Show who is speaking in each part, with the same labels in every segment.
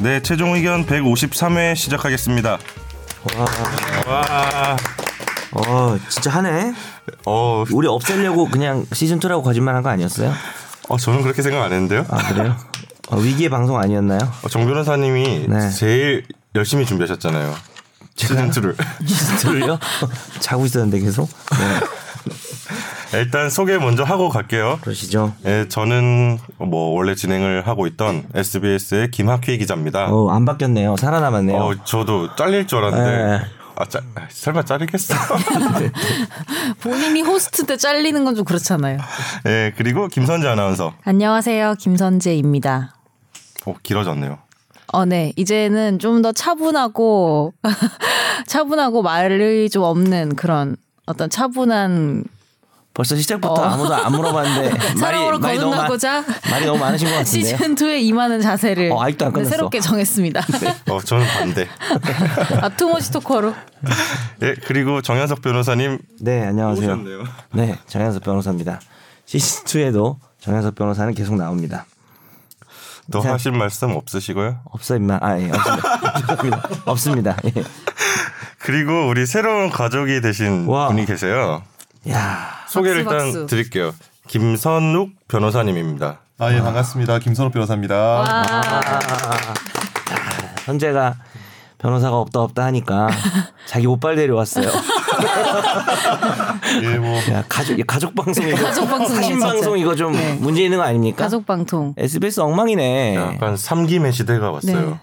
Speaker 1: 네, 최종 의견 153회 시작하겠습니다.
Speaker 2: 어 진짜 하네.
Speaker 1: 어,
Speaker 2: 우리 없애려고 그냥 시즌 2라고 거짓말한 거 아니었어요?
Speaker 1: 어 저는 그렇게 생각 안 했는데요.
Speaker 2: 아 그래요? 어, 위기의 방송 아니었나요?
Speaker 1: 어, 정 변호사님이
Speaker 2: 네.
Speaker 1: 제일 열심히 준비하셨잖아요. 시즌 2를.
Speaker 2: 시즌 2요? 자고 있었는데 계속. 네,
Speaker 1: 일단 소개 먼저 하고 갈게요.
Speaker 2: 그러시죠.
Speaker 1: 예, 저는 뭐 원래 진행을 하고 있던 SBS의 김학휘 기자입니다. 어,
Speaker 2: 어안 바뀌었네요. 살아남았네요.
Speaker 1: 저도 잘릴 줄 알았는데.
Speaker 2: 네.
Speaker 1: 아, 짜, 아, 설마 자르겠어?
Speaker 3: 본인이 호스트 때 잘리는 건 좀 그렇잖아요.
Speaker 1: 예, 그리고 김선재 아나운서.
Speaker 3: 안녕하세요. 김선재입니다.
Speaker 1: 어, 길어졌네요.
Speaker 3: 어, 네. 이제는 좀 더 차분하고, 차분하고 말이 좀 없는 그런 어떤 차분한
Speaker 2: 벌써 시작부터 아무도 안 물어봤는데
Speaker 3: 어. 사람으로 거듭나고자
Speaker 2: 많, 말이 너무 많으신 것 같은데요.
Speaker 3: 시즌2에 임하는 자세를
Speaker 2: 어, 아직도 안
Speaker 3: 네,
Speaker 2: 끝났어. 네.
Speaker 3: 새롭게 정했습니다.
Speaker 1: 어, 저는 반대.
Speaker 3: 아, 투머치 토커로.
Speaker 1: 예, 그리고 정현석 변호사님
Speaker 2: 네 안녕하세요.
Speaker 1: 오셨네요.
Speaker 2: 네 정현석 변호사입니다. 시즌 2에도 정현석 변호사는 계속 나옵니다.
Speaker 1: 더
Speaker 2: 자-
Speaker 1: 하실 말씀 없으시고요.
Speaker 2: 없어 임마. 아예 없습니다. 없습니다. 예.
Speaker 1: 그리고 우리 새로운 가족이 되신
Speaker 2: 와.
Speaker 1: 분이 계세요.
Speaker 2: 야
Speaker 1: 소개를 일단
Speaker 3: 박수.
Speaker 1: 드릴게요. 김선욱 변호사님입니다.
Speaker 4: 아, 예, 반갑습니다. 김선호 변호사입니다.
Speaker 2: 아,
Speaker 3: 아,
Speaker 2: 현재가 변호사가 없다 없다 하니까 자기 오빠를 데려왔어요.
Speaker 4: 예, 뭐,
Speaker 2: 야 가족 야, 가족 방송 이거
Speaker 3: 가족 방송이에요,
Speaker 2: 사신
Speaker 3: 진짜.
Speaker 2: 방송 이거 좀
Speaker 3: 네.
Speaker 2: 문제 있는 거 아닙니까?
Speaker 3: 가족방통.
Speaker 2: SBS 엉망이네.
Speaker 1: 약간 삼김의 시대가 왔어요.
Speaker 3: 네.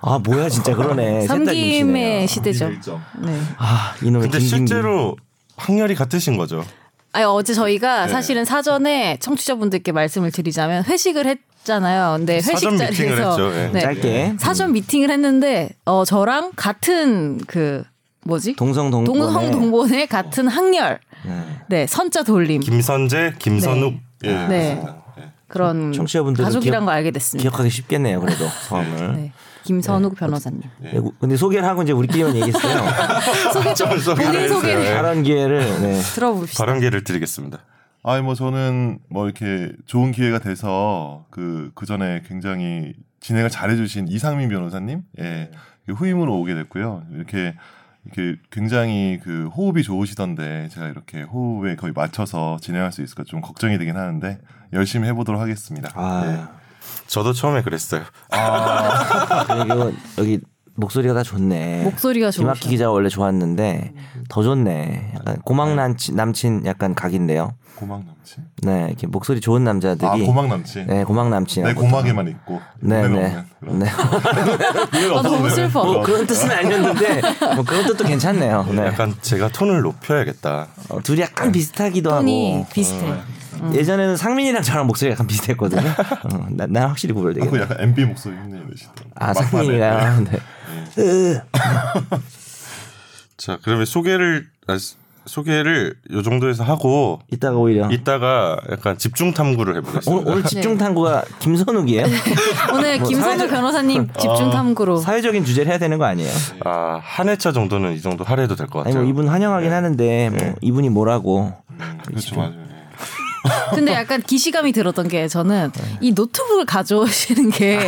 Speaker 2: 아 뭐야 진짜 그러네. 셋다 김씨네요.
Speaker 3: 삼김의 시대죠.
Speaker 4: 일정.
Speaker 3: 네.
Speaker 2: 아 이놈의
Speaker 1: 근데
Speaker 2: 김김김.
Speaker 1: 실제로 학렬이 같으신 거죠.
Speaker 3: 아니 어제 저희가
Speaker 1: 네.
Speaker 3: 사실은 사전에 청취자분들께 말씀을 드리자면 회식을 했잖아요. 근데 회식
Speaker 1: 사전 미팅을
Speaker 3: 자리에서
Speaker 1: 했죠. 예.
Speaker 3: 네.
Speaker 2: 짧게 음.
Speaker 3: 사전 미팅을 했는데 어 저랑 같은 그 뭐지?
Speaker 2: 동성 동
Speaker 3: 동성 동본의 같은 학렬. 네, 선자 돌림.
Speaker 1: 김선재, 김선욱. 예.
Speaker 3: 네.
Speaker 1: 맞습니다. 예.
Speaker 3: 그런
Speaker 2: 청취자분들은
Speaker 3: 가족이란
Speaker 2: 기억-
Speaker 3: 걸 알게 됐습니다.
Speaker 2: 기억하기 쉽겠네요 그래도 성함을.
Speaker 3: 네. 김선욱 변호사님.
Speaker 2: 예, 근데 소개를 하고 이제 우리끼리만 얘기했어요.
Speaker 3: 소개 좀 아, 본인 소개를
Speaker 2: 발언 기회를 네.
Speaker 3: 들어봅시다.
Speaker 1: 발언기를 드리겠습니다.
Speaker 4: 아니, 뭐, 저는 뭐, 이렇게 좋은 기회가 돼서 그, 그 전에 굉장히 진행을 잘해주신 이상민 변호사님, 예, 후임으로 오게 됐고요. 이렇게, 이렇게 굉장히 그 호흡이 좋으시던데 제가 이렇게 호흡에 거의 맞춰서 진행할 수 있을까 좀 걱정이 되긴 하는데 열심히 해보도록 하겠습니다.
Speaker 1: 네.
Speaker 2: 아
Speaker 1: 저도 처음에 그랬어요.
Speaker 2: 그리고 여기 목소리가 다 좋네.
Speaker 3: 목소리가 아, 좋으셔.
Speaker 2: 김학기 기자 가 원래 좋았는데
Speaker 3: 음.
Speaker 2: 더 좋네. 약간 고막 남친 남친 약간 각인데요.
Speaker 4: 고막 남친.
Speaker 2: 네 이렇게 목소리 좋은 남자들이
Speaker 4: 아, 고막 남친.
Speaker 2: 네 고막 남친.
Speaker 4: 내 고막에만 있고.
Speaker 2: 네네.
Speaker 4: 눈에는
Speaker 2: 네.
Speaker 4: 없는 그런.
Speaker 2: 네.
Speaker 4: 눈에는
Speaker 3: 아, 너무
Speaker 4: 없어서
Speaker 3: 슬퍼.
Speaker 4: 눈에는
Speaker 2: 뭐 그런 뜻은 아니었는데 뭐 그런 뜻도 괜찮네요. 네.
Speaker 1: 약간 제가 톤을 높여야겠다.
Speaker 2: 어, 둘이 약간 비슷하기도
Speaker 3: 톤이 음.
Speaker 2: 하고 어.
Speaker 3: 비슷해.
Speaker 2: 예전에는 상민이랑 저랑 목소리가 약간 비슷했거든요. 어, 나, 나 확실히
Speaker 4: 아,
Speaker 2: 구별되겠다.
Speaker 4: 그 약간 MB 목소리 흉내내시더라고요.
Speaker 2: 아 상민이가요. 네.
Speaker 1: 자, 그러면 소개를 아, 소개를 요 정도에서 하고
Speaker 2: 이따가 오히려
Speaker 1: 이따가 약간 집중 탐구를 해보겠습니다.
Speaker 2: 오늘, 오늘
Speaker 3: 네.
Speaker 2: 집중 탐구가 김선욱이에요.
Speaker 3: 오늘 김선욱
Speaker 2: 뭐 사회적- 어.
Speaker 3: 변호사님 집중 탐구로
Speaker 2: 사회적인 주제를 해야 되는 거 아니에요?
Speaker 1: 아, 한 회차 정도는 이 정도 할애도 될 것
Speaker 2: 아니
Speaker 1: 같아요.
Speaker 2: 뭐 이분 환영하긴 하는데 뭐 이분이 뭐라고 네.
Speaker 4: 그렇죠, 맞아요. 예.
Speaker 3: 근데 약간 기시감이 들었던 게 저는
Speaker 2: 네.
Speaker 3: 이 노트북을 가져오시는 게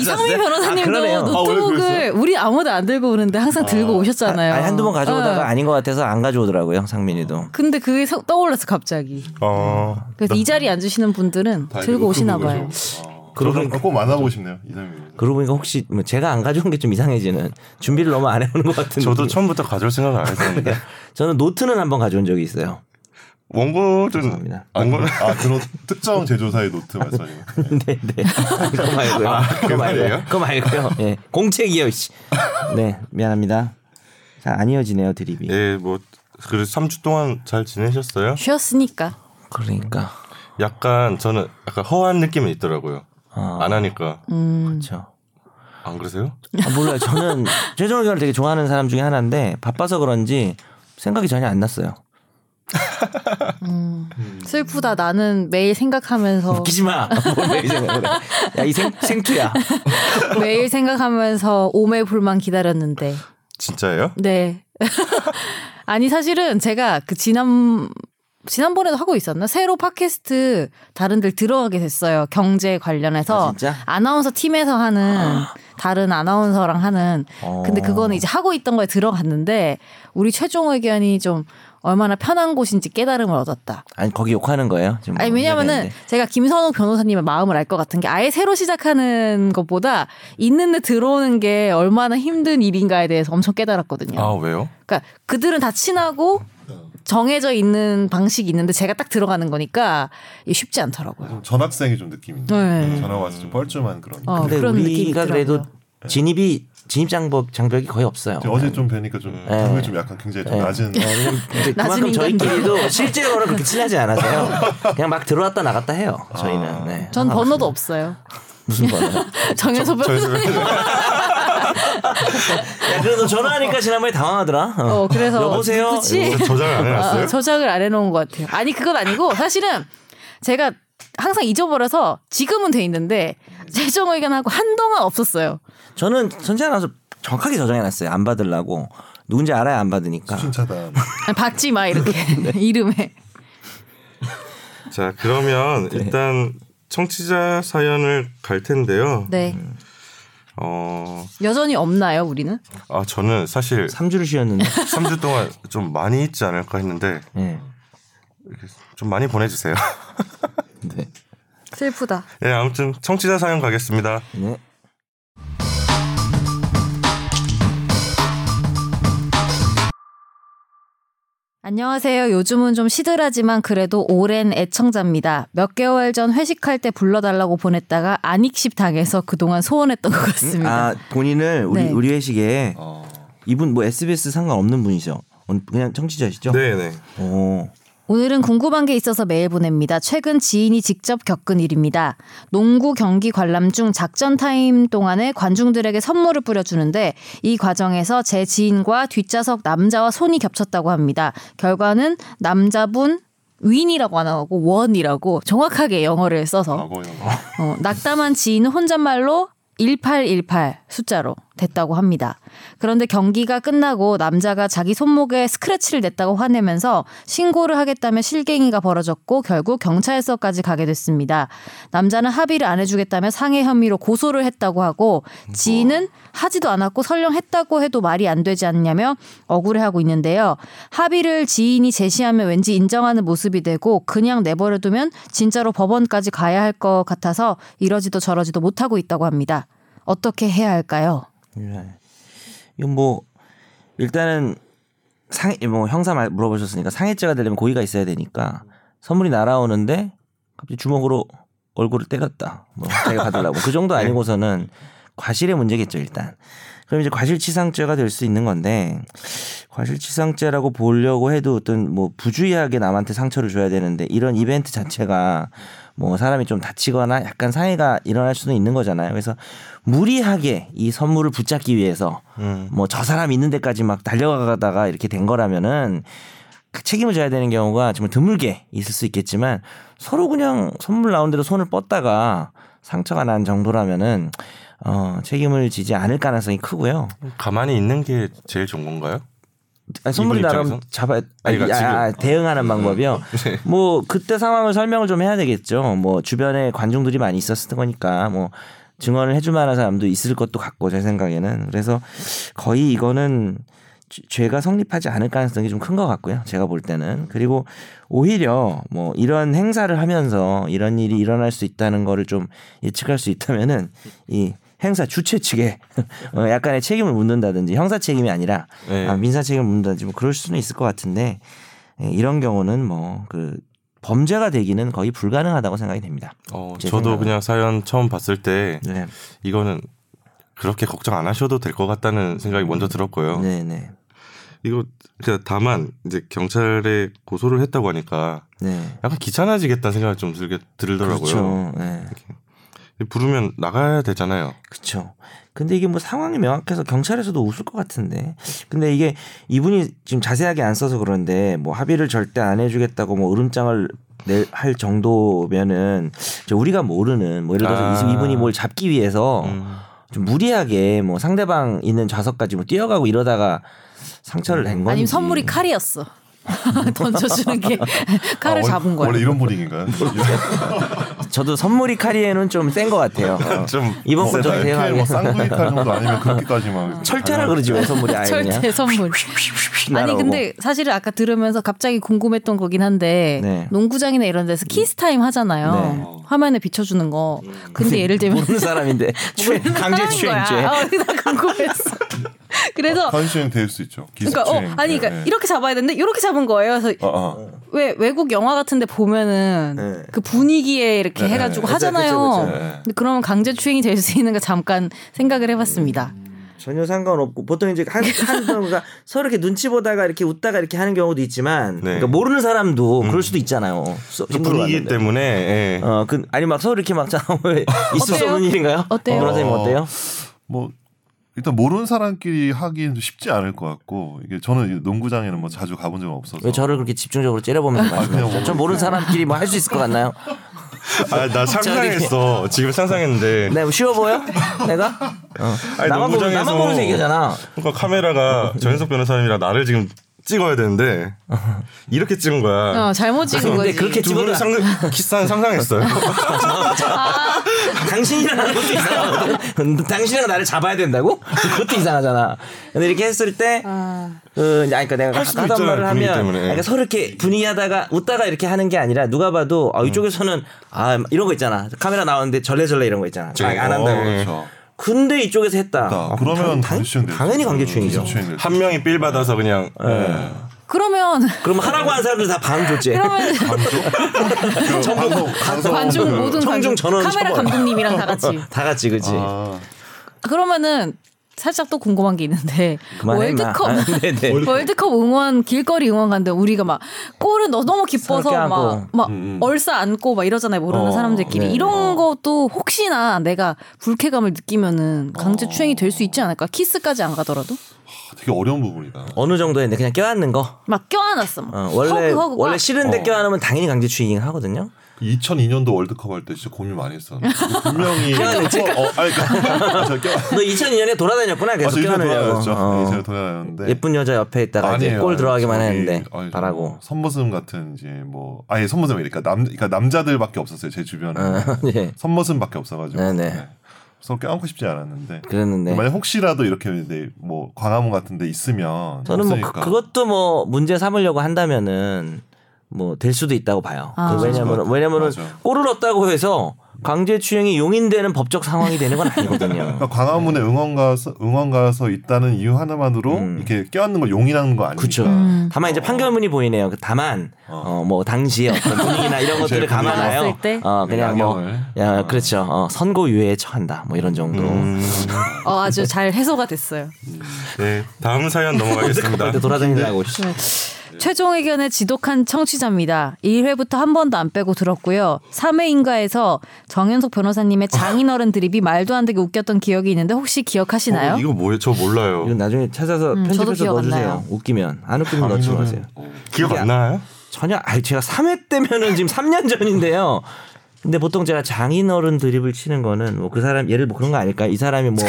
Speaker 3: 이상민
Speaker 2: 아,
Speaker 3: 변호사님도
Speaker 2: 그러네요.
Speaker 4: 아, 왜
Speaker 3: 노트북을 우리 아무도 안 들고 오는데 항상 들고 오셨잖아요.
Speaker 2: 아니, 한두 번 가져오다가
Speaker 3: 어.
Speaker 2: 아닌 것 같아서 안 가져오더라고요 상민이도.
Speaker 3: 근데 그게 서- 떠올라서 갑자기.
Speaker 1: 어,
Speaker 3: 그래서
Speaker 2: 네.
Speaker 3: 이 자리에 앉으시는 분들은
Speaker 4: 다행히
Speaker 3: 들고 오시나
Speaker 4: 노트북을
Speaker 3: 봐요.
Speaker 4: 좀, 어,
Speaker 2: 그러고
Speaker 4: 저도 꼭 만나보고 싶네요, 이상민 변호사.
Speaker 2: 그러고 보니까 혹시 뭐 제가 안 가져온 게 좀 이상해지는 준비를 너무 안 해오는 것 같은데. 네.
Speaker 1: 저도 처음부터 가져올 생각을 안 했었는데
Speaker 2: 저는 노트는 한번 가져온 적이 있어요.
Speaker 1: 원고는
Speaker 2: 죄송합니다.
Speaker 1: 원고는
Speaker 4: 아, 그런 특정 제조사의 노트 말씀이요.
Speaker 2: 네, 네. 그거 말고요.
Speaker 1: 말이에요?
Speaker 2: 그거 말고요. 그거 말고요. 예. 공책이요, 씨. 네, 미안합니다. 자, 안 이어지네요, 드립이.
Speaker 1: 예, 뭐 그래서 3주 동안 잘 지내셨어요?
Speaker 3: 쉬었으니까.
Speaker 2: 그러니까.
Speaker 1: 약간 저는 약간 허한 느낌이 있더라고요.
Speaker 2: 아.
Speaker 1: 안 하니까
Speaker 3: 음.
Speaker 2: 그렇죠.
Speaker 1: 안 그러세요?
Speaker 2: 아, 몰라요. 저는 최종 의견을 되게 좋아하는 사람 중에 하나인데 바빠서 그런지 생각이 전혀 안 났어요.
Speaker 3: 슬프다. 나는 매일 생각하면서
Speaker 2: 웃기지 마. 아, 뭘이 생각을 해. 야, 이 생, 생투야.
Speaker 3: 매일 생각하면서 오매불만 기다렸는데.
Speaker 1: 진짜예요?
Speaker 3: 네. 아니 사실은 제가 그 지난 지난번에도 하고 있었나? 새로 팟캐스트 다른 데 들어가게 됐어요. 경제 관련해서
Speaker 2: 아, 어. 진짜?
Speaker 3: 나운서 팀에서 하는 다른 아나운서랑 하는 근데 그거는 이제 하고 있던 거에 들어갔는데 우리 최종 의견이 좀 얼마나 편한 곳인지 깨달음을 얻었다.
Speaker 2: 아니 거기 욕하는 거예요? 지금
Speaker 3: 아니 왜냐면은
Speaker 2: 얘기하는데.
Speaker 3: 제가 김선욱 변호사님의 마음을 알 것 같은 게 아예 새로 시작하는 것보다 있는 데 들어오는 게 얼마나 힘든 일인가에 대해서 엄청 깨달았거든요.
Speaker 1: 아 왜요?
Speaker 3: 그러니까 그들은 다 친하고 정해져 있는 방식이 있는데 제가 딱 들어가는 거니까 이게 쉽지
Speaker 2: 음.
Speaker 3: 않더라고요.
Speaker 4: 전학생이 좀 느낌이.
Speaker 3: 네.
Speaker 4: 전화 와서 좀 뻘쭘한 그런.
Speaker 3: 어,
Speaker 4: 느낌.
Speaker 2: 근데
Speaker 3: 그런 느낌이
Speaker 2: 우리가 그래도
Speaker 3: 있더라고요.
Speaker 2: 진입이 진입 장벽 장벽이 거의 없어요.
Speaker 4: 제가 어제 좀 뵈니까 좀 분명히 좀 약간 굉장히 좀
Speaker 2: 네.
Speaker 4: 낮은.
Speaker 2: 이제 그만큼
Speaker 3: 낮은
Speaker 2: 저희끼리도 실제로는 그렇게 친하지 않아서요. 그냥 막 들어왔다 나갔다 해요. 저희는. 네.
Speaker 3: 전
Speaker 2: 상관없습니다.
Speaker 3: 번호도 없어요.
Speaker 2: 무슨 번호?
Speaker 3: 정현소 변호사.
Speaker 2: 야, 그래도 전화하니까 지난번에 당황하더라. 어.
Speaker 3: 어, 그래서
Speaker 2: 여보세요?
Speaker 3: 누구지?
Speaker 1: 저장을 안
Speaker 3: 아,
Speaker 1: 해놨어요?
Speaker 3: 저작을 안 해놓은 것 같아요. 아니 그건 아니고 사실은 제가 항상 잊어버려서 지금은 돼 있는데 최종 의견하고 한동안 없었어요.
Speaker 2: 저는 선재 아나운서 정확하게 저장해놨어요. 안 받으려고. 누군지 알아야 안 받으니까.
Speaker 4: 순차단.
Speaker 3: 아니, 받지 마 이렇게
Speaker 2: 네.
Speaker 3: 이름에.
Speaker 1: 자 그러면
Speaker 2: 네.
Speaker 1: 일단 청취자 사연을 갈 텐데요.
Speaker 3: 네.
Speaker 2: 음.
Speaker 1: 어,
Speaker 3: 여전히 없나요 우리는?
Speaker 1: 아 저는 사실
Speaker 2: 3주를 쉬었는데.
Speaker 1: 3주 동안 좀 많이 있지 않을까 했는데
Speaker 2: 네.
Speaker 1: 좀 많이 보내주세요.
Speaker 2: 네.
Speaker 3: 슬프다.
Speaker 1: 네 아무튼 청취자 사연 가겠습니다.
Speaker 2: 네.
Speaker 3: 안녕하세요. 요즘은 좀 시들하지만 그래도 오랜 애청자입니다. 몇 개월 전 회식할 때 불러달라고 보냈다가 안익십 당해서 그동안 소원했던 것 같습니다.
Speaker 2: 아, 본인을 우리,
Speaker 3: 네.
Speaker 2: 우리 회식에
Speaker 4: 어.
Speaker 2: 이분 뭐 SBS 상관없는 분이죠. 오늘 그냥 청취자시죠?
Speaker 1: 네네.
Speaker 2: 오.
Speaker 3: 오늘은 궁금한 게 있어서 메일 보냅니다. 최근 지인이 직접 겪은 일입니다. 농구 경기 관람 중 작전 타임 동안에 관중들에게 선물을 뿌려주는데 이 과정에서 제 지인과 뒷좌석 남자와 손이 겹쳤다고 합니다. 결과는 남자분 윈이라고 안 하고 원이라고 정확하게 영어를 써서
Speaker 4: 뭐 과거형.
Speaker 3: 어, 낙담한 지인은 혼잣말로 1818 숫자로 됐다고 합니다. 그런데 경기가 끝나고 남자가 자기 손목에 스크래치를 냈다고 화내면서 신고를 하겠다며 실갱이가 벌어졌고 결국 경찰서까지 가게 됐습니다. 남자는 합의를 안 해주겠다며 상해 혐의로 고소를 했다고 하고 지인은 하지도 않았고 설령 했다고 해도 말이 안 되지 않냐며 억울해하고 있는데요. 합의를 지인이 제시하면 왠지 인정하는 모습이 되고 그냥 내버려두면 진짜로 법원까지 가야 할 것 같아서 이러지도 저러지도 못하고 있다고 합니다. 어떻게 해야 할까요?
Speaker 2: 예. 이건 뭐 일단은 상, 뭐 형사 말- 물어보셨으니까 상해죄가 되려면 고의가 있어야 되니까 선물이 날아오는데 갑자기 주먹으로 얼굴을 때렸다. 뭐 자기가 받으려고 그 정도 아니고서는 과실의 문제겠죠 일단. 그럼 이제 과실치상죄가 될 수 있는 건데 과실치상죄라고 보려고 해도 어떤 뭐 부주의하게 남한테 상처를 줘야 되는데 이런 이벤트 자체가 뭐 사람이 좀 다치거나 약간 상해가 일어날 수는 있는 거잖아요. 그래서 무리하게 이 선물을 붙잡기 위해서
Speaker 1: 음,
Speaker 2: 뭐 저 사람 있는 데까지 막 달려가다가 이렇게 된 거라면은 그 책임을 져야 되는 경우가 정말 드물게 있을 수 있겠지만 서로 그냥 선물 나온 대로 손을 뻗다가 상처가 난 정도라면은 어 책임을 지지 않을 가능성이 크고요.
Speaker 1: 가만히 있는 게 제일 좋은 건가요?
Speaker 2: 아니, 선물이
Speaker 1: 이분
Speaker 2: 나가면
Speaker 1: 입장에서?
Speaker 2: 잡아
Speaker 1: 아니, 그러니까 지금-
Speaker 2: 대응하는 방법이요.
Speaker 1: 네.
Speaker 2: 뭐 그때 상황을 설명을 좀 해야 되겠죠. 뭐 주변에 관중들이 많이 있었을 거니까 뭐 증언을 해줄 만한 사람도 있을 것도 같고 제 생각에는 그래서 거의 이거는 죄- 죄가 성립하지 않을 가능성이 좀 큰 것 같고요. 제가 볼 때는 그리고 오히려 뭐 이런 행사를 하면서 이런 일이 일어날 수 있다는 거를 좀 예측할 수 있다면은 이 행사 주최 측에 어, 약간의 책임을 묻는다든지 형사 책임이 아니라
Speaker 1: 네.
Speaker 2: 아, 민사 책임을 묻는다든지 뭐 그럴 수는 있을 것 같은데 예, 이런 경우는 뭐 그 범죄가 되기는 거의 불가능하다고 생각이 됩니다.
Speaker 1: 어,
Speaker 2: 제
Speaker 1: 저도
Speaker 2: 생각은.
Speaker 1: 그냥 사연 처음 봤을 때
Speaker 2: 네,
Speaker 1: 이거는 그렇게 걱정 안 하셔도 될 것 같다는 생각이 먼저 들었고요.
Speaker 2: 네, 네,
Speaker 1: 이거 그냥 다만 이제 경찰에 고소를 했다고 하니까
Speaker 2: 네.
Speaker 1: 약간 귀찮아지겠다는 생각이 좀 들게 들더라고요.
Speaker 2: 그렇죠. 네.
Speaker 1: 부르면 나가야 되잖아요.
Speaker 2: 그쵸. 근데 이게 뭐 상황이 명확해서 경찰에서도 웃을 것 같은데. 근데 이게 이분이 지금 자세하게 안 써서 그런데 뭐 합의를 절대 안 해주겠다고 뭐 으름장을 낼, 할 정도면은 이제 우리가 모르는 뭐 예를 들어서
Speaker 1: 아.
Speaker 2: 이분이 뭘 잡기 위해서
Speaker 1: 음.
Speaker 2: 좀 무리하게 뭐 상대방 있는 좌석까지 뭐 뛰어가고 이러다가 상처를 낸 건지
Speaker 3: 아니면 선물이 칼이었어. 던져주는 게 칼을
Speaker 4: 아, 원-
Speaker 3: 잡은 거야.
Speaker 4: 원래 이런 분위기인가요?
Speaker 2: 저도 선물이 카리에는 좀 센 것 같아요. 어.
Speaker 1: 좀
Speaker 2: 이번 건 좀
Speaker 4: 이렇게
Speaker 2: 대응하게
Speaker 4: 뭐 쌍둥이칼 정도 아니면 그렇게까지
Speaker 3: 음.
Speaker 4: 막
Speaker 2: 철퇴라 그러지 왜 선물이 아예 그냥.
Speaker 3: 철제 선물. 아니
Speaker 2: 날아오고.
Speaker 3: 근데 사실은 아까 들으면서 갑자기 궁금했던 거긴 한데
Speaker 2: 네.
Speaker 3: 농구장이나 이런 데서 키스 타임 하잖아요.
Speaker 2: 네.
Speaker 3: 화면에 비춰주는 거. 근데 예를 들면 뭐
Speaker 2: 모르는 사람인데 추행, 뭐, 강제 추행죄. 어,
Speaker 3: 아, 나 궁금했어. 그래서
Speaker 4: 선수행 될 수 있죠. 기습
Speaker 3: 그러니까 어
Speaker 4: 추행.
Speaker 3: 아니
Speaker 2: 네,
Speaker 3: 그러니까
Speaker 4: 예, 예.
Speaker 3: 이렇게 잡아야 되는데 이렇게 잡은 거예요. 그래서
Speaker 4: 아, 아.
Speaker 3: 왜 외국 영화 같은데 보면은
Speaker 2: 어. 네.
Speaker 3: 그 분위기에 이렇게 해가지고
Speaker 2: 그쵸,
Speaker 3: 하잖아요.
Speaker 2: 그쵸, 그쵸.
Speaker 4: 네.
Speaker 3: 근데 그러면 강제 추행이 될 수 있는 거 잠깐 생각을 해봤습니다.
Speaker 2: 음. 전혀 상관없고 보통 이제 한, 한 경우가 서로 이렇게 눈치 보다가 이렇게 웃다가 이렇게 하는 경우도 있지만
Speaker 4: 네.
Speaker 2: 그러니까 모르는 사람도
Speaker 4: 음.
Speaker 2: 그럴 수도 있잖아요. 수-
Speaker 1: 좀
Speaker 2: 힘들어
Speaker 1: 분위기
Speaker 2: 왔는데.
Speaker 4: 네.
Speaker 1: 때문에 예.
Speaker 2: 어, 그 아니 막 서로 이렇게 막 잠을 있을 수
Speaker 3: 어때요?
Speaker 2: 없는 일인가요?
Speaker 3: 어때요?
Speaker 2: 문화 선생님 어때요?
Speaker 4: 뭐 일단 모르는 사람끼리 하기는 쉽지 않을 것 같고 이게 저는 이 농구장에는 뭐 자주 가본 적은 없어서
Speaker 2: 왜 저를 그렇게 집중적으로 째려보면서
Speaker 4: 그냥
Speaker 2: 말씀하세요?
Speaker 4: 뭐-
Speaker 2: 전 모르는 사람끼리 뭐 할 수 있을 것 같나요?
Speaker 1: 아, 나 상상했어. 지금 상상했는데.
Speaker 2: 내가 뭐 쉬워 보여? 내가? 어.
Speaker 1: 아니,
Speaker 2: 나만 보면
Speaker 1: 농구장에서-
Speaker 2: 나만 보면서 얘기하잖아.
Speaker 1: 그러니까 카메라가 전현석 변호사님이랑 나를 지금 찍어야 되는데 이렇게 찍은 거야.
Speaker 3: 어, 잘못 찍은
Speaker 2: 아, 근데
Speaker 3: 거지.
Speaker 2: 그렇게
Speaker 1: 두
Speaker 2: 찍어도
Speaker 1: 분을 상상, 키스한 상상했어요.
Speaker 2: 당신이랑 하는 것도 이상하거든. 당신이랑 나를 잡아야 된다고? 그것도 이상하잖아. 근데 이렇게 했을 때, 그, 이제, 아니, 그러니까 내가
Speaker 1: 할 수도
Speaker 2: 하던
Speaker 1: 있잖아요,
Speaker 2: 말을
Speaker 1: 분위기
Speaker 2: 하면,
Speaker 1: 때문에.
Speaker 2: 그러니까 서로 이렇게 분위기 하다가 웃다가 이렇게 하는 게 아니라 누가 봐도, 아, 이쪽에서는, 아, 이런 거 있잖아. 카메라 나오는데 절레절레 이런 거 있잖아. 아, 안 한다고.
Speaker 1: 어, 그러니까 예.
Speaker 4: 그렇죠.
Speaker 2: 근데 이쪽에서 했다. 아, 당,
Speaker 4: 그러면 관계추행 되죠.
Speaker 2: 연히
Speaker 1: 그렇죠.
Speaker 2: 관계추행이죠.
Speaker 4: 추행 될 수-
Speaker 1: 한 명이 삘 받아서 그냥
Speaker 2: 어.
Speaker 1: 예.
Speaker 3: 그러면
Speaker 2: 그럼 하라고 한 사람들 다 방조죄.
Speaker 3: 그러면
Speaker 2: 아,
Speaker 4: 방송 방송
Speaker 3: 관중
Speaker 4: 그-
Speaker 3: 모든
Speaker 2: 청중
Speaker 3: 관중
Speaker 2: 전원
Speaker 3: 카메라
Speaker 2: 처벌.
Speaker 3: 감독님이랑 다 같이
Speaker 2: 다 같이, 그지?
Speaker 4: 아,
Speaker 3: 그러면은 살짝 또 궁금한 게 있는데
Speaker 2: 그만해, 임마.
Speaker 3: 월드컵
Speaker 2: 아, 네네.
Speaker 3: 월드컵 응원 길거리 응원 간데 우리가 막 골은 너 너무 기뻐서
Speaker 2: 서럽게 하고. 음,
Speaker 3: 막, 막 얼싸 안고 막 이러잖아요 모르는
Speaker 2: 어,
Speaker 3: 사람들끼리
Speaker 2: 네.
Speaker 3: 이런 것도 혹시나 내가 불쾌감을 느끼면은
Speaker 2: 어.
Speaker 3: 강제 추행이 될 수 있지 않을까 키스까지 안 가더라도
Speaker 4: 되게 어려운 부분이다.
Speaker 2: 어느 정도였는데 그냥 껴안는 거.
Speaker 3: 막 껴안았어 막
Speaker 2: 어, 원래,
Speaker 3: 허그 허그가
Speaker 2: 원래 싫은데
Speaker 4: 어.
Speaker 2: 껴안으면 당연히 강제추행이긴 하거든요.
Speaker 4: 2002년도 월드컵 할 때 진짜 고민 많이 했었는데 분명히
Speaker 2: 할까
Speaker 4: 어, 어, 아니 그러니까 저 껴-
Speaker 2: 너 2002년에 돌아다녔구나
Speaker 4: 아,
Speaker 2: 계속
Speaker 4: 저 이제
Speaker 2: 껴안으려고
Speaker 4: 돌아다녔죠.
Speaker 2: 어.
Speaker 4: 이제 돌아다녔는데
Speaker 2: 예쁜 여자 옆에 있다가 이제
Speaker 4: 아니에요.
Speaker 2: 골 들어가기만
Speaker 4: 저기,
Speaker 2: 했는데
Speaker 4: 아니, 저
Speaker 2: 바라고
Speaker 4: 선모습 같은 이제 뭐 아예 선모습이 그러니까 남 그러니까 남자들밖에 없었어요 제 주변에
Speaker 2: 예.
Speaker 4: 선모습밖에 없어가지고
Speaker 2: 네네.
Speaker 4: 네. 서로 껴안고 싶지 않았는데
Speaker 2: 그랬는데 네.
Speaker 4: 만약 혹시라도 이렇게 이제 뭐 광화문 같은데 있으면
Speaker 2: 저는 뭐
Speaker 4: 없으니까.
Speaker 2: 그, 것도뭐 문제 삼으려고 한다면은 뭐 될 수도 있다고 봐요.
Speaker 3: 아.
Speaker 2: 그 왜냐면
Speaker 4: 맞아.
Speaker 2: 왜냐면은
Speaker 4: 맞아.
Speaker 2: 골을 얻다고 해서 강제추행이 용인되는 법적 상황이 되는 건 아니거든요.
Speaker 4: 그러니까 광화문에 응원 가서 응원 가서 있다는 이유 하나만으로 이렇게 껴안는 걸 용인하는 거 아니니까
Speaker 2: 음. 그렇죠.
Speaker 3: 음.
Speaker 2: 다만 이제 판결문이 보이네요. 그 다만 어 뭐 당시의 어떤 분위기나 이런 것들을
Speaker 4: 분위기.
Speaker 2: 감안하여
Speaker 3: 봤을 때?
Speaker 2: 어 그냥 뭐
Speaker 4: 양형을.
Speaker 2: 야, 그렇죠. 어, 선고유예에 처한다. 뭐 이런 정도.
Speaker 3: 어, 아주 잘 해소가 됐어요
Speaker 1: 네, 다음 사연 넘어가겠습니다.
Speaker 2: 그때 돌아다니려고
Speaker 3: 네.
Speaker 2: 네.
Speaker 3: 최종 의견의 지독한 청취자입니다. 1회부터 한 번도 안 빼고 들었고요. 3회인가에서 정현석 변호사님의 장인어른 드립이 말도 안 되게 웃겼던 기억이 있는데 혹시 기억하시나요?
Speaker 1: 어, 이거 뭐예요? 저 몰라요.
Speaker 2: 이건 나중에 찾아서
Speaker 3: 음, 저도
Speaker 2: 편집해서
Speaker 3: 기억 안
Speaker 2: 넣어주세요.
Speaker 3: 나요.
Speaker 2: 웃기면 안 웃기면 넣지 마세요.
Speaker 1: 기억 안 나요?
Speaker 2: 전혀 아니 제가 3회 때면은 지금 3년 전인데요. 근데 보통 제가 장인어른 드립을 치는 거는 뭐 그 사람 예를 뭐 그런 거 아닐까? 이 사람이 뭐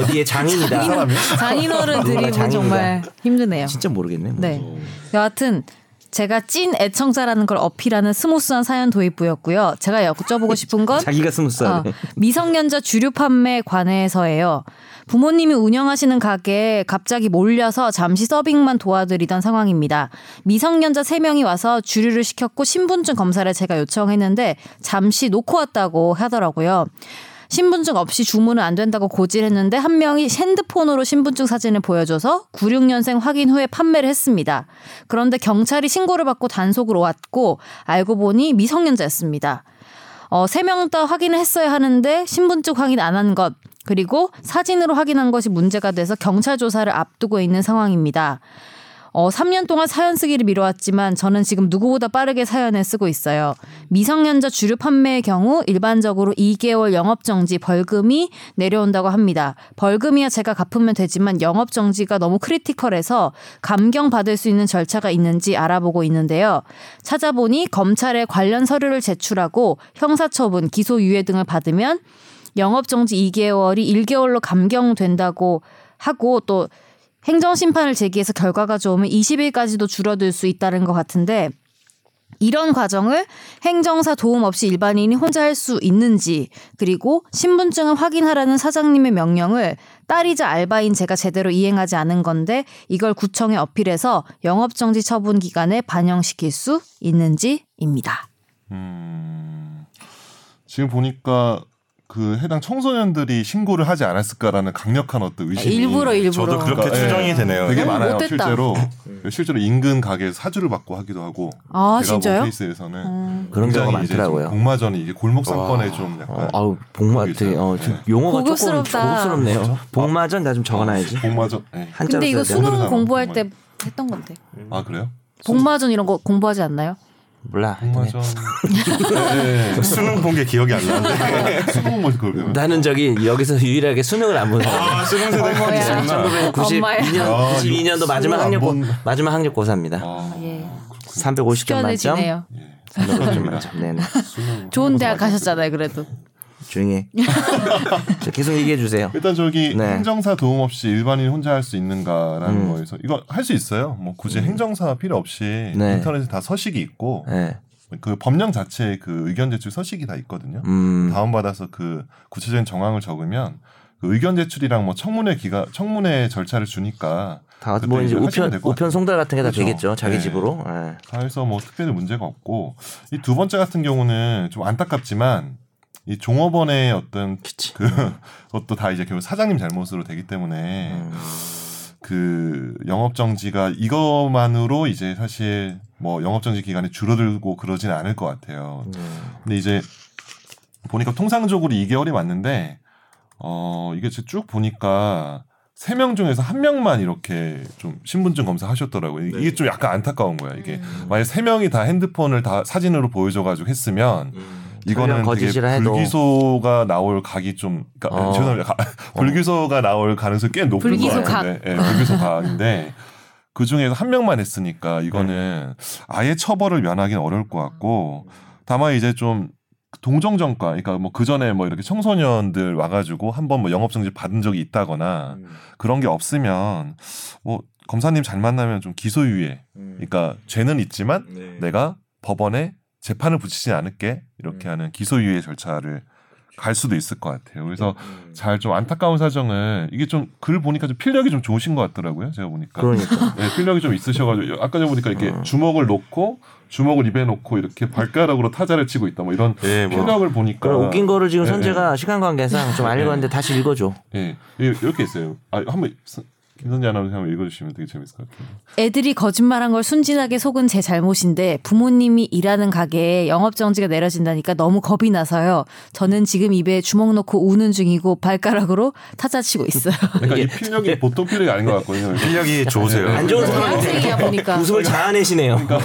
Speaker 2: 어디에 장인이다.
Speaker 3: 장인어른
Speaker 2: 장인이다.
Speaker 3: 드립은 정말 힘드네요.
Speaker 2: 진짜 모르겠네. 뭐.
Speaker 3: 네. 여하튼 제가 찐 애청자라는 걸 어필하는 스무스한 사연 도입부였고요. 제가 여쭤보고 싶은 건
Speaker 2: 자기가 스무스하네.
Speaker 3: 어, 미성년자 주류 판매 관해서예요. 부모님이 운영하시는 가게에 갑자기 몰려서 잠시 서빙만 도와드리던 상황입니다. 미성년자 3명이 와서 주류를 시켰고 신분증 검사를 제가 요청했는데 잠시 놓고 왔다고 하더라고요. 신분증 없이 주문은 안 된다고 고질했는데 한 명이 핸드폰으로 신분증 사진을 보여줘서 96년생 확인 후에 판매를 했습니다. 그런데 경찰이 신고를 받고 단속으로 왔고 알고 보니 미성년자였습니다. 어, 세 명 다 확인을 했어야 하는데 신분증 확인 안 한 것, 그리고 사진으로 확인한 것이 문제가 돼서 경찰 조사를 앞두고 있는 상황입니다. 어, 3년 동안 사연 쓰기를 미뤄왔지만 저는 지금 누구보다 빠르게 사연을 쓰고 있어요. 미성년자 주류 판매의 경우 일반적으로 2개월 영업정지 벌금이 내려온다고 합니다. 벌금이야 제가 갚으면 되지만 영업정지가 너무 크리티컬해서 감경받을 수 있는 절차가 있는지 알아보고 있는데요. 찾아보니 검찰에 관련 서류를 제출하고 형사처분, 기소유예 등을 받으면 영업정지 2개월이 1개월로 감경된다고 하고 또 행정심판을 제기해서 결과가 좋으면 20일까지도 줄어들 수 있다는 것 같은데 이런 과정을 행정사 도움 없이 일반인이 혼자 할 수 있는지 그리고 신분증을 확인하라는 사장님의 명령을 딸이자 알바인 제가 제대로 이행하지 않은 건데 이걸 구청에 어필해서 영업정지 처분 기간에 반영시킬 수 있는지입니다.
Speaker 4: 음, 지금 보니까 그 해당 청소년들이 신고를 하지 않았을까라는 강력한 어떤 의심이
Speaker 3: 네, 일부러 일부러
Speaker 1: 저도 그렇게
Speaker 4: 그러니까,
Speaker 1: 추정이
Speaker 4: 예.
Speaker 1: 되네요.
Speaker 4: 되게
Speaker 3: 음,
Speaker 4: 많아요.
Speaker 3: 못됐다.
Speaker 4: 실제로 실제로 인근 가게에서 사주를 받고 하기도 하고
Speaker 3: 아
Speaker 4: 제가 뭐 본
Speaker 3: 진짜요?
Speaker 4: 케이스에서는
Speaker 3: 음.
Speaker 2: 그런 경우가
Speaker 4: 굉장히 이제 좀
Speaker 2: 많더라고요.
Speaker 4: 복마전이 이게 골목 상권에
Speaker 1: 와.
Speaker 4: 좀 약간
Speaker 2: 어, 아우 복마
Speaker 4: 거기
Speaker 2: 되게 어,
Speaker 4: 있어요.
Speaker 2: 지금 용어가 조금
Speaker 3: 고급스럽다.
Speaker 4: 아,
Speaker 2: 고급스럽네요. 복마전 나 좀 적어놔야지.
Speaker 4: 복마전. 예.
Speaker 2: 한자로
Speaker 3: 근데 이거
Speaker 2: 써야 되나?
Speaker 4: 오늘은
Speaker 3: 수능
Speaker 4: 안
Speaker 3: 공부할
Speaker 4: 공부하네.
Speaker 3: 때 했던 건데
Speaker 4: 아 그래요?
Speaker 3: 복마전 이런 거 공부하지 않나요?
Speaker 2: 몰라. 하여튼
Speaker 4: 복마전.
Speaker 2: 음.
Speaker 4: 예,
Speaker 2: 네.
Speaker 4: 예.
Speaker 1: 수능 본 게 기억이 안 나는데.
Speaker 4: 수능 뭐 그걸 배워요?
Speaker 2: 나는 저기 여기서 유일하게 아, 수능을 안 보는 거야.
Speaker 1: 수능 세대가
Speaker 3: 어머야.
Speaker 1: 있구나.
Speaker 2: 92년,
Speaker 4: 아,
Speaker 2: 92년도 마지막
Speaker 4: 수능 안
Speaker 2: 학력 고,
Speaker 4: 본-
Speaker 2: 마지막 학력 고사입니다.
Speaker 4: 아,
Speaker 3: 예.
Speaker 2: 350점 만점.
Speaker 3: 껴내지네요.
Speaker 2: 350점 만점. 네네.
Speaker 4: 수능
Speaker 3: 좋은
Speaker 4: 한번
Speaker 3: 대학
Speaker 4: 봐야지.
Speaker 3: 가셨잖아요, 그래도.
Speaker 2: 조용히. 해. 자, 계속 얘기해 주세요.
Speaker 4: 일단 저기
Speaker 2: 네. 음.
Speaker 4: 행정사 도움 없이 일반인 혼자 할 수 있는가라는 거에서 이거 할 수 있어요. 뭐 굳이 행정사 필요 없이
Speaker 2: 네.
Speaker 4: 인터넷에 다 서식이 있고
Speaker 2: 네.
Speaker 4: 그 법령 자체에 그 의견 제출 서식이 다 있거든요.
Speaker 2: 음.
Speaker 4: 다운받아서 그 구체적인 정황을 적으면 그 의견 제출이랑 뭐 청문회 기가 청문회 절차를 주니까 그때
Speaker 2: 다뭐 이제
Speaker 4: 이제 하시면
Speaker 2: 우편
Speaker 4: 될것
Speaker 2: 우편 송달 같은 게 다
Speaker 4: 그렇죠.
Speaker 2: 되겠죠. 자기
Speaker 4: 네.
Speaker 2: 집으로. 예.
Speaker 4: 그래서 뭐 특별히 문제가 없고 이 두 번째 같은 경우는 좀 안타깝지만 이 종업원의 어떤
Speaker 2: 그치.
Speaker 4: 그 것도 다 이제 결국 사장님 잘못으로 되기 때문에
Speaker 2: 음.
Speaker 4: 그 영업 정지가 이것만으로 이제 사실 뭐 영업 정지 기간이 줄어들고 그러진 않을 것 같아요.
Speaker 2: 음.
Speaker 4: 근데 이제 보니까 통상적으로 2개월이 맞는데 어 이게 지금 쭉 보니까 세 명 중에서 한 명만 이렇게 좀 신분증 검사 하셨더라고요. 이게
Speaker 1: 네.
Speaker 4: 좀 약간 안타까운 거야. 이게 만약 세 명이 다 핸드폰을 다 사진으로 보여줘가지고 했으면 이거는
Speaker 2: 설령
Speaker 4: 되게
Speaker 2: 거짓이라 해도.
Speaker 4: 불기소가 나올 각이 좀 그러니까
Speaker 2: 어.
Speaker 4: 죄송합니다. 가- 불기소가 나올 가능성이 꽤 높을
Speaker 3: 불기소
Speaker 4: 것 같은데 예, 불기소 각인데 그 중에서 한 명만 했으니까 이거는 아예 처벌을 면하기는 어려울 것 같고 다만 이제 좀 동정정과 그러니까 뭐 그전에 뭐 이렇게 청소년들 와가지고 한번 뭐 영업정지 받은 적이 있다거나 그런 게 없으면 뭐 검사님 잘 만나면 좀 기소유예
Speaker 2: 음.
Speaker 4: 그러니까 죄는 있지만 내가 법원에 재판을 붙이지 않을게 이렇게 하는 기소유예 절차를 갈 수도 있을 것 같아요. 그래서
Speaker 2: 네.
Speaker 4: 잘 좀 안타까운 사정을 이게 좀 글 보니까 좀 필력이 좀 좋으신 것 같더라고요. 제가 보니까
Speaker 2: 그러니까. 어.
Speaker 4: 네, 필력이 좀 있으셔가지고 아까 전에 보니까 이렇게 주먹을 놓고 주먹을 입에 놓고 이렇게 발가락으로 타자를 치고 있다 뭐 이런
Speaker 1: 예, 뭐
Speaker 4: 필력을 보니까
Speaker 2: 그럼 웃긴 거를 지금
Speaker 4: 예,
Speaker 2: 선재가 시간 관계상 좀 알려봤는데 다시 읽어줘.
Speaker 4: 예, 예, 이렇게 있어요. 아 한번 김선재 아나운서 한번 읽어주시면 되게 재밌을 것 같아요.
Speaker 3: 애들이 거짓말한 걸 순진하게 속은 제 잘못인데 부모님이 일하는 가게에 영업정지가 내려진다니까 너무 겁이 나서요. 저는 지금 입에 주먹 넣고 우는 중이고 발가락으로 타자치고 있어요.
Speaker 4: 그러니까 이 필력이 보통 필력이 아닌 것 같거든요.
Speaker 1: 실력이 좋으세요.
Speaker 2: 안 좋은 상황인데
Speaker 3: 학생이야 보니까.
Speaker 2: 웃음을 자아내시네요.
Speaker 4: 그러니까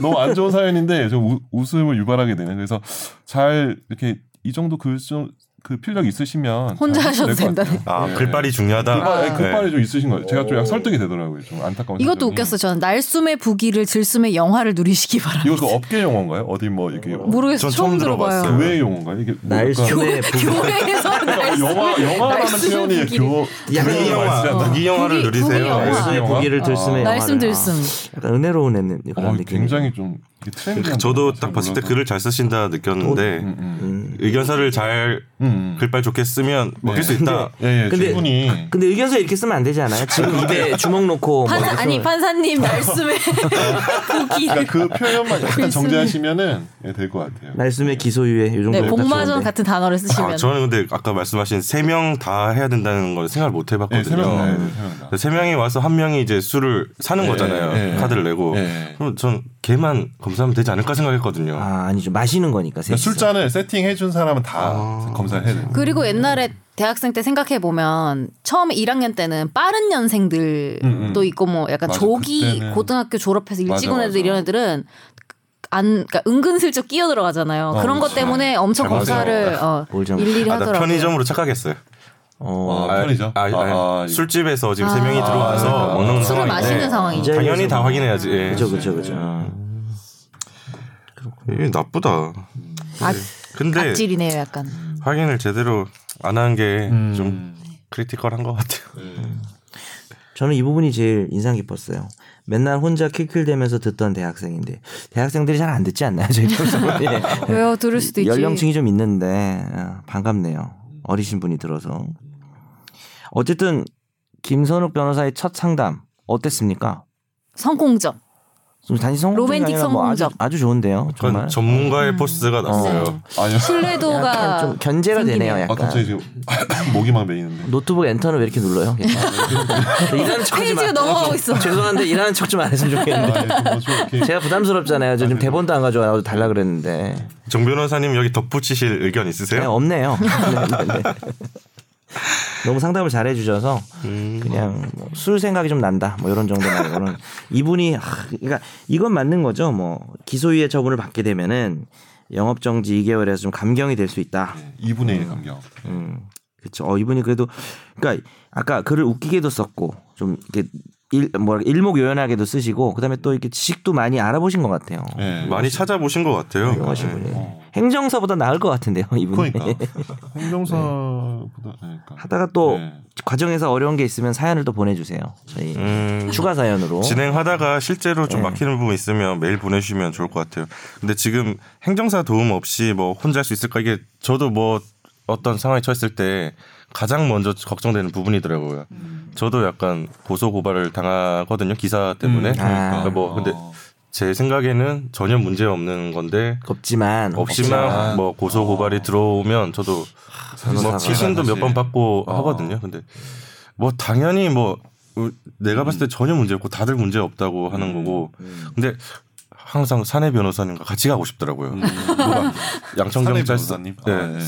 Speaker 4: 너무 안 좋은 사연인데 좀 우- 웃음을 유발하게 되는 그래서 잘 이렇게 이 정도 글좀그 필력 있으시면
Speaker 3: 혼자
Speaker 4: 잘
Speaker 3: 하셔도
Speaker 4: 될것 같아요.
Speaker 1: 아,
Speaker 2: 네.
Speaker 4: 예.
Speaker 1: 글발이 중요하다.
Speaker 4: 글발, 예,
Speaker 1: 네.
Speaker 4: 글발이 좀 있으신 거예요. 제가 좀 약간 설득이 되더라고요. 좀 안타까운.
Speaker 3: 이것도
Speaker 4: 사연이.
Speaker 3: 웃겼어. 저는 날숨의 부기를 들숨의 영화를 누리시기 바랍니다.
Speaker 4: 이거 그 업계 용어인가요? 어디 뭐 이렇게
Speaker 3: 모르겠어.
Speaker 1: 전
Speaker 3: 처음
Speaker 1: 처음
Speaker 3: 들어봐요.
Speaker 1: 들어봤어요.
Speaker 4: 교회 용어인가요? 이게
Speaker 2: 네,
Speaker 4: 뭐 약간
Speaker 2: 날숨에 부부.
Speaker 3: 교회에서
Speaker 4: 영화 영화라는
Speaker 3: 말씀을
Speaker 4: 표현이
Speaker 3: 듣기를.
Speaker 4: 교회
Speaker 1: 무기
Speaker 4: 교회
Speaker 1: 영화,
Speaker 4: 말이지 않나?
Speaker 1: 무기 영화를
Speaker 3: 무기- 무기
Speaker 1: 누리세요.
Speaker 3: 어. 영화.
Speaker 1: 예.
Speaker 2: 날숨에
Speaker 4: 영화?
Speaker 2: 부기를 네, 들숨에.
Speaker 3: 날숨
Speaker 2: 영화를.
Speaker 3: 들숨.
Speaker 2: 아, 약간 은혜로운 애는 그런
Speaker 4: 어,
Speaker 2: 느낌.
Speaker 4: 굉장히 좀 이게 트렌디한.
Speaker 1: 그러니까 저도
Speaker 4: 거라서
Speaker 1: 딱 봤을 때
Speaker 4: 몰라서.
Speaker 1: 글을 잘 쓰신다 느꼈는데
Speaker 4: 음, 음.
Speaker 2: 음.
Speaker 1: 의견서를 잘
Speaker 4: 음, 음.
Speaker 1: 글발 좋게 쓰면 먹힐 수 있다.
Speaker 4: 예, 예,
Speaker 2: 근데- 그
Speaker 4: 충분히.
Speaker 2: 근데 의견서 이렇게 쓰면 안 되지 않아요? 지금 입에 주먹 놓고 뭐
Speaker 3: 판사, 아니 판사님 날숨의 부기를.
Speaker 4: 그러니까 그 표현만 약간 정제하시면은 예, 될것 같아요.
Speaker 2: 날숨에 기소유예 요 정도.
Speaker 3: 네, 복마전 같은 단어를
Speaker 1: 아,
Speaker 3: 쓰시면.
Speaker 1: 저는 근데 아까 말씀하신 세 명 다 해야 된다는 걸 생각을 못
Speaker 4: 예,
Speaker 1: 해봤거든요.
Speaker 4: 세 명, 다, 예, 세 명. 다.
Speaker 1: 근데 네, 세 명이 와서 한 명이 이제 술을 사는
Speaker 4: 예,
Speaker 1: 거잖아요.
Speaker 4: 예, 예.
Speaker 1: 카드를 내고.
Speaker 4: 예.
Speaker 1: 그럼 전 걔만 검사하면 되지 않을까 생각했거든요.
Speaker 2: 아 아니죠 마시는 거니까.
Speaker 4: 그러니까
Speaker 2: 셋이서.
Speaker 4: 술잔을 세팅해 준 사람은 다 검사를 해야 돼요.
Speaker 3: 그리고 옛날에 대학생 때 생각해 보면 처음 1학년 때는 빠른 년생들도
Speaker 4: 음, 음.
Speaker 3: 있고 뭐 약간
Speaker 4: 맞아,
Speaker 3: 조기
Speaker 4: 그때는.
Speaker 3: 고등학교 졸업해서 일찍
Speaker 4: 맞아,
Speaker 3: 온
Speaker 4: 맞아.
Speaker 3: 애들 이런 애들은 안 그러니까 은근슬쩍 끼어 들어가잖아요.
Speaker 4: 어,
Speaker 3: 그런 것
Speaker 4: 그렇지.
Speaker 3: 때문에 엄청
Speaker 1: 잘못
Speaker 3: 검사를 어,
Speaker 2: 뭘 잘못-
Speaker 3: 일일이
Speaker 1: 아, 나
Speaker 3: 하더라고요.
Speaker 1: 편의점으로 착각했어요.
Speaker 2: 어,
Speaker 4: 아, 편의점?
Speaker 1: 아, 아,
Speaker 4: 아, 아,
Speaker 1: 술집에서 지금 세
Speaker 3: 아.
Speaker 1: 명이 들어와서
Speaker 2: 그러니까 뭐
Speaker 4: 아,
Speaker 1: 먹는
Speaker 3: 술을
Speaker 1: 상황인데
Speaker 3: 마시는 상황이죠.
Speaker 1: 당연히 다 확인해야지. 예.
Speaker 2: 그죠 그죠
Speaker 4: 네.
Speaker 2: 그죠. 아.
Speaker 1: 이게 나쁘다.
Speaker 3: 악,
Speaker 1: 근데
Speaker 3: 악질이네요, 아, 약간.
Speaker 1: 확인을 제대로 안 한 게 좀
Speaker 4: 음.
Speaker 1: 크리티컬한 것 같아요.
Speaker 2: 저는 이 부분이 제일 인상 깊었어요. 맨날 혼자 킬킬대면서 듣던 대학생인데 대학생들이 잘 안 듣지 않나요? 저희 방송을? 예.
Speaker 3: 왜요? 들을 수도 있지.
Speaker 2: 연령층이 좀 있는데 아, 반갑네요. 어리신 분이 들어서 어쨌든 김선욱 변호사의 첫 상담 어땠습니까?
Speaker 3: 성공적.
Speaker 2: 좀 단지 성공 뭐
Speaker 3: 로맨틱
Speaker 2: 아주,
Speaker 3: 성공적.
Speaker 2: 아주 좋은데요.
Speaker 1: 약간
Speaker 2: 정말
Speaker 1: 전문가의 포스가 났어요.
Speaker 3: 네.
Speaker 4: 아니요.
Speaker 3: 신뢰도가
Speaker 2: 약간 좀 견제가 되네요.
Speaker 3: 생기네요.
Speaker 4: 아
Speaker 2: 약간
Speaker 4: 갑자기 지금 목이만 메이는데.
Speaker 2: 노트북 엔터는 왜 이렇게 눌러요? 일하는 척하지 마.
Speaker 3: 페이지가 넘어가고 있어.
Speaker 2: 죄송한데 일하는 척 좀 안 했으면 좋겠는데.
Speaker 4: 아, 예, 좀뭐 좀 이렇게
Speaker 2: 제가 부담스럽잖아요. 저 지금 대본도 안 가져와서 달라 그랬는데
Speaker 1: 정 변호사님 여기 덧붙이실 의견 있으세요?
Speaker 2: 그냥 없네요. 네, 네, 네. 너무 상담을 잘 해주셔서
Speaker 4: 음.
Speaker 2: 그냥 뭐술 생각이 좀 난다 뭐 이런 정도만 이거는 이분이 아, 그러니까 이건 맞는 거죠. 뭐 기소유예 처분을 받게 되면은 영업 정지 2개월에서 좀 감경이 될 수 있다.
Speaker 4: 2분의 1 감경.
Speaker 2: 음, 그렇죠. 어, 이분이 그래도 그러니까 아까 글을 웃기게도 썼고 좀 이렇게 일, 뭐 일목요연하게도 쓰시고 그다음에 또 이렇게 지식도 많이 알아보신 것 같아요.
Speaker 4: 예.
Speaker 1: 많이 찾아보신 것 같아요.
Speaker 2: 유명하신
Speaker 1: 네.
Speaker 2: 네, 어. 분이
Speaker 4: 어.
Speaker 2: 행정사보다 나을 것 같은데요, 이분이.
Speaker 4: 그러니까 행정사보다 그러니까.
Speaker 2: 하다가 또
Speaker 4: 네.
Speaker 2: 과정에서 어려운 게 있으면 사연을 또 보내주세요. 저희
Speaker 1: 음,
Speaker 2: 추가 사연으로.
Speaker 1: 진행하다가 실제로 좀
Speaker 2: 네.
Speaker 1: 막히는 부분 있으면 메일 보내주시면 좋을 것 같아요. 근데 지금 행정사 도움 없이 뭐 혼자 할 수 있을까 이게 저도 뭐 어떤 상황에 처했을 때 가장 먼저 걱정되는 부분이더라고요. 저도 약간 고소 고발을 당하거든요 기사 때문에.
Speaker 2: 아.
Speaker 1: 그러니까 뭐 근데
Speaker 4: 어.
Speaker 1: 제 생각에는 전혀 문제 없는 건데
Speaker 2: 없지만
Speaker 1: 음, 없이만
Speaker 4: 없지만. 아.
Speaker 1: 뭐 고소 고발이 들어오면 저도 뭐
Speaker 2: 변호사가
Speaker 1: 치신도 몇
Speaker 4: 사실.
Speaker 1: 번 받고
Speaker 4: 어.
Speaker 1: 하거든요. 근데 뭐 당연히 뭐 으,
Speaker 4: 음.
Speaker 1: 내가 봤을 때 전혀 문제 없고 다들 문제 없다고 하는 거고. 근데 항상 사내 변호사님과 같이 가고 싶더라고요. 뭐가
Speaker 4: 음. 사내
Speaker 1: 양천경찰
Speaker 4: 변호사님?
Speaker 1: 네.
Speaker 4: 아, 예.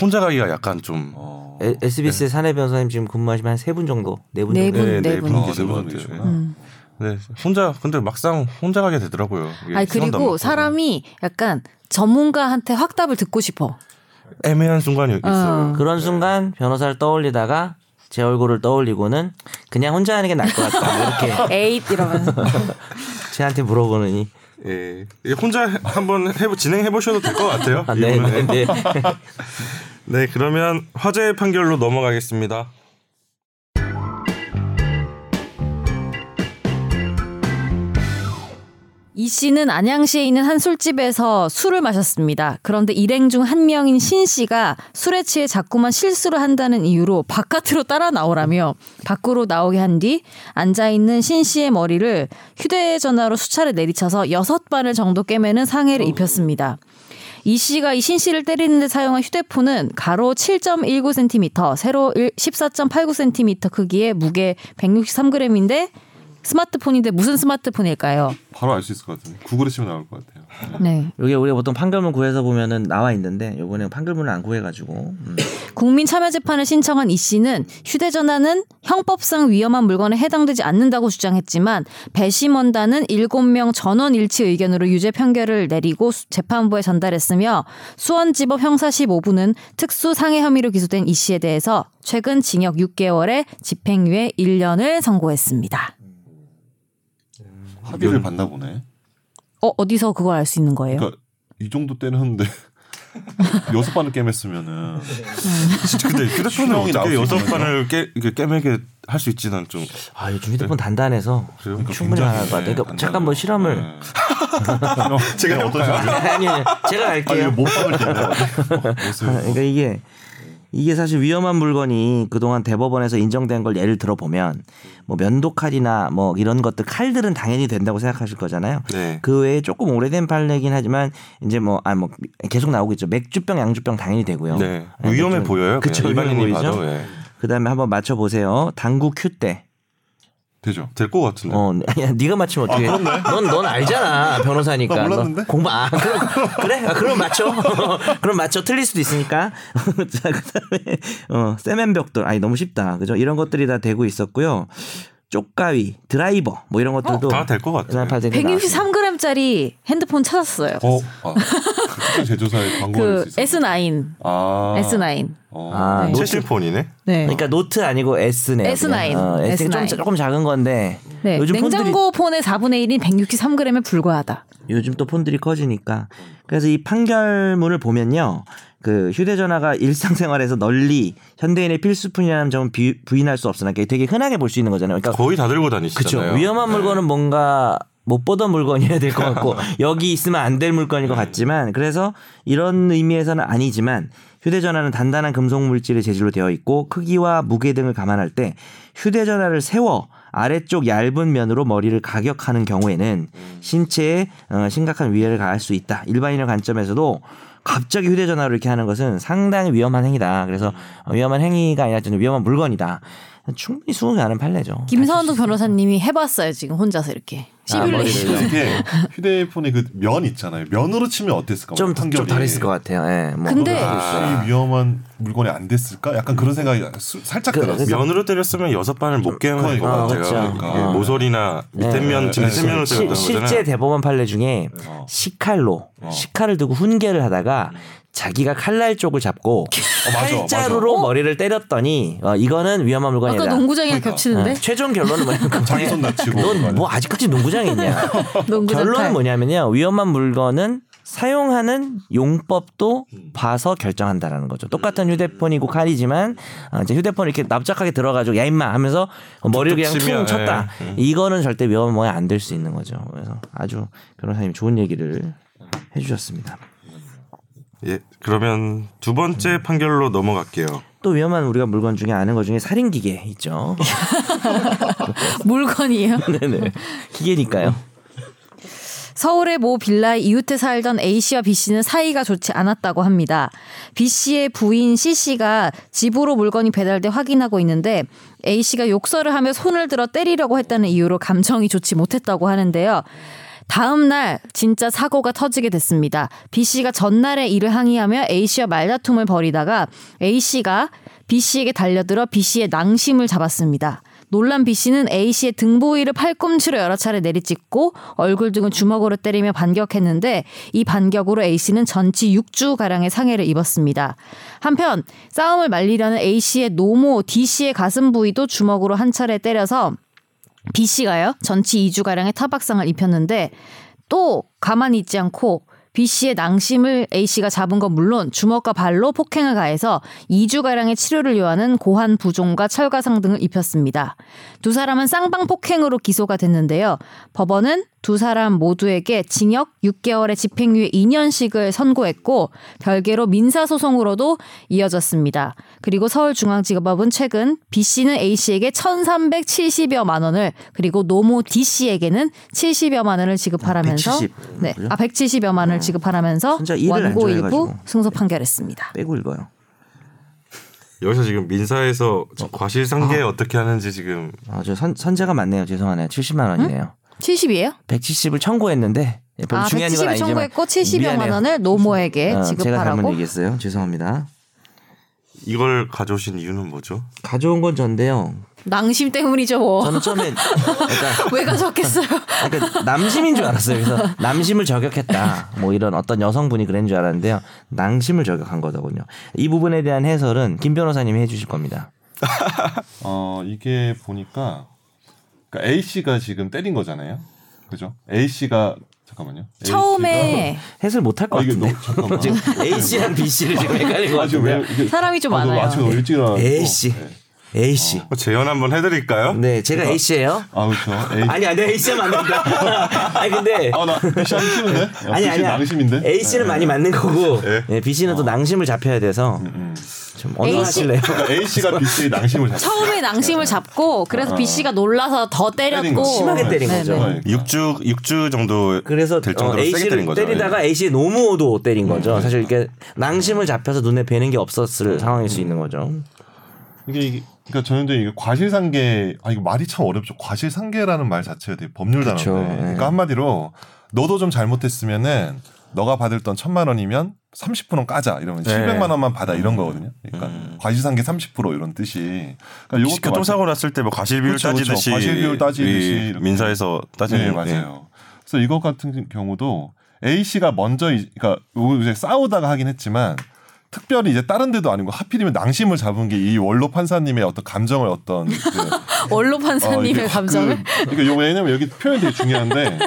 Speaker 1: 혼자 가기가 약간 좀
Speaker 4: 어.
Speaker 2: 에- SBS의 사내 변호사님 지금 근무하시면 한 세 분 정도, 네 분
Speaker 3: 네
Speaker 2: 정도.
Speaker 1: 네,
Speaker 3: 분.
Speaker 1: 네, 분이
Speaker 4: 아,
Speaker 1: 계신
Speaker 4: 네
Speaker 1: 것
Speaker 4: 분이
Speaker 1: 같아요.
Speaker 4: 계시구나.
Speaker 3: 음.
Speaker 1: 네, 혼자 근데 막상 혼자 가게 되더라고요. 이게
Speaker 3: 아니
Speaker 1: 시간도 안
Speaker 3: 그리고
Speaker 1: 맞고.
Speaker 3: 사람이 약간 전문가한테 확답을 듣고 싶어.
Speaker 1: 애매한 순간이 있어요.
Speaker 2: 그런 순간 변호사를 떠올리다가 제 얼굴을 떠올리고는 그냥 혼자 하는 게 나을 것 같다. 이렇게
Speaker 3: 에잇 이러면서.
Speaker 2: 쟤한테 물어보느니.
Speaker 1: 예, 이게 혼자 한번 해보 진행해 보셔도 될 것 같아요.
Speaker 2: 아, 네,
Speaker 1: 이분은.
Speaker 2: 네, 네.
Speaker 1: 네, 그러면 화제의 판결로 넘어가겠습니다.
Speaker 3: 이 씨는 안양시에 있는 한 술집에서 술을 마셨습니다. 그런데 일행 중 한 명인 신 씨가 술에 취해 자꾸만 실수를 한다는 이유로 바깥으로 따라 나오라며 밖으로 나오게 한 뒤 앉아있는 신 씨의 머리를 휴대전화로 수차례 내리쳐서 여섯 발을 정도 꿰매는 상해를 입혔습니다. 이 씨가 이 신 씨를 때리는데 사용한 휴대폰은 가로 7.19cm, 세로 14.89cm 크기의 무게 163g인데 스마트폰인데 무슨 스마트폰일까요?
Speaker 4: 바로 알 수 있을 것 같은데. 구글에 치면 나올 것 같아요.
Speaker 3: 네.
Speaker 2: 이게 우리가 보통 판결문 구해서 보면은 나와 있는데 요번에 판결문을 안 구해가지고 음.
Speaker 3: 국민 참여 재판을 신청한 이 씨는 휴대전화는 형법상 위험한 물건에 해당되지 않는다고 주장했지만 배심원단은 7명 전원 일치 의견으로 유죄 판결을 내리고 수- 재판부에 전달했으며 수원지법 형사 15부는 특수 상해 혐의로 기소된 이 씨에 대해서 최근 징역 6개월에 집행유예 1년을 선고했습니다.
Speaker 4: 합의를 받나 보네.
Speaker 3: 어 어디서 그걸 알 수 있는 거예요?
Speaker 4: 그러니까 이 정도 때렸는데 여섯 번을 깨맸으면은
Speaker 1: 진짜 근데 휴대폰을
Speaker 4: 휴대폰이 그 나올
Speaker 1: 어떻게
Speaker 4: 수
Speaker 1: 여섯
Speaker 4: 있나요?
Speaker 1: 번을 깨 이렇게 깨매게 할 수 있지는 좀
Speaker 2: 아 요즘 휴대폰 단단해서
Speaker 1: 그래요?
Speaker 2: 충분히
Speaker 4: 굉장히,
Speaker 2: 안할 것 같아요.
Speaker 4: 예,
Speaker 2: 그러니까 잠깐 뭐 실험을
Speaker 4: 네. 실험. 제가 어떠세요?
Speaker 2: 아니 아니 제가
Speaker 4: 아,
Speaker 2: 갈게요.
Speaker 4: 이거 못 박을 텐데.
Speaker 2: 아, 그러니까 이게 이게 사실 위험한 물건이 그동안 대법원에서 인정된 걸 예를 들어 보면 뭐 면도 칼이나 뭐 이런 것들 칼들은 당연히 된다고 생각하실 거잖아요.
Speaker 1: 네.
Speaker 2: 그 외에 조금 오래된 판례긴 하지만 이제 뭐 아 뭐 계속 나오고 있죠. 맥주병, 양주병 당연히 되고요.
Speaker 1: 네.
Speaker 2: 아,
Speaker 1: 위험해
Speaker 2: 맥주는-
Speaker 1: 보여요.
Speaker 2: 그쵸,
Speaker 1: 그쵸,
Speaker 2: 위험해
Speaker 1: 일반인이
Speaker 2: 보이죠.
Speaker 1: 봐도 예.
Speaker 2: 그다음에 한번 맞춰 보세요. 당구 큐대.
Speaker 4: 되죠.
Speaker 1: 될것 같은데.
Speaker 2: 어, 야, 네가 맞추면 어떻게? 넌, 넌 알잖아, 변호사니까.
Speaker 4: 나
Speaker 2: 너
Speaker 4: 몰랐는데?
Speaker 2: 공부 아, 그럼, 그래, 아, 그럼 맞춰. 그럼 맞춰. 틀릴 수도 있으니까. 자, 그다음에 어, 세면벽돌, 아니 너무 쉽다, 그죠? 이런 것들이 다 되고 있었고요. 쪽가위, 드라이버, 뭐 이런 것들도
Speaker 1: 어, 다 될 것
Speaker 2: 그날
Speaker 1: 같아요.
Speaker 2: 팔때 나왔습니다.
Speaker 3: 163g짜리 핸드폰 찾았어요.
Speaker 4: 어, 아, 특정 제조사에 광고할
Speaker 3: 그
Speaker 4: 수 있어요.
Speaker 3: S9,
Speaker 4: 아,
Speaker 3: S9.
Speaker 4: 어.
Speaker 2: 아,
Speaker 3: 네.
Speaker 2: 노-
Speaker 1: 최신폰이네.
Speaker 3: 네.
Speaker 2: 그러니까 노트 아니고 S네요.
Speaker 3: S9.
Speaker 2: 그냥. 어, S9. 좀
Speaker 3: S9.
Speaker 2: 조금 작은 건데
Speaker 3: 네.
Speaker 2: 요즘
Speaker 3: 냉장고 폰의 4분의 1인 163g에 불과하다.
Speaker 2: 요즘 또 폰들이 커지니까 그래서 이 판결문을 보면요 그 휴대전화가 일상생활에서 널리 현대인의 필수품이라는 점은 비- 부인할 수 없으나 이게 되게 흔하게 볼 수 있는 거잖아요 그러니까
Speaker 1: 거의 다 들고
Speaker 2: 그쵸
Speaker 1: 다니시잖아요. 네.
Speaker 2: 위험한 물건은 뭔가 못 보던 물건이어야 될 것 같고 여기 있으면 안 될 물건일
Speaker 1: 네.
Speaker 2: 것 같지만 그래서 이런 의미에서는 아니지만 휴대전화는 단단한 금속 물질의 재질로 되어 있고 크기와 무게 등을 감안할 때 휴대전화를 세워 아래쪽 얇은 면으로 머리를 가격하는 경우에는
Speaker 1: 음.
Speaker 2: 신체에 어, 심각한 위해를 가할 수 있다. 일반인의 관점에서도 갑자기 휴대전화로 이렇게 하는 것은 상당히 위험한 행위다. 그래서
Speaker 1: 음.
Speaker 2: 어, 위험한 행위가 아니라 좀 위험한 물건이다. 충분히 수긍이 가는 판례죠.
Speaker 3: 김선도 변호사님이 해봤어요 지금 혼자서 이렇게
Speaker 2: 아, 머리를요?
Speaker 3: 시뮬레이션.
Speaker 4: 이게 휴대폰의 그 면 있잖아요. 면으로 치면 어땠을까?
Speaker 2: 좀, 좀
Speaker 4: 판결이.
Speaker 2: 다르실 것 같아요. 예. 뭐.
Speaker 3: 근데
Speaker 4: 혹시 위험한 물건이 안 됐을까? 약간 그런 생각이 수- 살짝
Speaker 2: 음. 그-
Speaker 4: 들었어요.
Speaker 1: 면으로 때렸으면 여섯 반을 못 깨는 것
Speaker 4: 그러니까.
Speaker 1: 같아요.
Speaker 2: 그렇죠.
Speaker 1: 그러니까
Speaker 2: 어.
Speaker 1: 모서리나 밑에
Speaker 2: 네.
Speaker 1: 면, 뭐 지금
Speaker 4: 네.
Speaker 1: 밑에 면으로 때렸다는
Speaker 2: 시- 실제
Speaker 1: 거잖아요.
Speaker 2: 대법원 판례 중에
Speaker 4: 어.
Speaker 2: 시칼로 시칼을 들고 훈계를 하다가 자기가 칼날 쪽을 잡고
Speaker 4: 맞아, 맞아.
Speaker 2: 칼자루로 머리를 때렸더니 어, 이거는 위험한 물건이다.
Speaker 3: 어? 아까 농구장에 겹치는데
Speaker 2: 네. 최종 결론은 뭐냐면
Speaker 4: 자기 손 다치고
Speaker 2: 넌뭐 아직까지 농구장에 있냐?
Speaker 3: 농구장
Speaker 2: 결론은
Speaker 3: 팔.
Speaker 2: 뭐냐면요. 위험한 물건은 사용하는 용법도
Speaker 1: 음.
Speaker 2: 봐서 결정한다라는 거죠. 똑같은 휴대폰이고 칼이지만 아, 이제 휴대폰 이렇게 납작하게 들어가지고 야 임마 하면서 머리를 그냥 퉁
Speaker 1: 치면, 예,
Speaker 2: 쳤다. 이거는 절대 위험한 모양 안될 수 있는 거죠. 그래서 아주 변호사님 좋은 얘기를 해주셨습니다.
Speaker 1: 예, 그러면 두 번째
Speaker 2: 음.
Speaker 1: 판결로 넘어갈게요.
Speaker 2: 또 위험한 우리가 물건 중에 아는 것 중에 살인 기계 있죠.
Speaker 3: 물건이에요.
Speaker 2: 네네. 기계니까요.
Speaker 3: 서울의 모 빌라의 이웃에 살던 A씨와 B씨는 사이가 좋지 않았다고 합니다. B씨의 부인 C씨가 집으로 물건이 배달돼 확인하고 있는데 A씨가 욕설을 하며 손을 들어 때리려고 했다는 이유로 감정이 좋지 못했다고 하는데요. 다음 날 진짜 사고가 터지게 됐습니다. B씨가 전날의 일을 항의하며 A씨와 말다툼을 벌이다가 A씨가 B씨에게 달려들어 B씨의 낭심을 잡았습니다. 놀란 B씨는 A씨의 등 부위를 팔꿈치로 여러 차례 내리찍고 얼굴 등을 주먹으로 때리며 반격했는데 이 반격으로 A씨는 전치 6주가량의 상해를 입었습니다. 한편 싸움을 말리려는 A씨의 노모 D씨의 가슴 부위도 주먹으로 한 차례 때려서 B씨가요 전치 2주가량의 타박상을 입혔는데 또 가만히 있지 않고 B씨의 낭심을 A씨가 잡은 건 물론 주먹과 발로 폭행을 가해서 2주가량의 치료를 요하는 고환 부종과 철가상 등을 입혔습니다. 두 사람은 쌍방 폭행으로 기소가 됐는데요. 법원은 두 사람 모두에게 징역 6개월의 집행유예 2년씩을 선고했고 별개로 민사소송으로도 이어졌습니다. 그리고 서울중앙지법은 최근 B씨는 A씨에게 1370여만 원을 그리고 노모 D씨에게는 70여만 원을 지급하라면서
Speaker 2: 170.
Speaker 3: 네, 아 170여만 원을 지급하라면서
Speaker 2: 진짜 어. 일을 안
Speaker 3: 원고 일부
Speaker 2: 좋아해가지고.
Speaker 3: 승소 판결했습니다.
Speaker 2: 빼고 읽어요.
Speaker 1: 여기서 지금 민사에서
Speaker 4: 어.
Speaker 1: 지금 과실상계
Speaker 4: 아.
Speaker 1: 어떻게 하는지 지금
Speaker 2: 아, 저 선, 선재가 맞네요. 죄송하네요. 70만 원이네요.
Speaker 3: 70이에요?
Speaker 2: 170을 청구했는데 예, 별로
Speaker 3: 아,
Speaker 2: 중요한 건
Speaker 3: 170을
Speaker 2: 아니지만
Speaker 3: 청구했고 70여만
Speaker 2: 미안해요.
Speaker 3: 원을 노모에게
Speaker 2: 어, 제가 잘못
Speaker 3: 네, 지급하라고.
Speaker 2: 얘기했어요. 죄송합니다.
Speaker 1: 이걸 가져오신 이유는 뭐죠?
Speaker 2: 가져온 건 전데요.
Speaker 3: 낭심 때문이죠. 뭐.
Speaker 2: 저는 처음에 그러니까,
Speaker 3: 왜 가져왔겠어요?
Speaker 2: 그러니까 남심인 줄 알았어요. 그래서 남심을 저격했다. 뭐 이런 어떤 여성분이 그랬는 줄 알았는데요. 낭심을 저격한 거더군요. 이 부분에 대한 해설은 김 변호사님이 해주실 겁니다.
Speaker 4: 어 이게 보니까 그러니까 A 씨가 지금 때린 거잖아요. 그죠? A 씨가 잠깐만요. A
Speaker 3: 처음에
Speaker 2: 해설 못할 것
Speaker 4: 아, 이게
Speaker 2: 같은데.
Speaker 4: 너무- 잠깐만.
Speaker 2: 지금 A 씨랑 B 씨를 지금 헷갈린 것
Speaker 4: 씨가- 아, 지금 왜
Speaker 2: 같은데.
Speaker 4: 이게-
Speaker 3: 사람이 좀
Speaker 4: 아, 너무
Speaker 3: 많아요.
Speaker 4: 아침에 일찍 일어나. 네.
Speaker 2: A 씨, A 씨.
Speaker 1: 어, 재연 한번 해드릴까요?
Speaker 2: 네, 제가 A 씨예요.
Speaker 4: 아 그렇죠. A
Speaker 2: 아니, 아니, A 씨면 안 된다. 아니 근데
Speaker 4: 아나 B 씨하기 싫은데.
Speaker 2: 네. 아니
Speaker 4: B 씨
Speaker 2: 아니야.
Speaker 4: 낭심인데.
Speaker 2: A 씨는 많이 맞는 거고 예, B 씨는 또 낭심을 잡혀야 돼서 좀 어느
Speaker 3: A
Speaker 2: 거
Speaker 3: 씨-
Speaker 2: 하실래요?
Speaker 4: 그러니까 A 씨가 B 씨의 낭심을 잡.
Speaker 3: 처음에 낭심을 잡고 그래서 B 씨가 놀라서 더
Speaker 4: 때린
Speaker 3: 때렸고
Speaker 4: 거.
Speaker 2: 심하게 아. 때린
Speaker 3: 네,
Speaker 2: 거죠.
Speaker 3: 네.
Speaker 1: 육주육주 정도
Speaker 2: 그래서 어,
Speaker 1: 될 정도로
Speaker 2: A
Speaker 1: 세게 때린
Speaker 2: 씨를
Speaker 1: 거죠.
Speaker 2: 때리다가 A 씨의 노무도 때린 거죠. 사실 이렇게 낭심을 잡혀서 눈에 뵈는 게 없었을 상황일 수 있는 거죠.
Speaker 4: 이게, 이게 그러니까 저는 이제 이게 과실상계 아 이거 말이 참 어렵죠. 과실상계라는 말 자체가 되게 법률 단어인데.
Speaker 2: 그쵸, 예.
Speaker 4: 그러니까 한마디로 너도 좀 잘못했으면은 너가 받을 돈 천만 원이면 30%는 까자
Speaker 2: 네.
Speaker 4: 이러면 700만 원만 받아 이런 거거든요. 그러니까
Speaker 2: 음.
Speaker 4: 과실상계 30% 이런 뜻이. 그러니까
Speaker 1: 혹시 교통사고 났을 때 뭐 과실비율
Speaker 4: 그렇죠, 그렇죠.
Speaker 1: 따지듯이
Speaker 4: 과실비율 따지듯이
Speaker 1: 이
Speaker 4: 이렇게.
Speaker 1: 민사에서 따지는
Speaker 4: 네, 맞아요. 그래서 이것 같은 경우도 A 씨가 먼저 이- 그러니까 요거 이제 싸우다가 하긴 했지만 특별히 이제 다른 데도 아니고 하필이면 낭심을 잡은 게 이 원로 판사님의 어떤 감정을 어떤 그
Speaker 3: 원로 판사님의
Speaker 4: 어, 이게
Speaker 3: 감정을
Speaker 4: 그, 그러니까 요 왜냐면 여기 표현이 되게 중요한데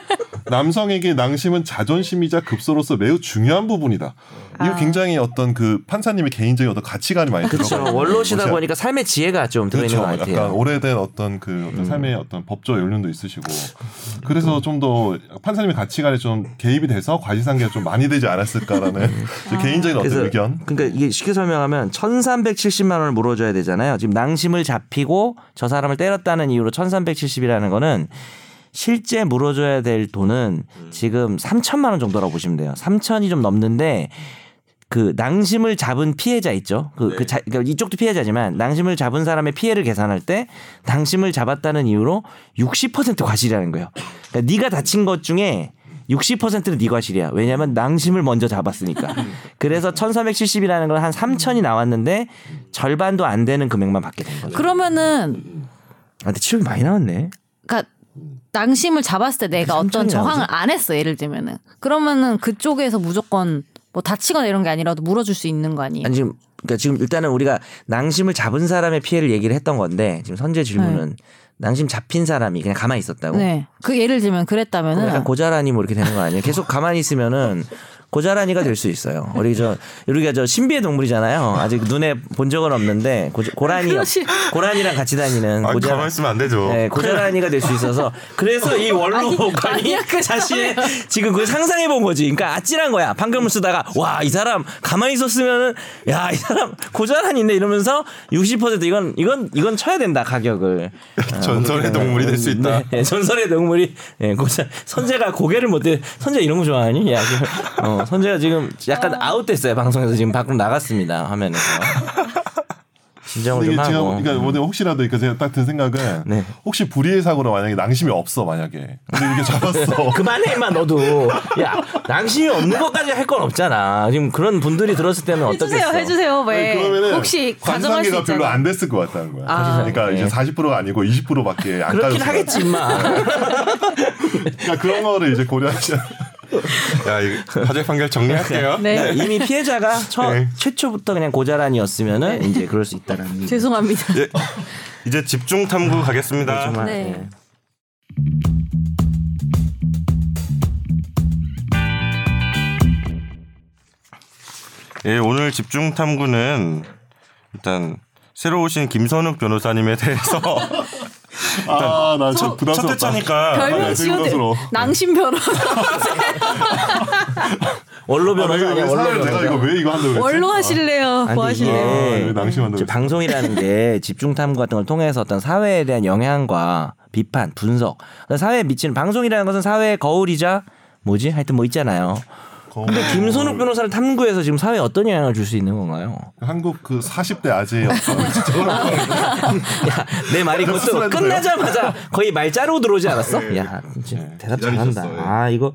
Speaker 4: 남성에게 낭심은 자존심이자 급소로서 매우 중요한 부분이다. 이거
Speaker 3: 아.
Speaker 4: 굉장히 어떤 그 판사님의 개인적인 어떤 가치관이 많이
Speaker 2: 그렇죠.
Speaker 4: 들어가.
Speaker 2: 원로시다 보니까 삶의 지혜가 좀 들어있는
Speaker 4: 그렇죠.
Speaker 2: 것
Speaker 4: 약간
Speaker 2: 같아요. 음.
Speaker 4: 오래된 어떤 그 어떤 삶의 어떤 법조 연륜도 있으시고
Speaker 2: 그렇죠.
Speaker 4: 그래서 좀 더 판사님의 가치관에 좀 개입이 돼서 과시상계가 좀 많이 되지 않았을까라는 제 개인적인 어떤 의견.
Speaker 2: 음. 그러니까 이게 쉽게 설명하면 1,370만 원을 물어줘야 되잖아요. 지금 낭심을 잡히고 저 사람을 때렸다는 이유로 1,370이라는 거는 실제 물어줘야 될 돈은 지금 3천만 원 정도라고 보시면 돼요. 3천이 좀 넘는데 그 낭심을 잡은 피해자 있죠. 그, 그 자, 그러니까 이쪽도 피해자지만 낭심을 잡은 사람의 피해를 계산할 때 낭심을 잡았다는 이유로 60% 과실이라는 거예요. 그러니까 네가 다친 것 중에 60%는 네 과실이야. 왜냐하면 낭심을 먼저 잡았으니까. 그래서 1,370이라는 건 한 3천이 나왔는데 절반도 안 되는 금액만 받게 된 거죠.
Speaker 3: 그러면은
Speaker 2: 아, 근데 치료비 많이 나왔네.
Speaker 3: 그러니까 낭심을 잡았을 때 내가 어떤
Speaker 2: 삼촌이
Speaker 3: 저항을 안 했어 예를 들면은 그러면은 그쪽에서 무조건 뭐 다치거나 이런 게 아니라도 물어줄 수 있는 거 아니에요?
Speaker 2: 아니 지금 그러니까 지금 일단은 우리가 낭심을 잡은 사람의 피해를 얘기를 했던 건데 지금 선제 질문은 낭심 잡힌 사람이 그냥 가만히 있었다고.
Speaker 3: 네. 그 예를 들면
Speaker 2: 그럼
Speaker 3: 그랬다면은
Speaker 2: 약간 고자라니 뭐 이렇게 되는 거 아니에요? 계속 가만히 있으면은 고자라니가 될 수 있어요. 우리 저 우리가 저 신비의 동물이잖아요. 아직 눈에 본 적은 없는데 고, 고라니
Speaker 3: 아, 그러시-
Speaker 2: 고라니랑 같이 다니는
Speaker 1: 아,
Speaker 2: 고자-
Speaker 1: 가만히 있으면 안 되죠.
Speaker 2: 네, 고자라니가 될 수 있어서 그래서 이 원로관이 자신의 지금 그 상상해 본 거지. 그러니까 아찔한 거야. 판결문 쓰다가 와 이 사람 가만히 있었으면은 야 이 사람 고자라니네 이러면서 60% 이건 이건 이건 쳐야 된다 가격을.
Speaker 1: 전설의 동물이 될 수 있다.
Speaker 2: 네, 전설의 동물이 예, 고자 선재가 고개를 못 들. 선재 이런 거 좋아하니? 야, 지금, 어, 선재가 지금 약간 아웃됐어요 방송에서 지금 밖으로 나갔습니다 화면에서. 진정을 좀
Speaker 4: 근데 이게 제가
Speaker 2: 하고. 음.
Speaker 4: 그러니까 오늘 혹시라도 그러니까 제가 딱 든 생각은
Speaker 2: 네.
Speaker 4: 혹시 불의의 사고로 만약에 낭심이 없어 만약에 근데 이게 잡았어
Speaker 2: 그만해 임마 너도 야 낭심이 없는 것까지 할 건 없잖아 지금 그런 분들이 들었을 때는
Speaker 3: 해주세요,
Speaker 2: 어떻겠어
Speaker 3: 해주세요. 왜
Speaker 4: 그러면은
Speaker 3: 혹시 가정할 수
Speaker 4: 관상계가 별로
Speaker 3: 있잖아.
Speaker 4: 안 됐을 것 같다는 거야.
Speaker 3: 아.
Speaker 4: 그러니까
Speaker 2: 네.
Speaker 4: 이제 40%가 아니고 20%밖에 안
Speaker 2: 그렇긴
Speaker 4: 깔았을 것
Speaker 2: 하겠지 임마
Speaker 4: 네. 같아. 그러니까 그런 거를 이제 고려하셔.
Speaker 1: 야, 이 화재 판결 정리할게요.
Speaker 3: 네.
Speaker 2: 이미 피해자가 처,
Speaker 1: 네.
Speaker 2: 최초부터 그냥 고자란이었으면은 이제 그럴 수 있다라는 얘기.
Speaker 3: 네. 죄송합니다.
Speaker 1: 예. 이제 집중
Speaker 4: 아,
Speaker 1: 탐구 가겠습니다.
Speaker 2: 정말
Speaker 3: 네.
Speaker 2: 예.
Speaker 1: 예, 오늘 집중 탐구는 일단 새로 오신 김선욱 변호사님에 대해서
Speaker 4: 아, 나 참
Speaker 1: 첫
Speaker 4: 부담스럽다.
Speaker 1: 회차니까
Speaker 4: 아,
Speaker 3: 별명
Speaker 4: 네,
Speaker 3: 지우대
Speaker 4: 생각으로.
Speaker 3: 낭심 변호
Speaker 2: 원로
Speaker 4: 아,
Speaker 2: 변호사
Speaker 4: 내가
Speaker 2: 아니야
Speaker 4: 이거
Speaker 2: 원로
Speaker 4: 사연을 내가
Speaker 2: 변호사
Speaker 4: 이거 왜 이거 한다고 그랬지?
Speaker 3: 원로 하실래요?
Speaker 2: 아니,
Speaker 3: 뭐 하실래요?
Speaker 2: 이게
Speaker 4: 아, 이거 낭심한다고
Speaker 2: 지금 방송이라는 게 집중 탐구 같은 걸 통해서 어떤 사회에 대한 영향과 비판, 분석, 어떤 사회에 미치는 방송이라는 것은 사회의 거울이자 뭐지? 하여튼 뭐 있잖아요. 근데 김선욱 변호사를 탐구해서 지금 사회에 어떤 영향을 줄 수 있는 건가요?
Speaker 4: 한국 그 40대 아재의 어떤
Speaker 2: 야, 내 말이 그것도
Speaker 4: 아, 수술해도 돼요? 네.
Speaker 2: 끝나자마자 거의 말자로 들어오지 않았어? 야, 진짜 대답 잘한다.
Speaker 4: 기다리셨어, 예.
Speaker 2: 아, 이거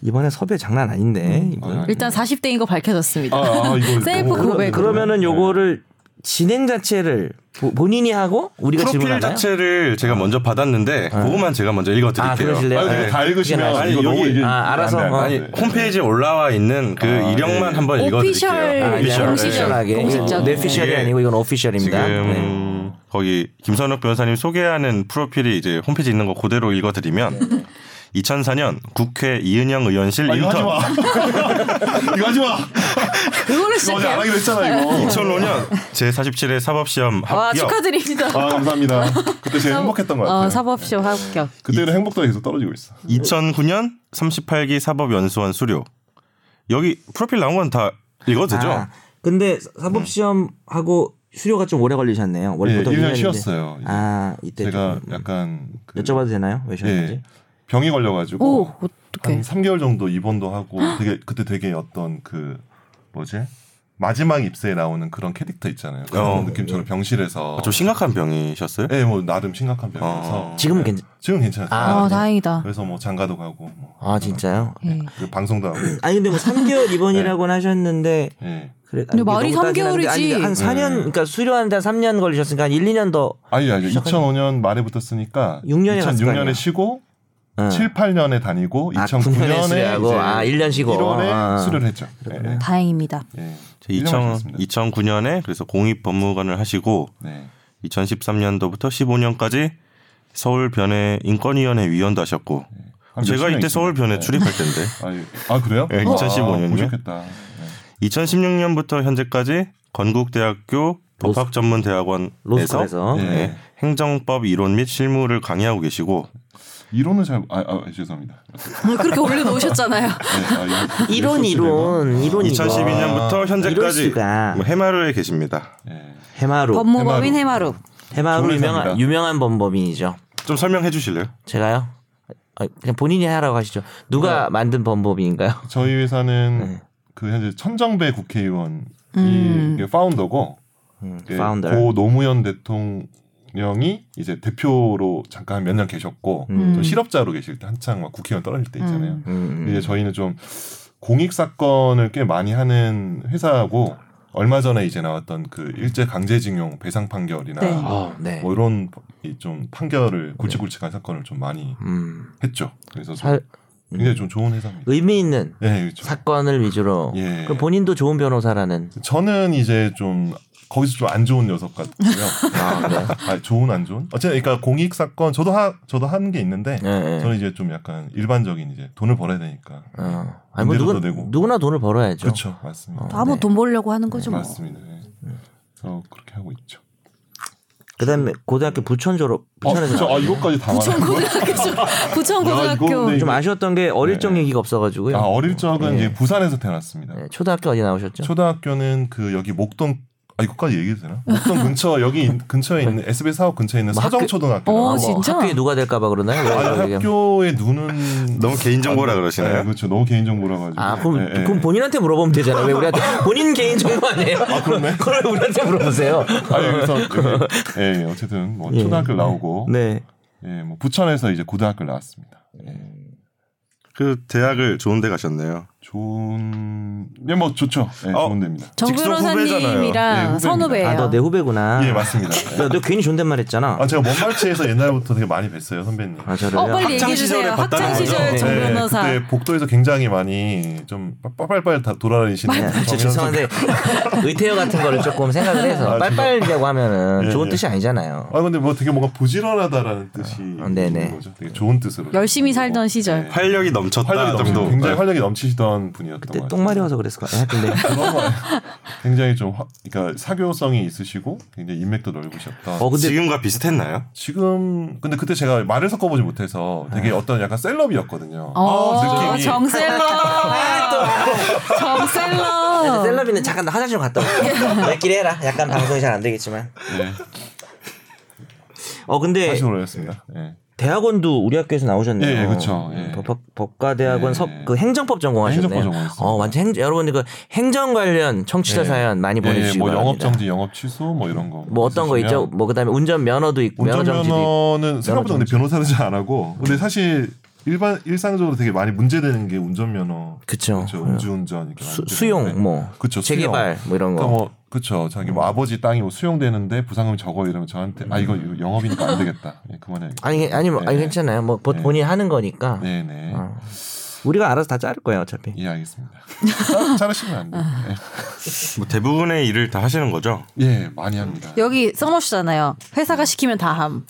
Speaker 2: 이번에 섭외 장난
Speaker 4: 음,
Speaker 2: 아닌데. 이거.
Speaker 3: 일단 뭐 40대인 거 밝혀졌습니다.
Speaker 4: 아, 아, 이거
Speaker 3: 셀프
Speaker 4: 너무-
Speaker 3: 고백.
Speaker 4: 네.
Speaker 2: 그러면은 요거를 진행 자체를 보- 본인이 하고 우리가
Speaker 1: 프로필
Speaker 2: 질문하나요? 네.
Speaker 1: 자체를 제가 먼저 받았는데 그것만 제가 먼저
Speaker 2: 아,
Speaker 1: 읽어드릴게요.
Speaker 2: 그러실래요?
Speaker 4: 아, 근데
Speaker 2: 예.
Speaker 4: 다 읽으시면
Speaker 1: 아니,
Speaker 4: 이거 너무
Speaker 1: 여기-
Speaker 4: 이게
Speaker 2: 아, 알아서.
Speaker 4: 안 돼, 안 돼, 안
Speaker 1: 아니
Speaker 4: 돼.
Speaker 1: 홈페이지에 올라와 있는 그 이력만 한번 읽어드릴게요.
Speaker 4: 네,
Speaker 3: 오피셜
Speaker 2: 네. 아,
Speaker 1: 오피셜.
Speaker 2: 그냥
Speaker 1: 예.
Speaker 2: 공식적하게
Speaker 3: 공식적인.
Speaker 2: 내 피셜이
Speaker 1: 이게
Speaker 2: 아니고 이건 오피셜입니다.
Speaker 1: 지금
Speaker 2: 네.
Speaker 1: 거기 김선욱 변호사님 소개하는 프로필이 이제 홈페이지 있는 거 그대로
Speaker 2: 네,
Speaker 1: 읽어드리면 2004년 국회 이은영 의원실
Speaker 4: 아, 이거 하지
Speaker 1: 인턴
Speaker 4: 마. 이거 하지 마.
Speaker 3: 그거를
Speaker 4: 이거 어제 안
Speaker 3: 시작해요.
Speaker 4: 하기로 했잖아, 이거.
Speaker 1: 2005년 제47회 사법시험
Speaker 3: 와
Speaker 1: 합격
Speaker 3: 축하드립니다.
Speaker 4: 아, 감사합니다. 그때 제일
Speaker 3: 사법-
Speaker 4: 행복했던 것
Speaker 3: 어,
Speaker 4: 같아요.
Speaker 3: 사법시험 합격.
Speaker 4: 그때는 행복도가 계속 떨어지고 있어.
Speaker 1: 2009년 38기 사법연수원 수료 여기 프로필 나온 건 다 읽어도 되죠?
Speaker 2: 아, 근데 사법 시험 하고 수료가 좀 오래 걸리셨네요. 원래
Speaker 4: 예,
Speaker 2: 보통
Speaker 4: 1년
Speaker 2: 2년인데.
Speaker 4: 쉬었어요.
Speaker 2: 아 이때
Speaker 4: 제가
Speaker 2: 좀
Speaker 4: 약간 그
Speaker 2: 여쭤봐도 되나요? 왜 쉬었는지?
Speaker 4: 예, 병이 걸려가지고
Speaker 3: 오
Speaker 4: 한
Speaker 3: 어떡해.
Speaker 4: 3개월 정도 입원도 하고 되게 그때 되게 어떤 그 뭐지 마지막 입세에 나오는 그런 캐릭터 있잖아요. 그런
Speaker 1: 어.
Speaker 4: 느낌처럼 병실에서
Speaker 1: 아, 좀 심각한 병이셨어요?
Speaker 4: 예, 뭐 나름 심각한 병이어서 예.
Speaker 1: 어.
Speaker 2: 지금은 괜찮.
Speaker 4: 지금 괜찮아요. 네.
Speaker 3: 아, 다행이다.
Speaker 4: 그래서 뭐 장가도 가고 뭐
Speaker 2: 아 진짜요?
Speaker 3: 예.
Speaker 4: 그 방송도 하고.
Speaker 2: 아니 근데 뭐 3개월
Speaker 4: 네.
Speaker 2: 입원이라고는 하셨는데
Speaker 4: 예.
Speaker 2: 그래.
Speaker 3: 근데
Speaker 2: 아니,
Speaker 3: 말이
Speaker 2: 너무 따지긴 한데
Speaker 3: 3개월이지.
Speaker 2: 아니, 한
Speaker 4: 네.
Speaker 2: 4년 그러니까 수료하는데 한 3년 걸리셨으니까 한 1, 2년 더
Speaker 4: 아니 아니 2005년 말에 붙었으니까
Speaker 2: 육 년에 갔을 거 아니에요.
Speaker 4: 2006년에 쉬고
Speaker 2: 응.
Speaker 4: 7, 8년에 다니고
Speaker 2: 아,
Speaker 4: 2009년에
Speaker 2: 9년에 수료하고, 아, 1년 쉬고.
Speaker 4: 1월에
Speaker 2: 아.
Speaker 4: 수료를 했죠. 예.
Speaker 3: 다행입니다.
Speaker 4: 예. 일 년을
Speaker 1: 2000,
Speaker 4: 쉬었습니다.
Speaker 1: 2009년에 그래서 공립법무관을 하시고
Speaker 4: 네.
Speaker 1: 2013년도부터 15년까지 서울 변해 인권위원회 위원도 하셨고
Speaker 4: 한
Speaker 1: 제가
Speaker 4: 몇십 명
Speaker 1: 이때 서울 변해
Speaker 4: 있습니다.
Speaker 1: 출입할 때인데
Speaker 4: 아, 예. 아, 그래요? 아,
Speaker 1: 예, 2015 년이요.
Speaker 4: 오셨겠다. 네.
Speaker 1: 2016년부터 현재까지 건국대학교 법학전문대학원에서
Speaker 2: 로스쿨에서.
Speaker 1: 예,
Speaker 4: 네.
Speaker 1: 행정법 이론 및 실무를 강의하고 계시고
Speaker 4: 이론은 잘, 아, 아 죄송합니다.
Speaker 3: 어, 그렇게 올려놓으셨잖아요.
Speaker 4: 네, 아, 예.
Speaker 2: 이론
Speaker 4: 예, 소스네요.
Speaker 2: 이론 이론
Speaker 4: 뭐
Speaker 2: 아,
Speaker 1: 2012년부터 현재까지
Speaker 2: 수가.
Speaker 1: 뭐 해마루에 계십니다.
Speaker 4: 예.
Speaker 2: 해마루
Speaker 3: 법무법인 해마루.
Speaker 2: 해마루
Speaker 4: 좋은
Speaker 2: 유명한
Speaker 4: 회사입니다.
Speaker 2: 유명한 범법인이죠.
Speaker 1: 좀 설명해 주실래요?
Speaker 2: 제가요? 아, 그냥 본인이 하라고 하시죠. 누가
Speaker 4: 네.
Speaker 2: 만든 범법인가요?
Speaker 4: 저희 회사는
Speaker 2: 네.
Speaker 4: 그 현재 천정배 국회의원이
Speaker 3: 음.
Speaker 4: 이게 파운더고
Speaker 2: 음,
Speaker 4: 예,
Speaker 2: 파운더.
Speaker 4: 고 노무현 대통령이 이제 대표로 잠깐 몇 년 계셨고
Speaker 2: 음.
Speaker 4: 좀 실업자로 계실 때 한창 막 국회의원 떨어질 때 있잖아요.
Speaker 3: 음.
Speaker 2: 음,
Speaker 4: 이제
Speaker 2: 음.
Speaker 4: 저희는 좀 공익 사건을 꽤 많이 하는 회사고 얼마 전에 이제 나왔던 그 일제 강제징용 배상 판결이나
Speaker 3: 네.
Speaker 2: 어, 네.
Speaker 4: 뭐 이런 이좀 판결을 굵직굵직한 사건을 좀 많이
Speaker 2: 음.
Speaker 4: 했죠. 그래서 좀
Speaker 2: 살-
Speaker 4: 굉장히 좀 좋은 회사입니다.
Speaker 2: 의미 있는
Speaker 4: 예, 그렇죠.
Speaker 2: 사건을 위주로.
Speaker 4: 예.
Speaker 2: 그럼 본인도 좋은 변호사라는.
Speaker 4: 저는 이제 좀 거기서 좀 안 좋은 녀석 같고요.
Speaker 2: 아, 그래요?
Speaker 4: 아, 좋은 안 좋은? 어쨌든 그러니까 공익 사건 저도 하 저도 하는 게 있는데
Speaker 2: 예, 예.
Speaker 4: 저는 이제 좀 약간 일반적인 이제 돈을 벌어야 되니까.
Speaker 2: 어. 아니 뭐
Speaker 4: 임대료도
Speaker 2: 누군,
Speaker 4: 내고.
Speaker 2: 누구나 돈을 벌어야죠.
Speaker 4: 그렇죠, 맞습니다.
Speaker 2: 어.
Speaker 3: 아무
Speaker 2: 네.
Speaker 3: 돈 벌려고 하는 거죠 뭐.
Speaker 4: 맞습니다. 예. 그래서 그렇게 하고 있죠.
Speaker 2: 그다음에 고등학교 부천 졸업. 어, 부천에서
Speaker 4: 아,
Speaker 2: 나왔거든요.
Speaker 4: 이것까지 다
Speaker 3: 부천
Speaker 4: 말하는 거야?
Speaker 3: 고등학교 죠 부천
Speaker 4: 야,
Speaker 3: 고등학교.
Speaker 4: 이건데.
Speaker 2: 좀 아쉬웠던 게 어릴
Speaker 4: 네.
Speaker 2: 적 얘기가 없어가지고요.
Speaker 4: 아, 어릴 적은
Speaker 2: 예.
Speaker 4: 이제 부산에서 태어났습니다.
Speaker 2: 네, 초등학교 어디 나오셨죠?
Speaker 4: 초등학교는 그 여기 목동 아 이거까지 얘기해도 되나? 목동 근처 여기 인- 근처에 있는 SBS 사옥 근처에 있는
Speaker 2: 네. 뭐 학교- 네,
Speaker 4: 서정초등학교.
Speaker 3: 어,
Speaker 2: 아, 뭐
Speaker 3: 진짜?
Speaker 2: 학교에 누가 될까봐 그러나요? 왜 그렇게
Speaker 4: 아니,
Speaker 2: 얘기하면?
Speaker 4: 학교에 눈은
Speaker 1: 너무 개인정보라
Speaker 4: 네,
Speaker 1: 그러시나요?
Speaker 4: 그렇죠. 너무 개인정보라 가지고. 예,
Speaker 2: 아 그럼
Speaker 4: 네,
Speaker 2: 그럼 본인한테 물어보면 되잖아요. 왜 우리한테 본인 개인 정보 아니에요? 그걸 왜 우리한테 물어보세요.
Speaker 4: 아니, 그래서 이렇게, 예, 예, 어쨌든 뭐
Speaker 2: 예.
Speaker 4: 초등학교 나오고
Speaker 2: 네.
Speaker 4: 예, 뭐 부천에서 이제 고등학교 를 나왔습니다. 예.
Speaker 1: 그 대학을 좋은 데 가셨네요.
Speaker 4: 좋은 예, 뭐 좋죠. 예,
Speaker 1: 어.
Speaker 4: 좋은 데입니다.
Speaker 3: 정
Speaker 1: 직속
Speaker 4: 후배잖아요. 예,
Speaker 3: 변호사님이랑
Speaker 4: 후배입니다.
Speaker 3: 선후배예요.
Speaker 2: 아 너 내 후배구나.
Speaker 4: 예, 맞습니다. 예.
Speaker 2: 야, 너 괜히 존댓말 했잖아.
Speaker 4: 아, 제가 먼발치에서 옛날부터 되게 많이 뵀어요, 선배님.
Speaker 2: 아 저를요.
Speaker 3: 어 빨리
Speaker 1: 학창
Speaker 3: 얘기해
Speaker 1: 시절에
Speaker 3: 주세요.
Speaker 1: 봤다는
Speaker 3: 학창
Speaker 1: 거죠?
Speaker 3: 시절 정
Speaker 4: 네,
Speaker 3: 변호사.
Speaker 4: 그때 복도에서 굉장히 많이 좀 빨빨빨 다 돌아다니시는
Speaker 2: 네, 저
Speaker 4: 정연석-
Speaker 2: 죄송한데 의태어 같은 거를 조금 생각을 해서
Speaker 4: 아, 죄송-
Speaker 2: 빨빨이라고 하면은
Speaker 4: 예,
Speaker 2: 좋은
Speaker 4: 예.
Speaker 2: 뜻이 아니잖아요.
Speaker 4: 아 근데 뭐 되게 뭔가 부지런하다라는 뜻이
Speaker 2: 아, 네네.
Speaker 4: 있는 거죠. 되게 좋은 뜻으로.
Speaker 3: 열심히 살던 시절.
Speaker 4: 네.
Speaker 1: 활력이 넘쳤다
Speaker 4: 활력이
Speaker 1: 정도. 네.
Speaker 4: 넘치던 굉장히 활력이 넘치시던 분이었던
Speaker 2: 그때
Speaker 4: 네, 것 같아요. 네.
Speaker 2: 똥마려워서 그랬을 거야. 근데
Speaker 4: 그런 거 아니에요? 굉장히 좀 화, 그러니까 사교성이 있으시고 굉장히 인맥도 넓으셨던.
Speaker 2: 어 근데
Speaker 1: 지금과 비슷했나요?
Speaker 4: 지금 근데 그때 제가 말을 섞어보지 못해서
Speaker 2: 네.
Speaker 4: 되게 어떤 약간 셀럽이었거든요. 아,
Speaker 3: 어,
Speaker 4: 느낌이.
Speaker 3: 정셀러. 정셀러.
Speaker 2: 네, 셀럽이는 잠깐 나 화장실 좀 갔다 올게. 너희끼리 해라. 약간 방송이 잘 안 되겠지만.
Speaker 4: 네,
Speaker 2: 어 근데
Speaker 4: 다시 올라였습니다. 네.
Speaker 2: 대학원도 우리 학교에서 나오셨네요. 음,
Speaker 4: 예, 예, 그쵸. 예.
Speaker 2: 법, 과 대학원
Speaker 4: 예,
Speaker 2: 섭,
Speaker 4: 예.
Speaker 2: 그 행정법 전공하셨네요.
Speaker 4: 행정법 전공했어요.
Speaker 2: 어, 완전 행, 여러분들 그 행정 관련 청취자
Speaker 4: 예.
Speaker 2: 사연 많이
Speaker 4: 예,
Speaker 2: 네, 보내주시고
Speaker 4: 뭐 영업 정지, 영업 취소 뭐 이런 거.
Speaker 2: 뭐 어떤 거 있죠?
Speaker 4: 있으시면
Speaker 2: 뭐 그다음에 운전 면허도 있고 면허 정지도 있고.
Speaker 4: 운전면허는 생각보다 근데
Speaker 2: 정지. 음.
Speaker 4: 변호사는 잘 안 하고 근데 사실 일반 일상적으로 되게 많이 문제되는 게 운전면허
Speaker 2: 그쵸.
Speaker 4: 그렇죠 음주운전 이렇게
Speaker 2: 수,
Speaker 4: 많이
Speaker 2: 수용
Speaker 4: 문제되는데.
Speaker 2: 뭐
Speaker 4: 네. 그쵸, 수용.
Speaker 2: 재개발 뭐 이런 거.
Speaker 4: 그러니까 뭐 그쵸 자기 뭐 아버지 땅이 뭐 수용되는데 부상금 적어 이러면 저한테 아 이거 이거 영업이니까 안 되겠다 예, 그만해야겠다
Speaker 2: 아니 아니 뭐, 아니
Speaker 4: 네.
Speaker 2: 괜찮아요. 뭐 보-
Speaker 4: 네.
Speaker 2: 본인 하는 거니까
Speaker 4: 네네
Speaker 2: 어. 우리가 알아서 다 자를 거예요 어차피.
Speaker 4: 예 알겠습니다 자- 자르시면 안돼
Speaker 1: 뭐 대부분의 일을 다 하시는 거죠?
Speaker 4: 예 많이 합니다
Speaker 3: 여기 써놓으시잖아요. 회사가 시키면 다 함.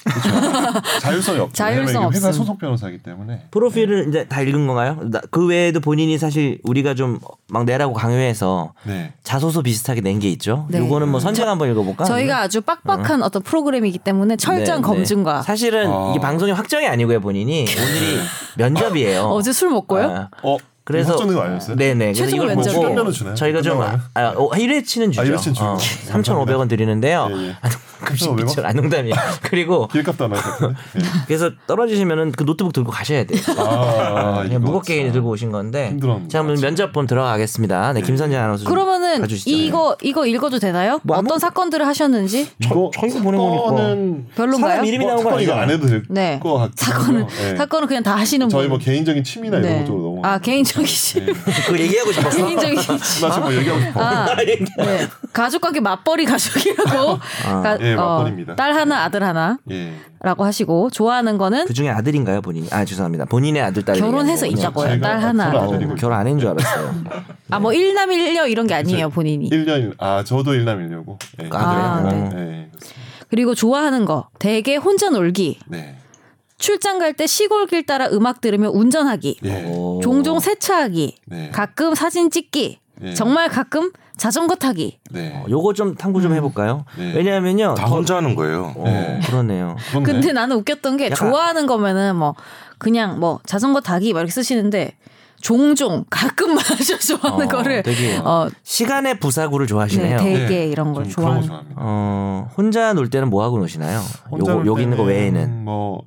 Speaker 4: 자율성이 없죠 왜냐면
Speaker 3: 자율성
Speaker 4: 이게 회사
Speaker 3: 없음.
Speaker 4: 소속 변호사이기 때문에
Speaker 2: 프로필을 이제 다 읽은 건가요? 나- 그 외에도 본인이 사실 우리가 좀 막 내라고 강요해서
Speaker 4: 네
Speaker 2: 자소서 비슷하게 낸 게 있죠.
Speaker 3: 네.
Speaker 2: 요거는 뭐 선재가 한번 읽어볼까?
Speaker 3: 저희가 아주 빡빡한 어떤 프로그램이기 때문에 철저한
Speaker 2: 네, 네.
Speaker 3: 검증과
Speaker 2: 사실은
Speaker 4: 아.
Speaker 2: 이게 방송이 확정이 아니고요 본인이 오늘이 면접이에요.
Speaker 3: 어제 술 먹고요.
Speaker 2: 아,
Speaker 4: 어
Speaker 2: 그래서
Speaker 4: 확정된 거 아니었어요?
Speaker 2: 네네. 그래서
Speaker 3: 최종
Speaker 2: 이걸
Speaker 3: 면접이요?
Speaker 2: 보고
Speaker 4: 면접면은 주나요?
Speaker 2: 저희가 좀
Speaker 4: 끝나고
Speaker 2: 아, 아, 어, 1회치는 주죠.
Speaker 4: 아, 1회치는 주고.
Speaker 2: 어,
Speaker 4: 감사합니다.
Speaker 2: 3,500원 드리는데요.
Speaker 4: 예, 예.
Speaker 2: 아, 금식
Speaker 4: 3,500 원?
Speaker 2: 미천 안 농담이에요. 그리고
Speaker 4: 길값도 안 하셨는데 네.
Speaker 2: 그래서 떨어지시면은 그 노트북 들고 가셔야 돼요.
Speaker 4: 아,
Speaker 2: 그냥
Speaker 4: 이거
Speaker 2: 무겁게
Speaker 4: 참.
Speaker 2: 들고 오신 건데.
Speaker 4: 힘들었는데,
Speaker 2: 자, 그럼
Speaker 4: 아침.
Speaker 2: 면접 본 들어가겠습니다. 네, 김선재 아나운서. 좀
Speaker 3: 그러면은
Speaker 2: 봐주시죠.
Speaker 3: 이거 이거 읽어도 되나요?
Speaker 2: 뭐 아무-
Speaker 3: 어떤 사건들을 하셨는지?
Speaker 4: 이거
Speaker 2: 저희가 보낸 거니까.
Speaker 4: 사건은 뭐
Speaker 3: 별론가요?
Speaker 2: 사람 이름이 네. 나온 거
Speaker 4: 사건 이거
Speaker 2: 아니잖아요.
Speaker 4: 안 해도 될것
Speaker 3: 네.
Speaker 4: 같아요. 예.
Speaker 3: 사건은 사건은 그냥 다 하시는
Speaker 4: 저희
Speaker 3: 분.
Speaker 4: 뭐 개인적인 취미나 이런 거 쪽으로 넘어.
Speaker 3: 아 개인적 개인적인 실
Speaker 2: 그 얘기하고 싶었어.
Speaker 3: 개인적인 실
Speaker 4: 나 지금 뭐 얘기하고 싶어.
Speaker 3: 아, 네. 가족 관계 맞벌이 가족이라고
Speaker 2: 아.
Speaker 3: 가- 어,
Speaker 4: 예, 맞벌이입니다.
Speaker 3: 딸 하나 아들 하나라고
Speaker 4: 예.
Speaker 3: 하시고 좋아하는 거는
Speaker 2: 네. 그뭐 중에 아들인가요 본인이? 아 죄송합니다. 본인의 아들 딸.
Speaker 3: 결혼해서
Speaker 2: 얘기하는 거군요. 네.
Speaker 3: 있다고요. 딸 하나.
Speaker 4: 제가
Speaker 2: 어,
Speaker 4: 아들이고 네.
Speaker 2: 결혼 안 한 줄 알았어요.
Speaker 3: 아 뭐 일남 일녀 이런 게 아니에요 본인이.
Speaker 4: 1년 아 저도 1남 1녀고. 예.
Speaker 3: 아,
Speaker 2: 그래요?
Speaker 4: 네. 예. 그렇습니다.
Speaker 3: 그리고 좋아하는 거 되게 혼자 놀기.
Speaker 4: 네.
Speaker 3: 출장 갈 때 시골 길 따라 음악 들으며 운전하기.
Speaker 4: 예.
Speaker 2: 오.
Speaker 3: 종종 세차하기.
Speaker 4: 네.
Speaker 3: 가끔 사진 찍기.
Speaker 4: 예.
Speaker 3: 정말 가끔 자전거 타기.
Speaker 4: 네.
Speaker 2: 어, 요거 좀 탐구 좀 해볼까요?
Speaker 4: 네.
Speaker 2: 왜냐하면요.
Speaker 1: 다
Speaker 2: 더-
Speaker 1: 혼자 하는 거예요.
Speaker 2: 어,
Speaker 4: 네.
Speaker 2: 그러네요.
Speaker 4: 그런데
Speaker 3: 근데 나는 웃겼던 게
Speaker 2: 약간-
Speaker 3: 좋아하는 거면은 뭐 그냥 뭐 자전거 타기 막 이렇게 쓰시는데 종종 가끔만 하셔 좋아하는
Speaker 2: 어,
Speaker 3: 거를
Speaker 2: 되게
Speaker 3: 어
Speaker 2: 시간의 부사구를
Speaker 3: 네,
Speaker 2: 좋아하시네요.
Speaker 3: 되게
Speaker 4: 네.
Speaker 3: 이런
Speaker 4: 저는
Speaker 3: 걸
Speaker 4: 그런 거
Speaker 3: 좋아하는.
Speaker 4: 좋아합니다.
Speaker 2: 어, 혼자 놀 때는 뭐 하고 노시나요?
Speaker 4: 혼자
Speaker 2: 요거
Speaker 4: 놀
Speaker 2: 여기 있는 거
Speaker 4: 때는
Speaker 2: 외에는
Speaker 4: 뭐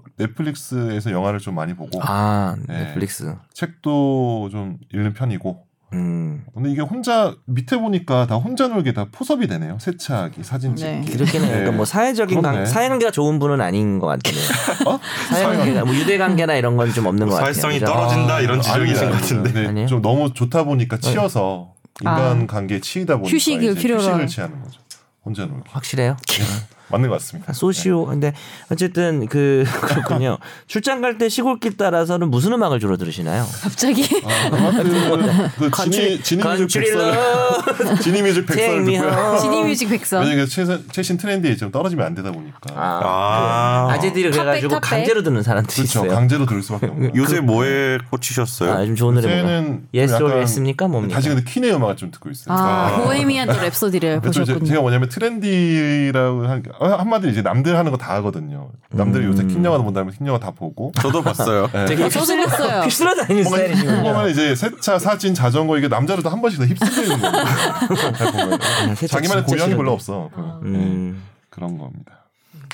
Speaker 4: 넷플릭스에서 영화를 좀 많이 보고
Speaker 2: 아
Speaker 4: 네.
Speaker 2: 넷플릭스.
Speaker 4: 책도 좀 읽는 편이고
Speaker 2: 음
Speaker 4: 근데 이게 혼자 밑에 보니까 다 혼자 놀게 다 포섭이 되네요 세차하기 사진
Speaker 3: 네.
Speaker 4: 찍기
Speaker 2: 그렇게는 약간 뭐 사회적인
Speaker 4: 그렇네.
Speaker 2: 관, 사회 관계가 좋은 분은 아닌 것 같아요.
Speaker 4: 어?
Speaker 2: 사회 관계가 뭐 유대 관계나 이런 건 좀 없는 것 같아요.
Speaker 1: 사회성이
Speaker 2: 그죠?
Speaker 1: 떨어진다 이런 지적이신 것 같은데.
Speaker 4: 네,
Speaker 2: 아니에요? 네.
Speaker 4: 좀 너무 좋다 보니까 치여서 인간
Speaker 3: 아.
Speaker 4: 관계에 치이다 보니까
Speaker 3: 휴식을
Speaker 4: 이제
Speaker 3: 필요로
Speaker 4: 휴식을
Speaker 3: 하는.
Speaker 4: 취하는 거죠 혼자 놀기
Speaker 2: 확실해요.
Speaker 1: 네.
Speaker 4: 맞는 것 같습니다
Speaker 2: 아, 소시오 근데 어쨌든 그 그렇군요. 출장 갈 때 시골길 따라서는 무슨 음악을 주로 들으시나요?
Speaker 3: 갑자기
Speaker 4: 그
Speaker 1: 아,
Speaker 4: 지니 지니 뮤직 백설 지니 뮤직 백설을
Speaker 2: Take me
Speaker 4: 듣고요
Speaker 2: home.
Speaker 3: 지니 뮤직 백선.
Speaker 4: 어. 왜냐면 최신, 최신 트렌드에 지금 떨어지면 안 되다 보니까
Speaker 2: 아,
Speaker 1: 아,
Speaker 2: 아재들이
Speaker 3: 탑백,
Speaker 2: 그래가지고
Speaker 3: 탑백.
Speaker 2: 강제로 듣는 사람들이
Speaker 4: 그렇죠
Speaker 2: 있어요.
Speaker 4: 강제로 들을 수밖에 없는
Speaker 1: 요새 뭐에 꽂히셨어요?
Speaker 2: 그 아, 요즘 좋은 노래 뭐가?
Speaker 4: 요새는
Speaker 2: 예스
Speaker 4: 좀
Speaker 2: 올
Speaker 4: 약간
Speaker 2: 예스입니까 뭡니까?
Speaker 4: 다시 근데 퀸의 음악을 좀 듣고 있어요.
Speaker 3: 아, 보헤미안 또 랩소디를
Speaker 4: 근데 좀 이제
Speaker 3: 보셨군요.
Speaker 4: 제가 뭐냐면 트렌디라고 한 어, 한마디로 이제 남들 하는 거 다 하거든요. 남들이 요새
Speaker 2: 음.
Speaker 4: 퀸 영화도 본다면 퀸 영화 다 보고
Speaker 1: 저도 봤어요. 네.
Speaker 2: 되게
Speaker 3: 저도 봤어요.
Speaker 2: 휩쓸어 다니는 스타일이시군요.
Speaker 4: 보면 이제 세차, 사진, 자전거 이게 남자들도 한 번씩 다 휩쓸리는 거예요. 잘 보면.
Speaker 2: 아, 세차
Speaker 4: 자기만의
Speaker 2: 진짜
Speaker 4: 고향이
Speaker 2: 싫은데.
Speaker 4: 별로 없어. 보면.
Speaker 2: 음.
Speaker 4: 그런 겁니다.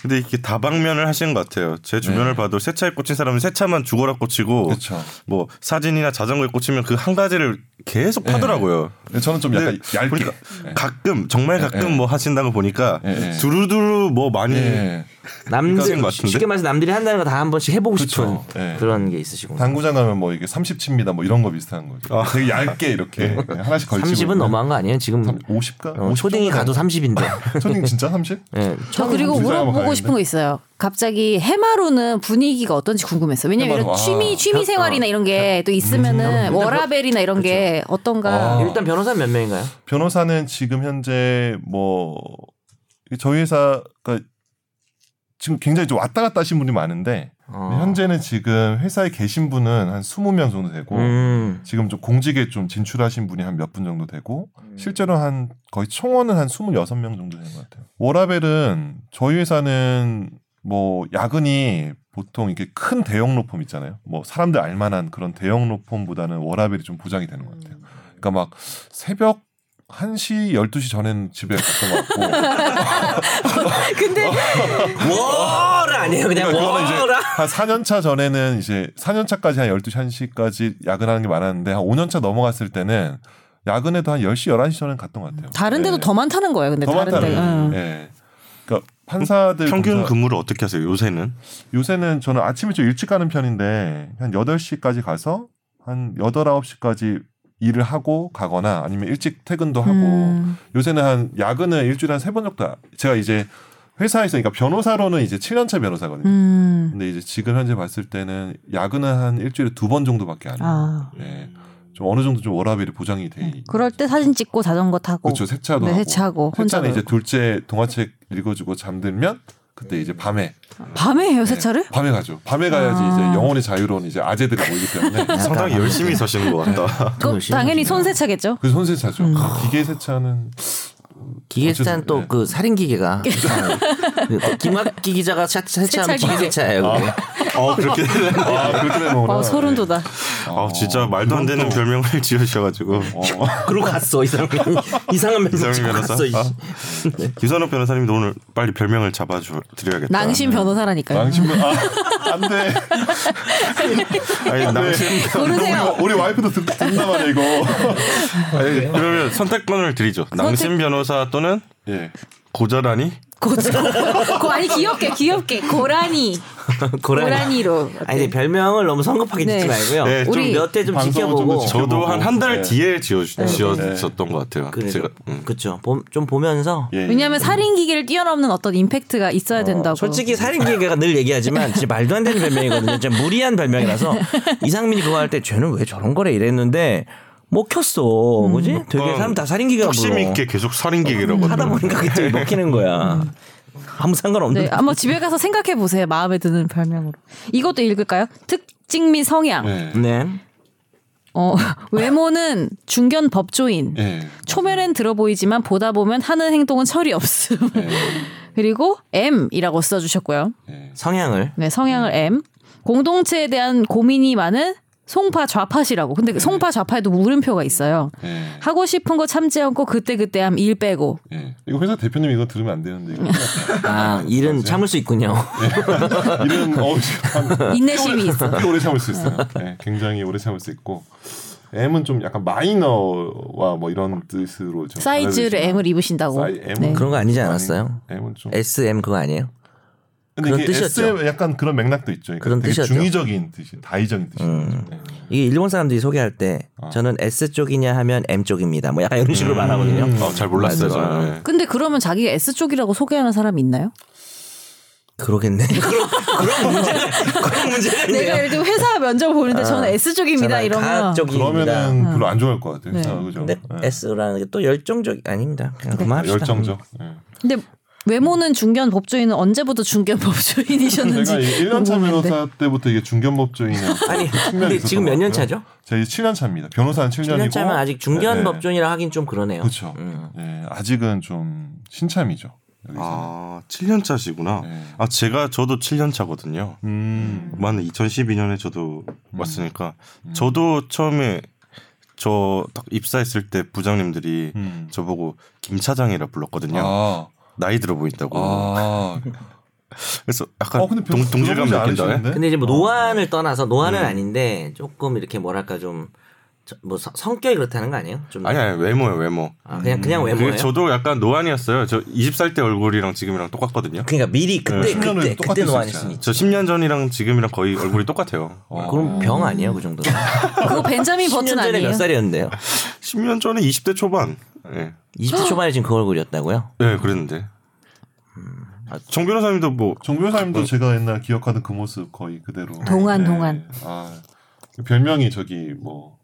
Speaker 1: 근데 이게 다방면을 하시는 것 같아요. 제
Speaker 2: 네.
Speaker 1: 주변을 봐도 세차에 꽂힌 사람은 세차만 죽어라 꽂히고
Speaker 4: 그렇죠.
Speaker 1: 뭐 사진이나 자전거에 꽂히면 그 한 가지를 계속
Speaker 2: 네.
Speaker 1: 파더라고요.
Speaker 4: 근데 저는 좀 약간
Speaker 1: 근데
Speaker 4: 얇게
Speaker 1: 보니까 가끔 정말 가끔
Speaker 4: 네.
Speaker 1: 뭐 하신다는 거 보니까
Speaker 4: 네, 네.
Speaker 1: 두루두루 뭐 많이
Speaker 2: 네.
Speaker 4: 예.
Speaker 1: 그러니까
Speaker 2: 남들
Speaker 1: 것 같은데?
Speaker 2: 쉽게 말해서 남들이 한다는 거 다 한 번씩 해보고
Speaker 4: 그쵸.
Speaker 2: 싶은
Speaker 4: 예.
Speaker 2: 그런 게 있으시군요.
Speaker 4: 당구장 가면 뭐 이게 30치입니다 뭐 이런 거 비슷한 거죠.
Speaker 2: 아,
Speaker 1: 아.
Speaker 4: 되게 얇게
Speaker 2: 예.
Speaker 4: 이렇게 하나씩 걸치고 예.
Speaker 2: 30은
Speaker 4: 있는.
Speaker 2: 너무한 거 아니에요? 지금
Speaker 4: 50가?
Speaker 2: 어, 초딩이 가도 30인데. 네.
Speaker 4: 초딩 진짜 30?
Speaker 3: 저 그리고
Speaker 4: 좀 주사 한번
Speaker 3: 물어보고
Speaker 4: 가야겠네.
Speaker 3: 싶은 거 있어요. 갑자기 해마루는 분위기가 어떤지 궁금했어. 요 왜냐면
Speaker 4: 해마루,
Speaker 3: 이런
Speaker 4: 아. 음,
Speaker 3: 취미 취미 생활이나 이런 게 또 있으면은 워라벨이나 이런 게 어떤가.
Speaker 4: 뭐 아. 네,
Speaker 2: 일단 변호사 몇 명인가요?
Speaker 4: 변호사는 지금 현재 뭐 저희 회사가 그러니까 지금 굉장히 좀 왔다 갔다 하신 분이 많은데
Speaker 2: 어.
Speaker 4: 현재는 뭐 지금 회사에 계신 분은 한 20명 정도 되고
Speaker 2: 음.
Speaker 4: 지금 좀 공직에 좀 진출하신 분이 한 몇 분 정도 되고
Speaker 3: 음.
Speaker 4: 실제로 한 거의 총원은 한 26명 정도 되는 것 같아요. 워라벨은 저희 회사는 뭐 야근이 보통 이렇게 큰 대형 로펌 있잖아요. 뭐 사람들 알만한 그런 대형 로펌보다는 워라벨이 좀 보장이 되는 것
Speaker 3: 음.
Speaker 4: 같아요. 그러니까 막 새벽 1시, 12시 전에는 집에 갔던 것 같고
Speaker 3: 근데
Speaker 4: 아.
Speaker 2: 워라 아니에요. 그냥
Speaker 4: 그러니까 그거는 이제
Speaker 2: 워라.
Speaker 4: 한 4년차 전에는 이제 4년차까지 한 12시, 1시까지 야근하는 게 많았는데 한 5년차 넘어갔을 때는 야근에도 한 10시, 11시 전에는 갔던 것 같아요.
Speaker 3: 다른 데도
Speaker 4: 예.
Speaker 3: 더 많다는 거예요. 근데
Speaker 4: 더
Speaker 3: 네, 다른 음. 데. 어.
Speaker 4: 많다는
Speaker 3: 응.
Speaker 4: 거죠. 예. 그러니까 판사들
Speaker 1: 네. 평균
Speaker 4: 검사-
Speaker 1: 근무를 어떻게 하세요? 요새는
Speaker 4: 요새는 저는 아침에 좀 일찍 가는 편인데 한 8시까지 가서 한 8, 9시까지 일을 하고 가거나 아니면 일찍 퇴근도 하고
Speaker 3: 음.
Speaker 4: 요새는 한 야근을 일주일에 한 세 번 정도 하- 제가 이제 회사에서 그러니까 변호사로는 이제 7년차 변호사거든요.
Speaker 3: 음.
Speaker 4: 근데 이제 지금 현재 봤을 때는 야근은 한 일주일에 두 번 정도밖에 안 해요.
Speaker 3: 아.
Speaker 4: 예. 좀 어느 정도 좀 워라벨이 보장이 돼. 있-
Speaker 3: 그럴 때 사진 찍고 자전거 타고.
Speaker 4: 그렇죠. 세차도
Speaker 3: 네,
Speaker 4: 하고.
Speaker 3: 세차하고 혼자
Speaker 4: 세차는 이제
Speaker 3: 놀고.
Speaker 4: 둘째 동화책 읽어주고 잠들면 그때 이제 밤에
Speaker 3: 밤에 해요
Speaker 4: 네,
Speaker 3: 음. 그 세차를?
Speaker 4: 밤에 가죠. 밤에 가야지
Speaker 3: 아.
Speaker 4: 이제 영혼의 자유로운 이제 아재들이 모이기 때문에
Speaker 1: 상당히 열심히 서시는 것 같다.
Speaker 3: 그럼
Speaker 2: 열심히
Speaker 3: 당연히
Speaker 2: 하시네요.
Speaker 3: 손 세차겠죠.
Speaker 4: 그 손세차죠.
Speaker 3: 음.
Speaker 4: 기계 세차는
Speaker 2: 기계세차는
Speaker 4: 어쨌든, 네.
Speaker 2: 또그 살인 기계가. 어. 그 김학기 기자가 차- 세차하면
Speaker 3: 세차 기계.
Speaker 2: 기계세차예요. 그게.
Speaker 1: 어 그렇게 되네.
Speaker 4: 아 그렇게 되는 거구나. 네.
Speaker 3: 어 소름 돋아.
Speaker 1: 아 진짜 말도 안 되는 별명을 지으셔가지고
Speaker 2: 그러고 갔어 이 사람이 이상한 면서
Speaker 1: 이상한
Speaker 2: 찍고
Speaker 1: 면에서?
Speaker 2: 갔어. 이 씨.
Speaker 1: 아. 김선욱 변호사님도 오늘 빨리 별명을 잡아줘 드려야겠다.
Speaker 3: 낭심 변호사라니까요.
Speaker 4: 낭심은 아안돼
Speaker 1: 아니 낭심
Speaker 3: 네. 고르세요.
Speaker 4: 네. 우리 와이프도 듣, 듣나 말이야 이거
Speaker 1: 아니, 그러면 선택권을 드리죠. 낭심 변호사 또는
Speaker 4: 예
Speaker 1: 고자라니?
Speaker 3: 고자. 고 아니 귀엽게 귀엽게 고라니.
Speaker 2: 고라니.
Speaker 3: 고라니로.
Speaker 2: 아니 근데 별명을 너무 성급하게 짓지
Speaker 3: 네.
Speaker 2: 말고요.
Speaker 1: 네,
Speaker 2: 좀
Speaker 3: 우리-
Speaker 2: 몇 대 좀
Speaker 4: 방송을
Speaker 2: 지켜보고.
Speaker 4: 좀
Speaker 1: 저도 한 한 달
Speaker 4: 네.
Speaker 1: 뒤에 지어
Speaker 3: 네.
Speaker 1: 지어졌던 것 같아요.
Speaker 2: 그래.
Speaker 1: 제가 음.
Speaker 2: 그렇죠. 봄- 좀 보면서
Speaker 4: 예, 예.
Speaker 3: 왜냐하면 살인 기계를 뛰어넘는 어떤 임팩트가 있어야 된다고.
Speaker 2: 음. 솔직히 살인기계가 늘 얘기하지만 진짜 말도 안 되는 별명이거든요. 진짜 무리한 별명이라서 이상민이 그거 할 때 쟤는 왜 저런 거래 이랬는데 먹혔어.
Speaker 3: 음.
Speaker 2: 그지? 되게 사람 다 살인기계가
Speaker 1: 뚝심
Speaker 2: 불러.
Speaker 1: 있게 음. 계속 살인기계라고
Speaker 2: 하다 보니까 그때 먹히는 거야. 아무 상관없는
Speaker 3: 네, 한번 집에 가서 생각해 보세요. 마음에 드는 별명으로. 이것도 읽을까요? 특징 및 성향.
Speaker 1: 네.
Speaker 2: 네.
Speaker 3: 어, 외모는 중견 법조인.
Speaker 2: 네.
Speaker 1: 예.
Speaker 3: 초면엔 들어 보이지만 보다 보면 하는 행동은 철이 없음.
Speaker 2: 네.
Speaker 3: 그리고 M이라고 써주셨고요.
Speaker 2: 성향을
Speaker 3: 네, 성향을 M. 공동체에 대한 고민이 많은 송파 좌파시라고.
Speaker 2: 네.
Speaker 3: 근데 그 송파 좌파에도 물음표가 있어요.
Speaker 4: 예.
Speaker 3: 하고 싶은 거 참지 않고 그때그때함 일 빼고.
Speaker 4: 예. 이거 회사 대표님 이거 들으면 안 되는데 이거.
Speaker 2: 아 일은 참을 수 있군요.
Speaker 4: 이런 어,
Speaker 2: 아,
Speaker 4: 참.
Speaker 3: 인내심이 있어. 네.
Speaker 4: 꽤 오래 참을 수 있어요. 예, 굉장히 오래 참을 수 있고 M은 좀 약간 마이너와 뭐 이런 뜻으로 좀
Speaker 3: 사이즈를
Speaker 4: 알려주시면.
Speaker 3: M을 입으신다고.
Speaker 4: 사이- M은
Speaker 3: 네.
Speaker 2: 어? 그런 거 아니지 않았어요?
Speaker 4: M은 좀
Speaker 2: SM 그거 아니에요?
Speaker 4: 근데
Speaker 2: 그런
Speaker 4: 이게
Speaker 2: 뜻이었죠.
Speaker 4: SM 약간 그런 맥락도 있죠. 그러니까
Speaker 2: 그런
Speaker 4: 되게
Speaker 2: 뜻이었죠. 음.
Speaker 4: 중의적인 뜻이 다의적인 뜻이죠. 네.
Speaker 2: 이게 일본 사람들이 소개할 때
Speaker 1: 어.
Speaker 2: 저는 S 쪽이냐 하면 M 쪽입니다. 뭐 약간 이런 식으로 말하거든요.
Speaker 1: 어, 잘 몰랐어요.
Speaker 2: 맞아.
Speaker 1: 저는. 예.
Speaker 3: 근데 그러면 자기가 S 쪽이라고 소개하는 사람이 있나요?
Speaker 2: 그러겠네. 그런, 그런 문제가 그런 문제가 있네요.
Speaker 3: 내가 예를 들면 회사 면접 보는데 저는 S 쪽입니다
Speaker 2: 저는 가
Speaker 3: 이러면
Speaker 2: 쪽입니다.
Speaker 4: 그러면은 별로 안 좋아할 것 같아요. 네. 그죠?
Speaker 2: 근데
Speaker 4: 예.
Speaker 2: S라는 게 또 열정적 아닙니다. 그냥 그만합시다.
Speaker 4: 열정적. 예.
Speaker 2: 음.
Speaker 3: 근데 외모는 중견 법조인은 언제부터 중견 법조인이셨는지
Speaker 4: 네. 제가 1년차
Speaker 3: 궁금한데.
Speaker 4: 변호사 때부터 이게 중견 법조인이
Speaker 2: 아니, 근데 지금 몇 년 차죠?
Speaker 4: 제가 7년 차입니다. 변호사는 7년이고 네.
Speaker 2: 7년 차면 아직 음. 중견 법조인이라 하긴 좀 그러네요.
Speaker 4: 그렇죠. 예, 아직은 좀 신참이죠. 여기서는.
Speaker 1: 아, 7년 차시구나.
Speaker 4: 네.
Speaker 1: 아, 제가 저도 7년 차거든요.
Speaker 4: 음.
Speaker 1: 만 2012년에 저도 왔으니까 저도 처음에 저 딱 입사했을 때 부장님들이
Speaker 4: 음.
Speaker 1: 저보고 김 차장이라 불렀거든요.
Speaker 4: 아.
Speaker 1: 나이 들어 보인다고.
Speaker 4: 아.
Speaker 2: 음.
Speaker 1: 그래서 약간
Speaker 4: 어, 근데 별-
Speaker 1: 동, 질감
Speaker 4: 들어보지 네.
Speaker 1: 느낀다.
Speaker 4: 않으시는데?
Speaker 2: 근데 이제 뭐 노안을 떠나서 노안은 아닌데 조금 이렇게 뭐랄까 좀 뭐 성격이 그렇다는 거 아니에요? 좀
Speaker 1: 아니 아니 외모예요 외모.
Speaker 2: 아, 그냥 그냥
Speaker 4: 음,
Speaker 2: 외모예요.
Speaker 1: 그게 저도 약간 노안이었어요. 저 20살 때 얼굴이랑 지금이랑 똑같거든요.
Speaker 2: 그러니까 미리 그때
Speaker 4: 네.
Speaker 2: 그때
Speaker 4: 숙면을
Speaker 2: 그때
Speaker 4: 똑같을 수
Speaker 2: 노안했으니.
Speaker 1: 저 10년 전이랑 지금이랑 거의 얼굴이 똑같아요.
Speaker 4: 어.
Speaker 2: 그럼 병 아니에요 그 정도?
Speaker 3: 그거 벤자민
Speaker 2: 10년
Speaker 3: 버튼
Speaker 2: 전에
Speaker 3: 아니에요?
Speaker 2: 몇 살이었는데요?
Speaker 1: 10년 전에 20대 초반. 예.
Speaker 2: 20대 초반에 지금 그 얼굴이었다고요?
Speaker 1: 예, 그랬는데.
Speaker 4: 음.
Speaker 1: 정 변호사님도 뭐
Speaker 4: 정 변호사님도 제가 옛날 기억하던 그 모습 거의 그대로.
Speaker 3: 동안, 동안.
Speaker 4: 아. 별명이 저기 뭐.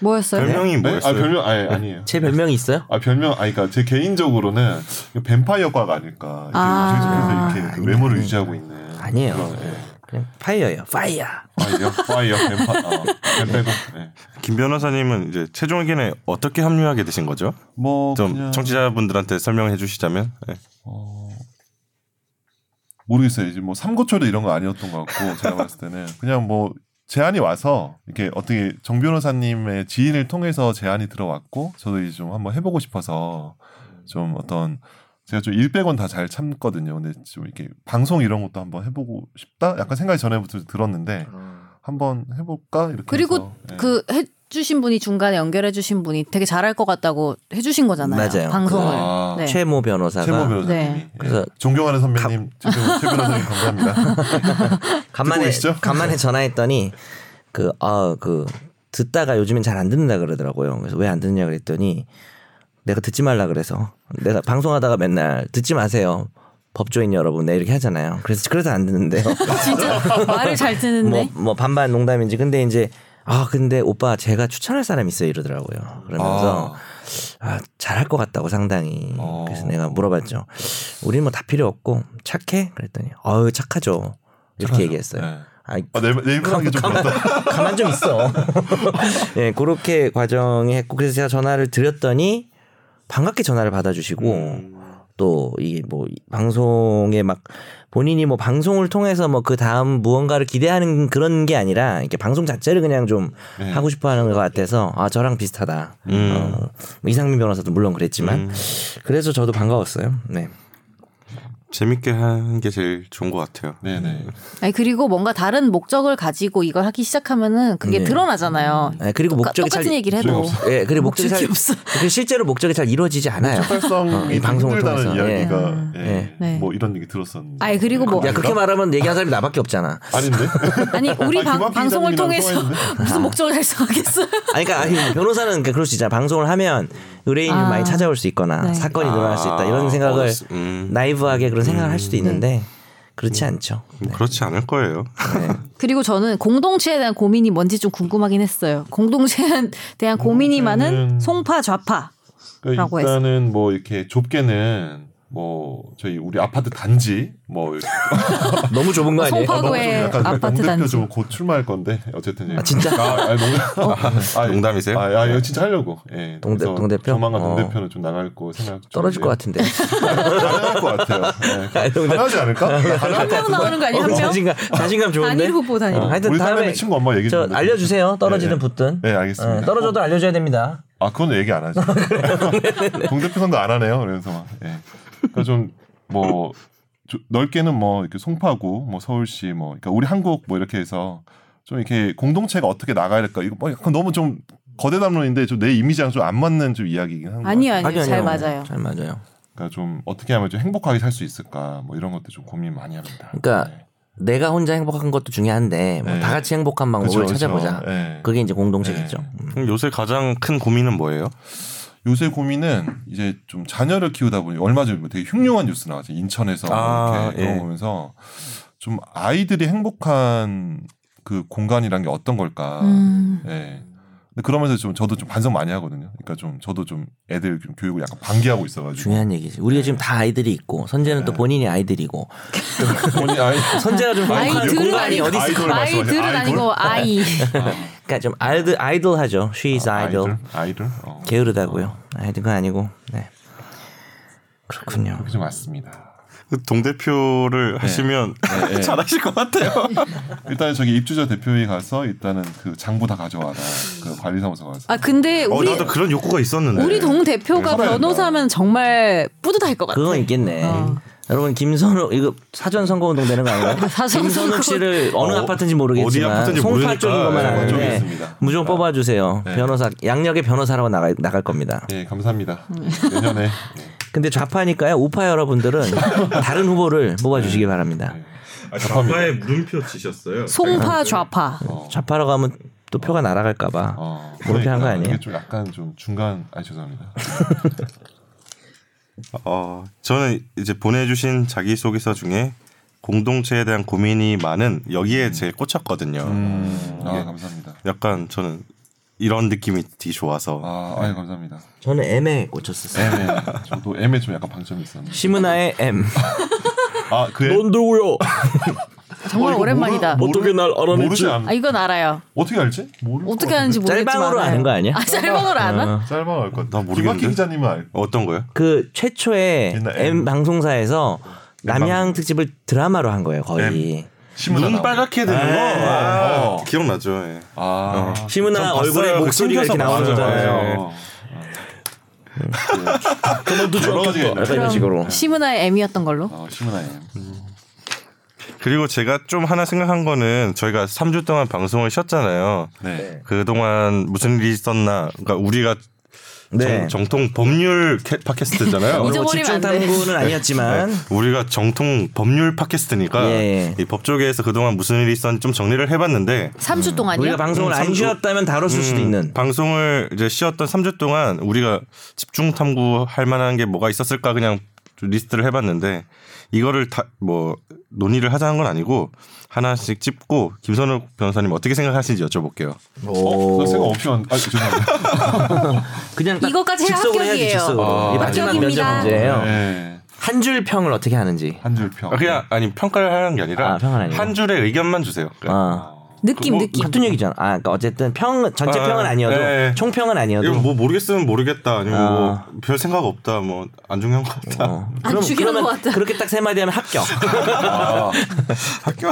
Speaker 3: 뭐였어요?
Speaker 1: 별명이
Speaker 4: 네? 아
Speaker 1: 뭐였어요?
Speaker 4: 별명 아니 아니에요.
Speaker 2: 제 별명이 있어요?
Speaker 4: 아 별명 아니 그러니까 제 개인적으로는 이거 뱀파이어과가 아닐까 이렇게
Speaker 3: 아.
Speaker 4: 계속해서 이렇게 그 외모를 유지하고 있는
Speaker 2: 아니에요.
Speaker 4: 그런, 예.
Speaker 2: 그냥 파이어예요. 파이어.
Speaker 4: 파이어 파이어 뱀파 아, 뱀 빼고 예.
Speaker 1: 김 변호사님은 이제 최종 의견에 어떻게 합류하게 되신 거죠?
Speaker 4: 뭐
Speaker 1: 좀
Speaker 4: 그냥
Speaker 1: 청취자분들한테 설명해 주시자면. 예.
Speaker 4: 모르겠어요 이제 뭐 삼고초도 이런 거 아니었던 것 같고 제가 봤을 때는 그냥 뭐 제안이 와서 이렇게 어떻게 정 변호사님의 지인을 통해서 제안이 들어왔고 저도 이제 좀 한번 해보고 싶어서 좀 어떤 제가 좀 일백원 다 잘 참거든요. 근데 좀 이렇게 방송 이런 것도 한번 해보고 싶다. 약간 생각이 전에부터 들었는데 한번 해볼까 이렇게.
Speaker 3: 그리고
Speaker 4: 해서, 예.
Speaker 3: 그 해주신 분이 중간에 연결해주신 분이 되게 잘할 것 같다고 해주신 거잖아요.
Speaker 2: 맞아요.
Speaker 3: 방송을.
Speaker 4: 아.
Speaker 3: 네.
Speaker 2: 최모 변호사가
Speaker 4: 최모 변호사님이
Speaker 3: 네.
Speaker 4: 예.
Speaker 2: 그래서-
Speaker 4: 존경하는 선배님 최 변- 최 변호사님 감사합니다. 듣고
Speaker 2: 간만에
Speaker 4: 계시죠?
Speaker 2: 간만에 전화했더니 그 아 그 듣다가 요즘엔 잘 안 듣는다 그러더라고요. 그래서 왜 안 듣냐 그랬더니 내가 듣지 말라 그래서 내가 방송하다가 맨날 듣지 마세요. 법조인 여러분 네 이렇게 하잖아요. 그래서 그래서 안 듣는데요.
Speaker 3: 진짜 말을 잘
Speaker 2: 뭐,
Speaker 3: 듣는데.
Speaker 2: 뭐 반반 농담인지 근데 이제 아 근데 오빠 제가 추천할 사람 있어요 이러더라고요. 그러면서 아 잘할 것 같다고 상당히
Speaker 4: 어.
Speaker 2: 그래서 내가 물어봤죠. 우리는 뭐 다 필요 없고 착해 그랬더니 어유 착하죠 이렇게 얘기했어요.
Speaker 4: 네.
Speaker 2: 아,
Speaker 4: 아, 내, 내 입으로 하는 게좀 그렇다.
Speaker 2: 가만 좀 있어. 예, 그렇게 과정이 했고 그래서 제가 전화를 드렸더니 반갑게 전화를 받아주시고
Speaker 4: 음.
Speaker 2: 또 이게 뭐 이- 방송에 막 본인이 뭐 방송을 통해서 뭐 그 다음 무언가를 기대하는 그런 게 아니라 이렇게 방송 자체를 그냥 좀
Speaker 4: 네.
Speaker 2: 하고 싶어하는 것 같아서 아 저랑 비슷하다.
Speaker 4: 음.
Speaker 2: 어, 뭐 이상민 변호사도 물론 그랬지만 그래서 저도 반가웠어요. 네.
Speaker 1: 재밌게 하는 게 제일 좋은 것 같아요.
Speaker 2: 음.
Speaker 4: 네네.
Speaker 3: 아니 그리고 뭔가 다른 목적을 가지고 이걸 하기 시작하면은 그게
Speaker 2: 네.
Speaker 3: 드러나잖아요.
Speaker 2: 네, 그리고
Speaker 3: 똑같-
Speaker 2: 목적이
Speaker 3: 똑같은 음,
Speaker 2: 잘-
Speaker 3: 얘기를 해도
Speaker 4: 목적이
Speaker 2: 예, 그리고 목적이 잘
Speaker 3: 목적이 없어.
Speaker 2: 그리고 실제로 목적이 잘 이루어지지 않아요. 어,
Speaker 4: 적발성이
Speaker 2: 이 방송을
Speaker 4: 힘들다는
Speaker 2: 통해서.
Speaker 4: 이야기가
Speaker 3: 예.
Speaker 4: 예.
Speaker 2: 예.
Speaker 3: 네.
Speaker 4: 뭐 이런 얘기 들었었는데.
Speaker 3: 아니, 그리고 뭐-
Speaker 2: 야 그렇게 말하면 얘기한 사람이 나밖에 없잖아.
Speaker 4: 아닌데?
Speaker 3: 아니 우리
Speaker 4: 아니,
Speaker 3: 방,
Speaker 4: 김학휘
Speaker 3: 방송을
Speaker 4: 기자님이랑
Speaker 3: 통해서
Speaker 4: 통화했는데?
Speaker 3: 무슨 목적을 달성하겠어요?
Speaker 2: 아니, 그러니까 아니, 변호사는 그러니까 그럴 수 있잖아. 방송을 하면 의뢰인이
Speaker 3: 아.
Speaker 2: 많이 찾아올 수 있거나
Speaker 3: 네.
Speaker 2: 사건이 늘어날 수 있다
Speaker 1: 아,
Speaker 2: 이런 생각을
Speaker 1: 어렸- 음.
Speaker 2: 나이브하게 그런 생각을 할
Speaker 3: 음, 네.
Speaker 2: 수도 있는데 그렇지 않죠.
Speaker 1: 음, 그렇지 않을 거예요.
Speaker 3: 그리고 저는 공동체에 대한 고민이 뭔지 좀 궁금하긴 했어요. 공동체에 대한 고민이 많은
Speaker 4: 공동체는-
Speaker 3: 송파 좌파. 라고
Speaker 4: 그러니까
Speaker 3: 했어.
Speaker 4: 일단은 뭐 이렇게 좁게는 뭐 저희 우리 아파트 단지 뭐 이렇게
Speaker 2: 너무 좁은 거 아니에요?
Speaker 3: 뭐 송파-
Speaker 4: 너무 좀
Speaker 3: 과거의
Speaker 4: 약간
Speaker 3: 아파트
Speaker 4: 홍 대표
Speaker 3: 단지.
Speaker 4: 좀곧 출마할 건데 어쨌든
Speaker 2: 아, 진짜?
Speaker 4: 아, 아니, 농...
Speaker 3: 어?
Speaker 4: 아,
Speaker 1: 농담이세요?
Speaker 4: 아, 아, 이거 진짜 하려고. 예.
Speaker 2: 동 대-
Speaker 4: 그래서
Speaker 2: 동 대표?
Speaker 4: 조만간
Speaker 2: 어.
Speaker 4: 동 대표는 좀 나갈 거 생각. 중
Speaker 2: 떨어질 것 같은데.
Speaker 3: 음.
Speaker 4: 가능할 것 같아요. 예, 가능하지 않을까? 가능할 것
Speaker 3: 한 명 나오는 거 아니에요? 한
Speaker 2: 어,
Speaker 3: 명?
Speaker 2: 자신감 자신감 좋은데.
Speaker 3: 단일 후보 단일.
Speaker 2: 어,
Speaker 3: 후보.
Speaker 2: 하여튼
Speaker 4: 우리
Speaker 2: 다음에
Speaker 4: 딸내미 친구 엄마 얘기
Speaker 2: 저
Speaker 4: 좀
Speaker 2: 알려주세요. 떨어지든
Speaker 4: 예, 예.
Speaker 2: 붙든.
Speaker 4: 네, 알겠습니다.
Speaker 2: 어, 떨어져도 알려줘야 됩니다.
Speaker 4: 아, 그건 얘기 안 하죠. 동 대표 선거 안 하네요. 그래서 막. 예. 그러니까 좀뭐 넓게는 뭐 이렇게 송파구, 뭐 서울시, 뭐 그러니까 우리 한국 뭐 이렇게 해서 좀 이렇게 공동체가 어떻게 나가야 될까 이거 뭐 약간 너무 좀 거대 담론인데 좀 내 이미지랑 좀 안 맞는 좀 이야기이긴 한 거.
Speaker 3: 아니요, 아니요. 잘
Speaker 2: 아니요.
Speaker 3: 맞아요.
Speaker 2: 잘 맞아요.
Speaker 4: 그러니까 좀 어떻게 하면 좀 행복하게 살 수 있을까 뭐 이런 것도 좀 고민 많이 합니다.
Speaker 2: 그러니까 내가 혼자 행복한 것도 중요한데 뭐다
Speaker 4: 네.
Speaker 2: 같이 행복한 방법을 찾아보자.
Speaker 4: 그쵸. 예.
Speaker 2: 그게 이제 공동체겠죠.
Speaker 4: 네.
Speaker 2: 음.
Speaker 1: 그럼 요새 가장 큰 고민은 뭐예요?
Speaker 4: 요새 고민은 이제 좀 자녀를 키우다 보니 얼마 전에 뭐 되게 흉흉한 뉴스 나왔죠. 인천에서
Speaker 1: 아,
Speaker 4: 이렇게 그런
Speaker 1: 예.
Speaker 4: 거 보면서 좀 아이들이 행복한 그 공간이란 게 어떤 걸까.
Speaker 3: 음.
Speaker 4: 예. 근데 그러면서 좀 저도 좀 반성 많이 하거든요. 그러니까 좀 저도 좀 애들 좀 교육을 약간 방기하고 있어가지고
Speaker 2: 중요한 얘기지. 우리가 지금 다 아이들이 있고 선재는 또 본인이 아이들이고
Speaker 4: 본인 아이
Speaker 2: 선재가 좀
Speaker 3: 아이
Speaker 2: 공부하는
Speaker 3: 들은
Speaker 2: 공간이
Speaker 3: 아니고
Speaker 2: 어디 있을까?
Speaker 4: 아이돌
Speaker 3: 아이
Speaker 4: 말씀하세요.
Speaker 3: 들은 아니고 아이.
Speaker 2: 그러니까 좀 아이들 아이돌하죠. She is idol.
Speaker 4: 아이들 아이들 어.
Speaker 2: 게으르다고요. 아이들은 아니고. 네. 그렇군요.
Speaker 4: 그게 좀 맞습니다.
Speaker 1: 그 동 대표를 하시면
Speaker 4: 네, 네.
Speaker 1: 잘하실 것 같아요.
Speaker 4: 일단은 저기 입주자 대표회 가서 일단은 그 장부 다 가져와라. 그 관리사무소 가서.
Speaker 3: 아 근데
Speaker 1: 어,
Speaker 3: 우리
Speaker 1: 나도 그런 욕구가 있었는데.
Speaker 3: 우리 동 대표가
Speaker 4: 살아야 된다.
Speaker 3: 변호사면 정말 뿌듯할 것 같아.
Speaker 2: 그건 있겠네. 여러분 김선욱 이거 사전 선거 운동 되는 거 아닌가요?
Speaker 3: 사전
Speaker 2: 김선욱
Speaker 3: 선거.
Speaker 2: 씨를 어느
Speaker 1: 어,
Speaker 2: 아파트인지
Speaker 1: 어디
Speaker 2: 모르겠지만
Speaker 1: 아파트인지
Speaker 2: 송파
Speaker 1: 모르니까
Speaker 2: 쪽인 것만
Speaker 1: 네,
Speaker 2: 아는데
Speaker 4: 모르겠습니다.
Speaker 2: 무조건 뽑아주세요. 변호사 양력의 변호사라고 나가, 나갈 겁니다.
Speaker 4: 네 감사합니다.
Speaker 3: 음.
Speaker 4: 내년에 네.
Speaker 2: 근데 좌파니까요 우파 여러분들은 다른 후보를 뽑아주시기 바랍니다.
Speaker 1: 좌파에 아, 물음표 치셨어요.
Speaker 3: 송파 좌파.
Speaker 2: 어. 좌파로 가면 또 표가 날아갈까봐
Speaker 4: 어,
Speaker 2: 그렇게 한 거
Speaker 4: 그러니까
Speaker 2: 아니에요?
Speaker 4: 이게 좀 약간 좀 중간 아 죄송합니다.
Speaker 1: 어, 저는 이제 보내주신 자기소개서 중에 공동체에 대한 고민이 많은 여기에 제 꽂혔거든요.
Speaker 4: 아 감사합니다.
Speaker 1: 약간 저는 이런 느낌이 되게 좋아서
Speaker 4: 아 아유 감사합니다.
Speaker 2: 저는 M에 꽂혔었어요.
Speaker 4: 애매 저도 애매 좀 약간 방점이 있었는데.
Speaker 2: 시문아의 M.
Speaker 4: 아그 뭐
Speaker 2: 누구요?
Speaker 3: 정말 오랜만이다.
Speaker 2: 어떻게 날 알아냈지?
Speaker 4: 모르지 않
Speaker 3: 아 이건 알아요.
Speaker 4: 어떻게 알지? 모를 것
Speaker 3: 어떻게
Speaker 4: 같은데.
Speaker 3: 하는지 모르겠지만
Speaker 2: 짤방으로
Speaker 3: 알아요.
Speaker 2: 아는 거 아니야?
Speaker 3: 아 짤방으로 아나?
Speaker 4: 짧아 알것
Speaker 1: 나
Speaker 4: 같아.
Speaker 1: 모르겠는데.
Speaker 4: 김학기 기자님은 알.
Speaker 1: 어떤 거요?
Speaker 2: 그 최초의 M,
Speaker 4: 옛날 M. 그
Speaker 2: 방송사에서 남양 특집을 드라마로 한 거예요 거의.
Speaker 4: 신문아
Speaker 1: 눈
Speaker 4: 나오고.
Speaker 1: 빨갛게 되는 거 아, 기억나죠. 예.
Speaker 4: 아
Speaker 2: 시문아 얼굴에 목소리가 이렇게 나오는
Speaker 4: 맞아,
Speaker 2: 거잖아요. 네.
Speaker 4: 맞아. 여러 가지가 있네.
Speaker 2: 약간 이런 식으로.
Speaker 3: 시문아의 M이었던 걸로.
Speaker 4: 어, 신문아 애.
Speaker 1: 그리고 제가 좀 하나 생각한 거는 저희가 3주 동안 방송을 쉬었잖아요.
Speaker 4: 네.
Speaker 1: 그동안 무슨 일이 있었나. 그러니까 우리가
Speaker 2: 네.
Speaker 1: 정, 정통 법률 캐- 팟캐스트잖아요.
Speaker 2: 뭐
Speaker 3: 잊어버리면
Speaker 2: 집중
Speaker 3: 안 돼.
Speaker 2: 탐구는 아니었지만
Speaker 4: 네.
Speaker 1: 우리가 정통 법률 팟캐스트니까
Speaker 2: 예, 예.
Speaker 1: 이 법조계에서 그동안 무슨 일이 있었는지 좀 정리를 해봤는데
Speaker 3: 3주 동안이요?
Speaker 2: 우리가 음. 방송을
Speaker 4: 음,
Speaker 2: 안 쉬었다면 다뤘을 수도
Speaker 1: 음,
Speaker 2: 있는.
Speaker 1: 방송을 이제 쉬었던 3주 동안 우리가 집중 탐구할 만한 게 뭐가 있었을까 그냥 좀 리스트를 해봤는데 이거를 다 뭐 논의를 하자는 건 아니고 하나씩 찝고 김선욱 변호사님 어떻게 생각하시는지 여쭤볼게요.
Speaker 4: 어, 나 생각 없이 왔. 아 죄송합니다.
Speaker 2: 그냥 딱
Speaker 3: 이것까지 해야
Speaker 2: 즉석으로 해야지,
Speaker 3: 합격이에요.
Speaker 2: 즉석으로.
Speaker 4: 아,
Speaker 2: 이 마지막 면접
Speaker 3: 합격입니다.
Speaker 2: 문제예요.
Speaker 4: 네.
Speaker 2: 한 줄 평을 어떻게 하는지.
Speaker 4: 한줄 평.
Speaker 1: 아, 그냥 아니 평가를 하는 게 아니라
Speaker 2: 네. 아, 평가는 아니고.
Speaker 1: 한 줄의 의견만 주세요. 그러니까
Speaker 2: 아.
Speaker 3: 느낌
Speaker 1: 그거-
Speaker 3: 느낌.
Speaker 2: 같은 얘기잖아. 아, 그러니까 어쨌든 평 전체
Speaker 1: 아,
Speaker 2: 평은 아니어도
Speaker 1: 예, 예.
Speaker 2: 총평은 아니어도 음,
Speaker 1: 이거 뭐 모르겠으면 모르겠다 아니면
Speaker 2: 아.
Speaker 1: 뭐 별 생각 없다 뭐 안 중요한 것 같다.
Speaker 2: 어.
Speaker 3: 안 중요한 아, 것 같다.
Speaker 2: 그렇게 딱 세 마디 하면 합격.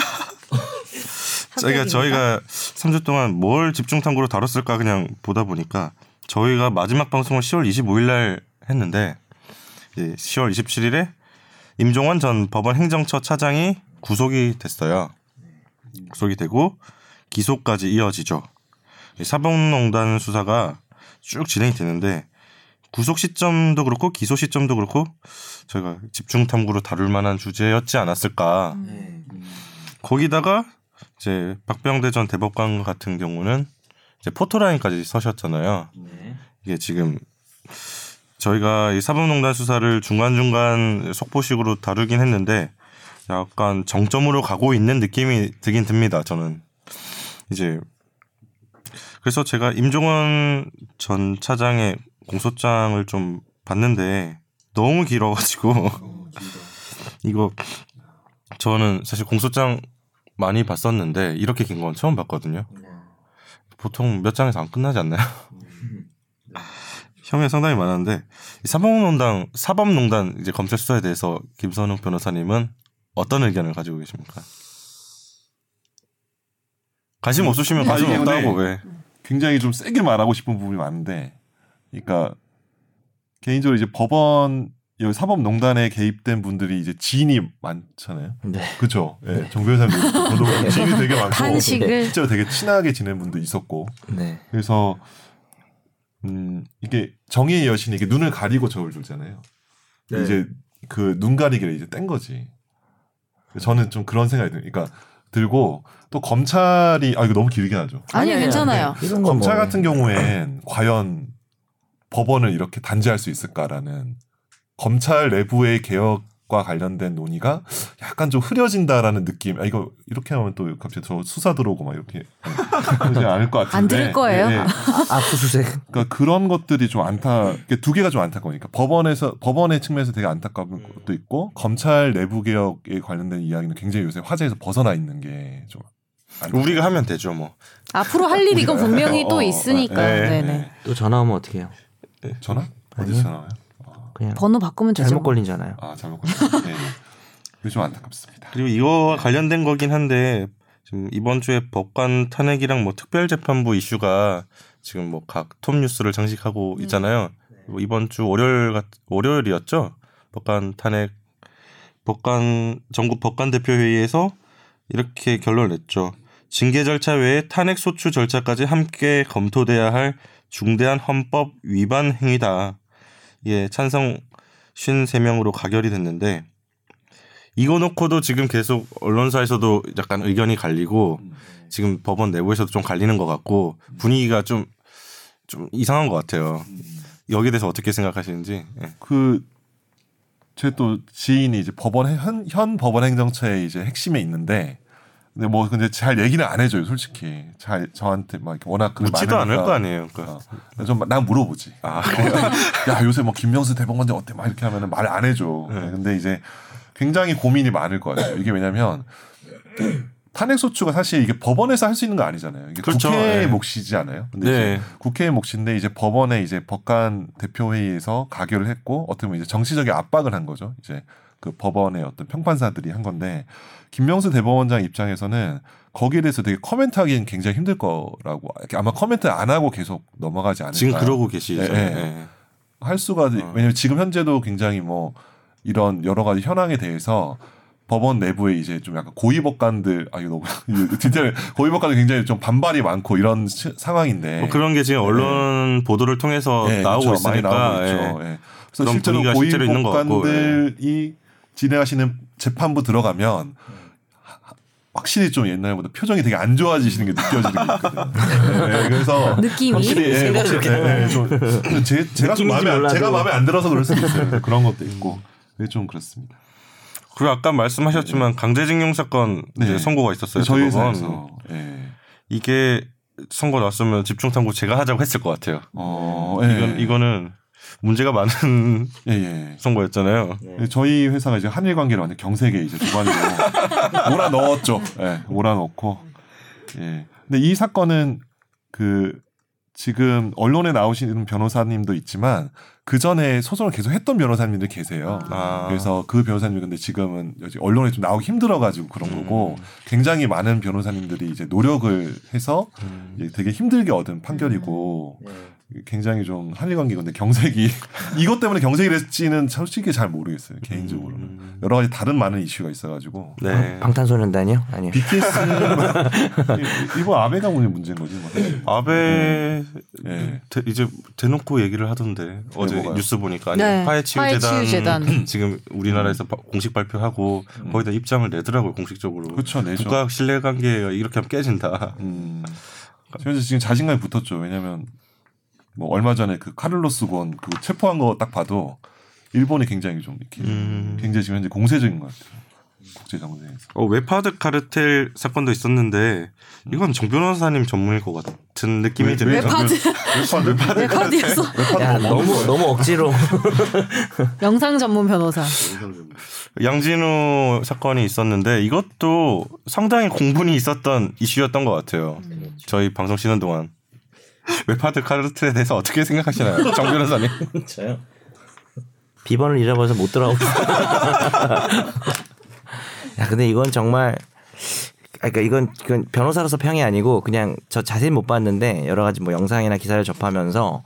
Speaker 1: 저희가 저희가 3주 동안 뭘 집중 탐구로 다뤘을까 그냥 보다 보니까 저희가 마지막 방송을 10월 25일 날 했는데 이제 10월 27일에 임종원 전 법원 행정처 차장이 구속이 됐어요. 구속이 되고 기소까지 이어지죠. 이 사법농단 수사가 쭉 진행이 되는데 구속 시점도 그렇고 기소 시점도 그렇고 저희가 집중 탐구로 다룰 만한 주제였지 않았을까. 거기다가 이제 박병대 전 대법관 같은 경우는 이제 포토라인까지 서셨잖아요. 이게 지금 저희가 이 사법농단 수사를 중간중간 속보식으로 다루긴 했는데 약간 정점으로 가고 있는 느낌이 드긴 듭니다. 저는 이제 그래서 제가 임종원 전 차장의 공소장을 좀 봤는데 너무 길어가지고 이거 저는 사실 공소장 많이 봤었는데 이렇게 긴 건 처음 봤거든요. 보통 몇 장에서 안 끝나지 않나요? 혐의가 상당히 많았는데 이 사법농단 사법농단 이제 검찰 수사에 대해서 김선욱 변호사님은 어떤 의견을 가지고 계십니까? 관심 없으시면
Speaker 4: 아니,
Speaker 1: 관심
Speaker 4: 근데
Speaker 1: 없다고 왜?
Speaker 4: 굉장히 좀 세게 말하고 싶은 부분이 많은데, 그러니까 개인적으로 이제 법원 여기 사법농단에 개입된 분들이 이제 지인이 많잖아요.
Speaker 2: 네.
Speaker 4: 그렇죠. 예, 정 변호사님
Speaker 3: 네.
Speaker 4: 저도 지인이 되게 많고
Speaker 3: 한식을
Speaker 4: 실제로 되게 친하게 지낸 분도 있었고
Speaker 2: 네.
Speaker 4: 그래서 음 이게 정의의 여신이 이게 눈을 가리고 저울 줄잖아요.
Speaker 2: 네.
Speaker 4: 이제 그 눈 가리기를 이제 뗀 거지. 저는 좀 그런 생각이 들, 그러니까 들고 또 검찰이 아 이거 너무 길게 하죠.
Speaker 3: 아니요 괜찮아요.
Speaker 2: 이런 건
Speaker 4: 검찰
Speaker 2: 뭐,
Speaker 4: 같은 경우엔 과연 법원을 이렇게 단죄할 수 있을까라는 검찰 내부의 개혁과 관련된 논의가 약간 좀 흐려진다라는 느낌. 아 이거 이렇게 하면 또 갑자기 저 수사 들어오고 막 이렇게 그러지 않을 것 같은데.
Speaker 3: 안 들을 거예요.
Speaker 4: 예, 예.
Speaker 2: 아, 압수수색.
Speaker 4: 그러니까 그런 것들이 좀 안타. 이게 두 개가 좀 안타까우니까 법원에서 법원의 측면에서 되게 안타까운 것도 있고 검찰 내부 개혁에 관련된 이야기는 굉장히 요새 화제에서 벗어나 있는 게 좀
Speaker 1: 우리가 하면 되죠 뭐.
Speaker 3: 앞으로 할 일이 이건 분명히
Speaker 2: 어,
Speaker 3: 또 있으니까요.
Speaker 4: 어, 네,
Speaker 3: 네네.
Speaker 2: 또 전화 오면 어떻게 해요?
Speaker 4: 전화
Speaker 2: 아니요.
Speaker 4: 어디서 전화요?
Speaker 2: 그냥
Speaker 3: 번호 바꾸면 되죠.
Speaker 2: 잘못 걸린잖아요.
Speaker 4: 아 잘못 걸렸네. 예. 이거 좀 안타깝습니다.
Speaker 1: 그리고 이거와 관련된 거긴 한데 지금 이번 주에 법관 탄핵이랑 뭐 특별재판부 이슈가 지금 뭐 각 톱 뉴스를 장식하고 있잖아요. 뭐 이번 주 월요일 같 월요일이었죠. 법관 탄핵 법관 전국 법관 대표 회의에서 이렇게 결론을 냈죠. 징계 절차 외에 탄핵 소추 절차까지 함께 검토돼야 할 중대한 헌법 위반 행위다. 예, 찬성 53명으로 가결이 됐는데 이거 놓고도 지금 계속 언론사에서도 약간 의견이 갈리고
Speaker 4: 음.
Speaker 1: 지금 법원 내부에서도 좀 갈리는 것 같고 분위기가 좀 좀 이상한 것 같아요.
Speaker 4: 음.
Speaker 1: 여기에 대해서 어떻게 생각하시는지. 예.
Speaker 4: 그 제 또 지인이 이제 법원 행- 현, 현 법원 행정처의 이제 핵심에 있는데 근데 뭐 근데 잘 얘기는 안 해줘요 솔직히 잘 저한테 막 이렇게 워낙 그
Speaker 1: 묻지도 않을 거 아니에요.
Speaker 4: 어,
Speaker 1: 그러니까.
Speaker 4: 좀난 물어보지.
Speaker 1: 아.
Speaker 4: 야 요새 뭐 김명수 대법관장 어때? 막 이렇게 하면은 말 안 해줘.
Speaker 1: 네.
Speaker 4: 근데 이제 굉장히 고민이 많을 것 같아요. 이게 왜냐면 탄핵 소추가 사실 이게 법원에서 할 수 있는 거 아니잖아요. 이게
Speaker 1: 그렇죠. 네.
Speaker 4: 국회의 몫이지 않아요. 근데
Speaker 1: 네.
Speaker 4: 이제 국회의 몫인데 이제 법원에 이제 법관 대표회의에서 가결을 했고 어떻게 보면 이제 정치적인 압박을 한 거죠. 이제 그 법원의 어떤 평판사들이 한 건데 김명수 대법원장 입장에서는 거기에 대해서 되게 커멘트하기는 굉장히 힘들 거라고 아마 커멘트 안 하고 계속 넘어가지 않을까.
Speaker 1: 지금 그러고 어. 계시죠.
Speaker 4: 예, 예.
Speaker 1: 예.
Speaker 4: 할 수가 왜냐면 지금 현재도 굉장히 뭐 이런 여러 가지 현황에 대해서 법원 내부에 이제 좀 약간 고위 법관들 아 이거 너무 이거 진짜 고위 법관들 굉장히 좀 반발이 많고 이런 시- 상황인데
Speaker 1: 뭐 그런 게 지금 언론 보도를 통해서
Speaker 4: 예,
Speaker 1: 어, 나오고
Speaker 4: 그렇죠. 많이
Speaker 1: 있으니까
Speaker 4: 나오고 있죠.
Speaker 1: 예.
Speaker 4: 예. 그래서
Speaker 1: 그런
Speaker 4: 실제로
Speaker 1: 분위기가
Speaker 4: 고위
Speaker 1: 실제로 있는 것 같고, 예.
Speaker 4: 법관들이 진행하시는 재판부 들어가면 하- 확실히 좀 옛날보다 표정이 되게 안 좋아지시는 게 느껴지는 게 있거든요. 예, 그래서
Speaker 3: 느낌이?
Speaker 4: 확실히 예,
Speaker 2: 생각을
Speaker 4: 확실히,
Speaker 2: 그렇게
Speaker 4: 예, 예, 좀 제, 제가
Speaker 2: 느낌인지
Speaker 4: 좀 마음에 안,
Speaker 2: 몰라도.
Speaker 4: 제가 마음에 안 들어서 그럴 수도 있어요. 그런 것도 있고 예, 좀 그렇습니다.
Speaker 1: 그리고 아까 말씀하셨지만 강제징용 사건 이제
Speaker 4: 예, 네.
Speaker 1: 선고가 있었어요.
Speaker 4: 저희
Speaker 1: 대법원.
Speaker 4: 회사에서 예.
Speaker 1: 이게 선고 났으면 집중 탐구 제가 하자고 했을 것 같아요.
Speaker 4: 어,
Speaker 1: 이건 이거는 문제가 많은
Speaker 4: 예, 예.
Speaker 1: 선거였잖아요.
Speaker 4: 네, 저희 회사가 이제 한일 관계를 완전 경색에 이제 주관으로 몰아 넣었죠. 예, 몰아 넣고. 예. 근데 이 사건은 그 지금 언론에 나오시는 변호사님도 있지만 그 전에 소송을 계속 했던 변호사님들 계세요.
Speaker 1: 아.
Speaker 4: 그래서 그 변호사님 근데 지금은 여지- 언론에 좀 나오기 힘들어가지고 그런 거고 굉장히 많은 변호사님들이 이제 노력을 해서
Speaker 1: 음.
Speaker 4: 이제 되게 힘들게 얻은 판결이고
Speaker 1: 네.
Speaker 4: 굉장히 좀 한일 관계건데 경색이 이것 때문에 경색이 됐지는 솔직히 잘 모르겠어요 개인적으로는
Speaker 1: 음.
Speaker 4: 여러 가지 다른 많은 이슈가 있어가지고
Speaker 1: 네.
Speaker 2: 방탄소년단이요? 아니요.
Speaker 4: BTS는 뭐 이번 아베 가문이 문제인 거지 뭐.
Speaker 1: 아베
Speaker 4: 예.
Speaker 1: 대- 이제 대놓고 얘기를 하던데 어제
Speaker 4: 뭐가요?
Speaker 1: 뉴스 보니까 아니
Speaker 3: 네.
Speaker 1: 화해치유재단
Speaker 3: 화해치유재단.
Speaker 1: 지금
Speaker 4: 음.
Speaker 1: 우리나라에서 바- 공식 발표하고 거기다 입장을 내더라고요 공식적으로
Speaker 4: 그쵸, 내죠.
Speaker 1: 국가 신뢰관계가 이렇게 하면 깨진다
Speaker 4: 음. 현재 지금 자신감이 붙었죠. 왜냐면 뭐 얼마 전에 그 카를로스 권 그 체포한 거 딱 봐도 일본이 굉장히 좀 이렇게
Speaker 1: 음.
Speaker 4: 굉장히 지금 현재 공세적인 것 같아요. 국제 정세에서.
Speaker 1: 어, 웨파드 카르텔 사건도 있었는데
Speaker 4: 음.
Speaker 1: 이건 정 변호사님 전문일 것 같은 느낌이 드네요
Speaker 3: 왜 파- 파드?
Speaker 4: 외파드
Speaker 3: 네,
Speaker 4: 외파드
Speaker 3: 레코디에서
Speaker 2: 야,
Speaker 4: 외파드
Speaker 2: 너무 너무 억지로
Speaker 3: 영상 전문 변호사.
Speaker 1: 양진우 사건이 있었는데 이것도 상당히 공분이 있었던 이슈였던 것 같아요.
Speaker 2: 그렇죠.
Speaker 1: 저희 방송 쉬는 동안 웹하드 카르텔에 대해서 어떻게 생각하시나요, 정 변호사님?
Speaker 2: 저요. 비번을 잃어버려서 못 돌아오고. 야, 근데 이건 정말 아, 그러니까 이건, 이건 변호사로서 평이 아니고 그냥 저 자세히 못 봤는데 여러 가지 뭐 영상이나 기사를 접하면서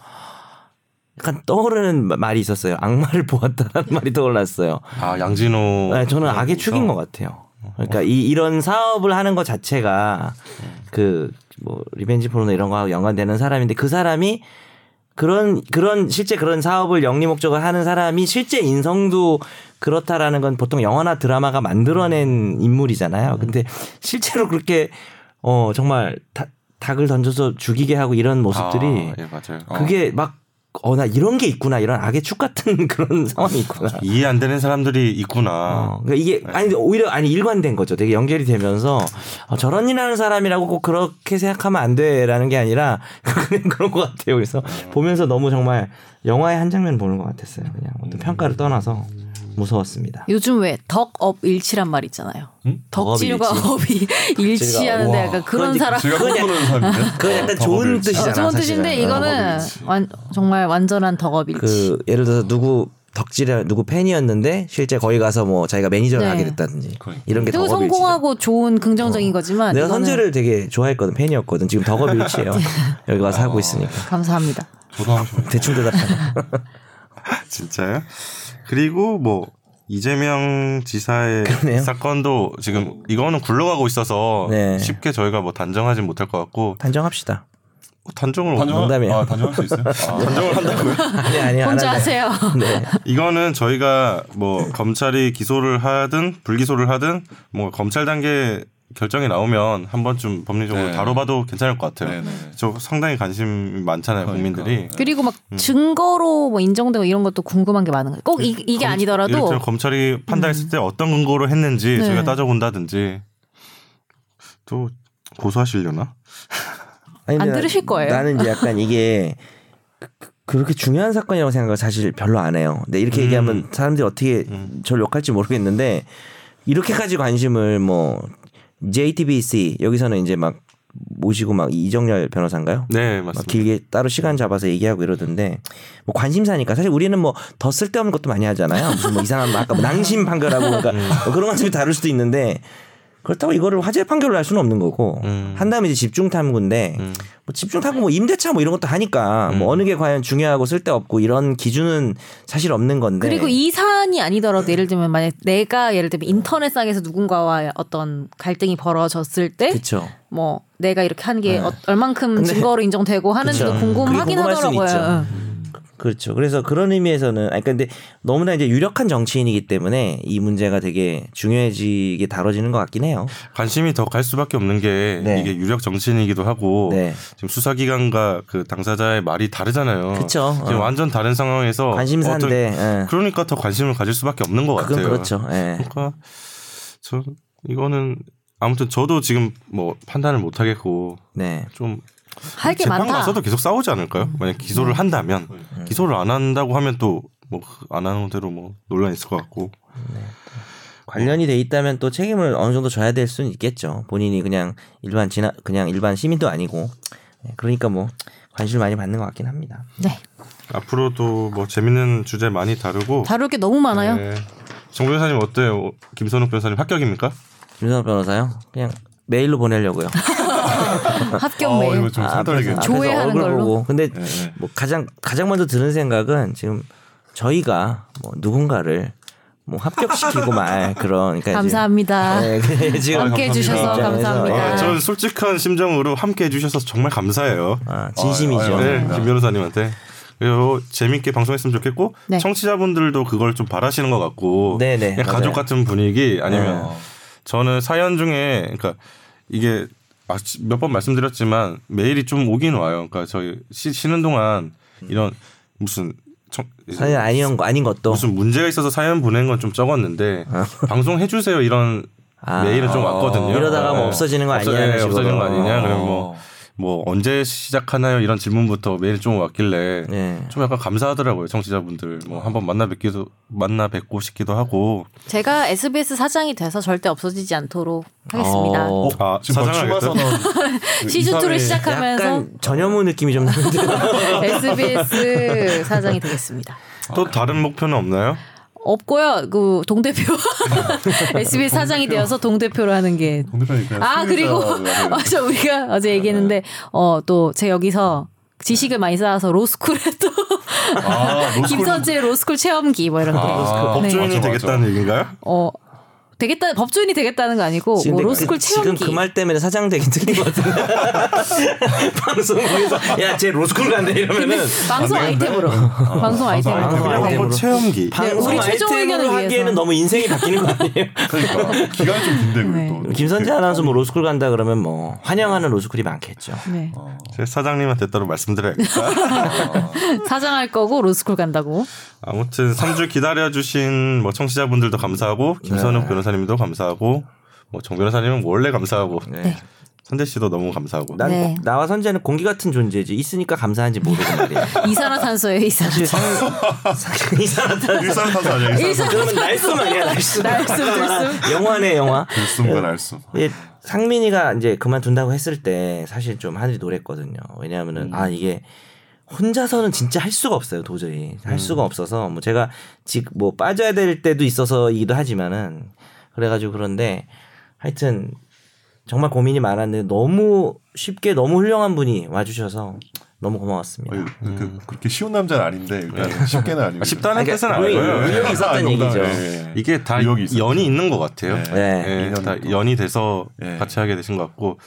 Speaker 2: 약간 떠오르는 마- 말이 있었어요. 악마를 보았다는 말이 떠올랐어요.
Speaker 1: 아 양진우.
Speaker 2: 네, 저는 악의 축인 것 같아요. 그러니까 이 이런 사업을 하는 것 자체가 그 뭐 리벤지 포르노 이런 거하고 연관되는 사람인데 그 사람이 그런 그런 실제 그런 사업을 영리 목적을 하는 사람이 실제 인성도 그렇다라는 건 보통 영화나 드라마가 만들어낸 인물이잖아요. 근데 실제로 그렇게 어 정말 다- 닭을 던져서 죽이게 하고 이런 모습들이
Speaker 1: 아, 예 맞아요.
Speaker 2: 그게 막 어 나 이런 게 있구나 이런 악의 축 같은 그런 상황이 있구나.
Speaker 1: 이해 안 되는 사람들이 있구나.
Speaker 2: 어, 그러니까 이게 아니 오히려 아니 일관된 거죠. 되게 연결이 되면서 어, 저런 일하는 사람이라고 꼭 그렇게 생각하면 안 돼라는 게 아니라 그냥 그런 것 같아요. 그래서 보면서 너무 정말 영화의 한 장면 보는 것 같았어요. 그냥 어떤 평가를 떠나서 무서웠습니다.
Speaker 3: 요즘 왜 덕업 일치란 말 있잖아요. 덕질과 업이 일치하는데
Speaker 2: 와,
Speaker 3: 약간 그런
Speaker 2: 그건
Speaker 3: 사람.
Speaker 4: 제가 꿈꾸는 삶인데.
Speaker 2: 그건 약간 좋은 뜻이잖아.
Speaker 3: 어, 좋은 뜻인데
Speaker 2: 사실은.
Speaker 3: 이거는 완, 정말 완전한 덕업 일치.
Speaker 2: 그 예를 들어서 누구 덕질에 누구 팬이었는데 실제 거기 가서 뭐 자기가 매니저를
Speaker 3: 네.
Speaker 2: 하게 됐다든지
Speaker 4: 그러니까.
Speaker 2: 이런 게
Speaker 3: 그리고
Speaker 2: 덕업일치죠.
Speaker 3: 성공하고 좋은 긍정적인 거지만
Speaker 2: 내가
Speaker 3: 아, 이거는
Speaker 2: 선재를 되게 좋아했거든 팬이었거든 지금 덕업일치예요 여기 와서 하고 있으니까
Speaker 3: 감사합니다.
Speaker 4: 저도 하고 싶어요.
Speaker 2: 대충 대답하네
Speaker 1: 진짜요? 그리고 뭐 이재명 지사의
Speaker 2: 그러네요.
Speaker 1: 사건도 지금 이거는 굴러가고 있어서
Speaker 2: 네.
Speaker 1: 쉽게 저희가 뭐 단정하진 못할 것 같고
Speaker 2: 단정합시다
Speaker 1: 단정을
Speaker 4: 단정
Speaker 2: 농담이에요.
Speaker 4: 아, 단정할 수 있어요. 아,
Speaker 1: 단정을 한다고요?
Speaker 2: 아니 아니 안
Speaker 3: 혼자
Speaker 2: 한다.
Speaker 3: 하세요.
Speaker 2: 네.
Speaker 1: 이거는 저희가 뭐 검찰이 기소를 하든 불기소를 하든 뭐 검찰 단계 결정이 나오면 한 번쯤 법률적으로
Speaker 4: 네.
Speaker 1: 다뤄봐도 괜찮을 것 같아요.
Speaker 4: 네네.
Speaker 1: 저 상당히 관심이 많잖아요
Speaker 4: 그러니까.
Speaker 1: 국민들이.
Speaker 3: 그리고 막
Speaker 2: 음.
Speaker 3: 증거로 뭐 인정되고 이런 것도 궁금한 게 많은 거예요. 꼭
Speaker 2: 음.
Speaker 3: 이, 이게 아니더라도 음.
Speaker 1: 이를테면 검찰이 판단했을 때 어떤 근거로 했는지
Speaker 3: 네.
Speaker 1: 저희가 따져본다든지 또 고소하시려나?
Speaker 2: 아니,
Speaker 3: 안
Speaker 2: 근데
Speaker 3: 들으실 거예요.
Speaker 2: 나는 이제 약간 이게 그- 그- 그렇게 중요한 사건이라고 생각을 사실 별로 안 해요. 근데 이렇게 얘기하면 사람들이 어떻게 저를 욕할지 모르겠는데 이렇게까지 관심을 뭐 JTBC 여기서는 이제 막 모시고 막 이정열 변호사인가요?
Speaker 1: 네
Speaker 2: 막
Speaker 1: 맞습니다.
Speaker 2: 길게 따로 시간 잡아서 얘기하고 이러던데 뭐 관심사니까 사실 우리는 뭐 더 쓸데없는 것도 많이 하잖아요. 무슨 뭐 이상한 뭐 아까 뭐 낭심 판결하고 그러니까
Speaker 1: 음.
Speaker 2: 뭐 그런 관점이 다를 수도 있는데 그렇다고 이거를 화재 판결을 할 수는 없는 거고
Speaker 1: 음.
Speaker 2: 한다면 이제 집중 탐구인데 뭐 집중 탐구 뭐 임대차 뭐 이런 것도 하니까 뭐
Speaker 1: 음.
Speaker 2: 어느 게 과연 중요하고 쓸데없고 이런 기준은 사실 없는 건데
Speaker 3: 그리고 이 사안이 아니더라도 예를 들면 만약 내가 예를 들면 인터넷상에서 누군가와 어떤 갈등이 벌어졌을 때
Speaker 2: 그렇죠.
Speaker 3: 뭐 내가 이렇게 한 게 어,
Speaker 2: 네.
Speaker 3: 얼만큼
Speaker 2: 근데-
Speaker 3: 증거로 인정되고 하는지도
Speaker 2: 그쵸.
Speaker 3: 궁금하긴
Speaker 2: 그게 궁금할 수는 음.
Speaker 3: 하더라고요.
Speaker 2: 그렇죠. 그래서 그런 의미에서는 아니 근데 너무나 이제 유력한 정치인이기 때문에 이 문제가 되게 중요해지게 다뤄지는 것 같긴 해요.
Speaker 1: 관심이 더 갈 수밖에 없는 게
Speaker 2: 네.
Speaker 1: 이게 유력 정치인이기도 하고
Speaker 2: 네.
Speaker 1: 지금 수사기관과 그 당사자의 말이 다르잖아요.
Speaker 2: 그쵸.
Speaker 1: 지금
Speaker 2: 어.
Speaker 1: 완전 다른 상황에서
Speaker 2: 관심사인데 예.
Speaker 1: 그러니까 더 관심을 가질 수밖에 없는 것
Speaker 2: 그건
Speaker 1: 같아요.
Speaker 2: 그렇죠. 예.
Speaker 1: 그러니까 저 이거는 아무튼 저도 지금 뭐 판단을 못 하겠고
Speaker 2: 네.
Speaker 1: 좀
Speaker 3: 할 게
Speaker 1: 재판
Speaker 3: 많다. 음.
Speaker 1: 가서도 계속 싸우지 않을까요? 만약 기소를 한다면
Speaker 2: 음.
Speaker 1: 기소를 안 한다고 하면 또 뭐 안 하는 대로 뭐 논란 이 있을 것 같고
Speaker 2: 관련이 돼 있다면 또 책임을 어느 정도 져야 될 수는 있겠죠. 본인이 그냥 일반 지나 그냥 일반 시민도 아니고 예, 그러니까 뭐 관심을 많이 받는 것 같긴 합니다.
Speaker 3: 네.
Speaker 1: 앞으로도 뭐 재밌는 주제 많이 다루고
Speaker 3: 다룰 게 너무 많아요.
Speaker 1: 네. 정 변호사님 어때요? 김선욱 변호사님 합격입니까?
Speaker 2: 김선호 변호사요. 그냥 메일로 보내려고요.
Speaker 3: 합격
Speaker 4: 어,
Speaker 3: 메일.
Speaker 4: 이거 좀
Speaker 2: 아,
Speaker 4: 손떨리겠네.
Speaker 2: 앞에서
Speaker 3: 조회하는
Speaker 2: 얼굴
Speaker 3: 걸로?
Speaker 2: 보고. 근데
Speaker 1: 네,
Speaker 4: 예, 예.
Speaker 2: 뭐 가장 가장 먼저 드는 생각은 지금 저희가 뭐 누군가를 뭐 합격시키고 말 그런 그러니까
Speaker 3: 감사합니다.
Speaker 2: 이제, 네, 근데 지금
Speaker 3: 함께 해주셔서
Speaker 2: 감사합니다.
Speaker 3: 감사합니다.
Speaker 2: 네,
Speaker 1: 아, 저는 솔직한 심정으로 함께 해주셔서 정말 감사해요.
Speaker 2: 아, 진심이죠.
Speaker 4: 아유, 아유,
Speaker 1: 네,
Speaker 4: 감사합니다.
Speaker 1: 김 변호사님한테. 그리고 재밌게 방송했으면 좋겠고
Speaker 3: 네.
Speaker 1: 청취자분들도 그걸 좀 바라시는 것 같고
Speaker 2: 네네,
Speaker 1: 그냥
Speaker 2: 맞아요.
Speaker 1: 가족 같은 분위기 아니면
Speaker 2: 네.
Speaker 1: 저는 사연 중에 그러니까 이게 아, 몇 번 말씀드렸지만 메일이 좀 오긴 와요. 그러니까 저희 쉬, 쉬는 동안 이런 무슨 청,
Speaker 2: 사실 아닌 거 아닌 것도
Speaker 1: 무슨 문제가 있어서 사연 보낸 건 좀 적었는데 방송 해주세요 이런
Speaker 2: 아.
Speaker 1: 메일은 좀 왔거든요.
Speaker 2: 이러다가 뭐
Speaker 1: 네.
Speaker 2: 없어지는 거
Speaker 1: 없어-
Speaker 2: 아니냐는
Speaker 1: 네, 없어지는
Speaker 2: 식으로.
Speaker 1: 거 아니냐. 그럼
Speaker 4: 어.
Speaker 1: 뭐, 뭐 언제 시작하나요 이런 질문부터 메일 좀 왔길래
Speaker 2: 네.
Speaker 1: 좀 약간 감사하더라고요 청취자분들. 뭐 한번 만나 뵙기도 만나 뵙고 싶기도 하고.
Speaker 3: 제가 SBS 사장이 돼서 절대 없어지지 않도록 하겠습니다.
Speaker 2: 어, 그
Speaker 1: 아
Speaker 4: 지금 추가
Speaker 1: 사장하겠다.
Speaker 4: 선언
Speaker 3: 시즌 2를 시작하면서
Speaker 2: 약간 전현무 느낌이 좀 나는데
Speaker 3: SBS 사장이 되겠습니다.
Speaker 1: 또 다른 목표는 없나요?
Speaker 3: 없고요. 그 동대표 SBS 사장이 되어서 동대표로 하는 게
Speaker 4: 동대표니까
Speaker 3: 아 그리고
Speaker 4: 네.
Speaker 3: 맞아 우리가 어제 얘기했는데 어 또 제 여기서 지식을 많이 쌓아서 로스쿨에 또
Speaker 4: 아, 로스쿨.
Speaker 3: 김선재 로스쿨 체험기 뭐 이런 거.
Speaker 4: 아,
Speaker 1: 그 법조인이
Speaker 4: 맞아, 맞아.
Speaker 1: 되겠다는 얘기인가요?
Speaker 3: 어 되겠다 법조인이 되겠다는 거 아니고
Speaker 2: 지금
Speaker 3: 뭐
Speaker 2: 근데
Speaker 3: 로스쿨
Speaker 2: 그- 지금
Speaker 3: 체험기.
Speaker 2: 그 말 때문에 사장 되긴 틀린 것 같은데 방송에서 야쟤 로스쿨 간대
Speaker 3: 근데
Speaker 2: 이러면은 네.
Speaker 3: 방송 아이템으로 방송 아이템으로
Speaker 4: 아이템으로.
Speaker 1: 그냥
Speaker 2: 아이템으로.
Speaker 1: 한번 체험기.
Speaker 2: 방송
Speaker 3: 우리 최종
Speaker 2: 아이템으로
Speaker 3: 의견을
Speaker 2: 하기에는
Speaker 3: 위해서.
Speaker 2: 너무 인생이 바뀌는 거 아니에요?
Speaker 4: 그러니까 기간이 좀 긴데
Speaker 3: 네.
Speaker 4: 그리고 또
Speaker 2: 김선재 아나운서 뭐 로스쿨 간다 그러면 뭐 환영하는 로스쿨이 많겠죠.
Speaker 3: 네.
Speaker 1: 제 사장님한테 따로 말씀드려야겠다.
Speaker 3: 사장할 거고 로스쿨 간다고.
Speaker 1: 아무튼 3주 기다려주신 뭐 청취자분들도 감사하고 김선욱 변호사님도 감사하고 뭐 정 변호사님은 원래 감사하고
Speaker 2: 네.
Speaker 1: 선재 씨도 너무 감사하고
Speaker 2: 난
Speaker 3: 네.
Speaker 2: 꼭 나와 선재는 공기 같은 존재지 있으니까 감사한지 모르고 말이야.
Speaker 3: 이산화탄소예요 이산화탄소.
Speaker 2: 이상하다.
Speaker 4: 일산탄소 아니야? 일산
Speaker 2: 그러면 날숨 아니야 날숨.
Speaker 3: 날숨, 날숨.
Speaker 2: 영화네 영화.
Speaker 4: 글숨과 날숨.
Speaker 2: 예, 상민이가 이제 그만둔다고 했을 때 사실 좀 하늘이 노랬거든요. 왜냐하면은 아 이게 혼자서는 진짜 할 수가 없어요. 도저히 할 수가 없어서 뭐 제가 지뭐 빠져야 될 때도 있어서이기도 하지만은 그래가지고 그런데 하여튼 정말 고민이 많았는데 너무 쉽게 너무 훌륭한 분이 와주셔서 너무 고마웠습니다.
Speaker 4: 아유, 그, 그렇게 쉬운 남자는 아닌데 일단 쉽게는 아니고.
Speaker 1: 아, 쉽다는
Speaker 2: 아니,
Speaker 1: 뜻은
Speaker 2: 그러니까 의욕이-
Speaker 1: 아니고요.
Speaker 2: 의욕이 있었던 얘기죠.
Speaker 4: 네.
Speaker 1: 이게 다
Speaker 4: 의욕이 있었죠.
Speaker 1: 연이 있는 것 같아요.
Speaker 4: 네.
Speaker 2: 네.
Speaker 1: 예,
Speaker 4: 인연이
Speaker 1: 다
Speaker 4: 또.
Speaker 1: 연이 돼서
Speaker 4: 예.
Speaker 1: 같이 하게 되신 것 같고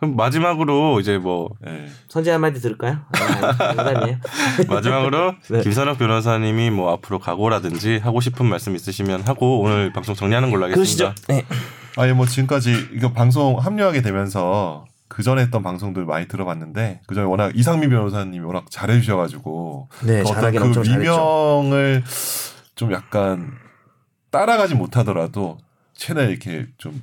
Speaker 1: 그럼 마지막으로 이제 뭐
Speaker 4: 네.
Speaker 2: 선재 한마디 들을까요? 아, 농담이에요.
Speaker 1: 마지막으로
Speaker 2: 네.
Speaker 1: 김선욱 변호사님이 뭐 앞으로 각오라든지 하고 싶은 말씀 있으시면 하고 오늘 방송 정리하는 걸로
Speaker 2: 그러시죠.
Speaker 1: 하겠습니다.
Speaker 2: 네.
Speaker 4: 아예 뭐 지금까지 이거 방송 합류하게 되면서 그 전에 했던 방송들 많이 들어봤는데 그 전에 워낙 이상민 변호사님이 워낙 잘해주셔가지고
Speaker 2: 네,
Speaker 4: 그 어떤
Speaker 2: 잘하긴
Speaker 4: 그
Speaker 2: 엄청 잘했죠.
Speaker 4: 미명을 좀 약간 따라가지 못하더라도 최대 이렇게 좀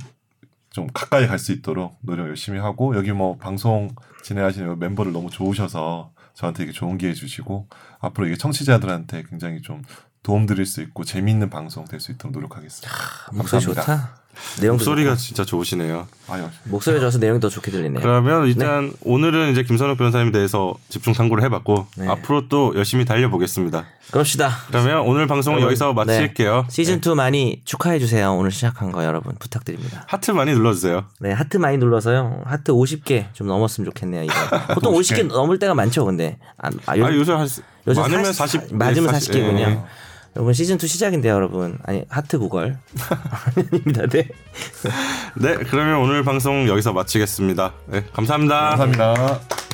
Speaker 4: 좀 가까이 갈 수 있도록 노력 열심히 하고 여기 뭐 방송 진행하시는 멤버들 너무 좋으셔서 저한테 이렇게 좋은 기회 주시고 앞으로 이게 청취자들한테 굉장히 좀 도움 드릴 수 있고 재미있는 방송 될 수 있도록 노력하겠습니다.
Speaker 2: 목소리
Speaker 4: 감사합니다.
Speaker 2: 좋다. 내용도
Speaker 1: 목소리가 진짜 좋으시네요.
Speaker 4: 아유,
Speaker 2: 좋고. 목소리가 좋아서 내용이 더 좋게 들리네요.
Speaker 1: 그러면 일단 오늘은 이제 김선욱 변호사님에 대해서 집중 탐구를 해봤고
Speaker 2: 네.
Speaker 1: 앞으로 또 열심히 달려보겠습니다.
Speaker 2: 그럽시다.
Speaker 1: 그러면 오늘 방송은 여기서 마칠게요.
Speaker 2: 네. 시즌 2 많이 축하해 주세요. 오늘 시작한 거 여러분 부탁드립니다.
Speaker 1: 하트 많이 눌러주세요.
Speaker 2: 네, 하트 많이 눌러서요. 하트 50개 좀 넘었으면 좋겠네요. 이거. 보통 50개. 넘을 때가 많죠, 근데. 아, 아, 요-
Speaker 1: 아 요새 한
Speaker 2: 요즘
Speaker 1: 많으면
Speaker 2: 40,
Speaker 1: 40,
Speaker 2: 맞으면 40,
Speaker 1: 40,
Speaker 2: 개군요
Speaker 1: 예.
Speaker 2: 여러분 시즌 2 시작인데요, 여러분. 아니, 하트 구걸. 아닙니다. 네.
Speaker 1: 네, 그러면 오늘 방송 여기서 마치겠습니다. 네, 감사합니다.
Speaker 4: 감사합니다.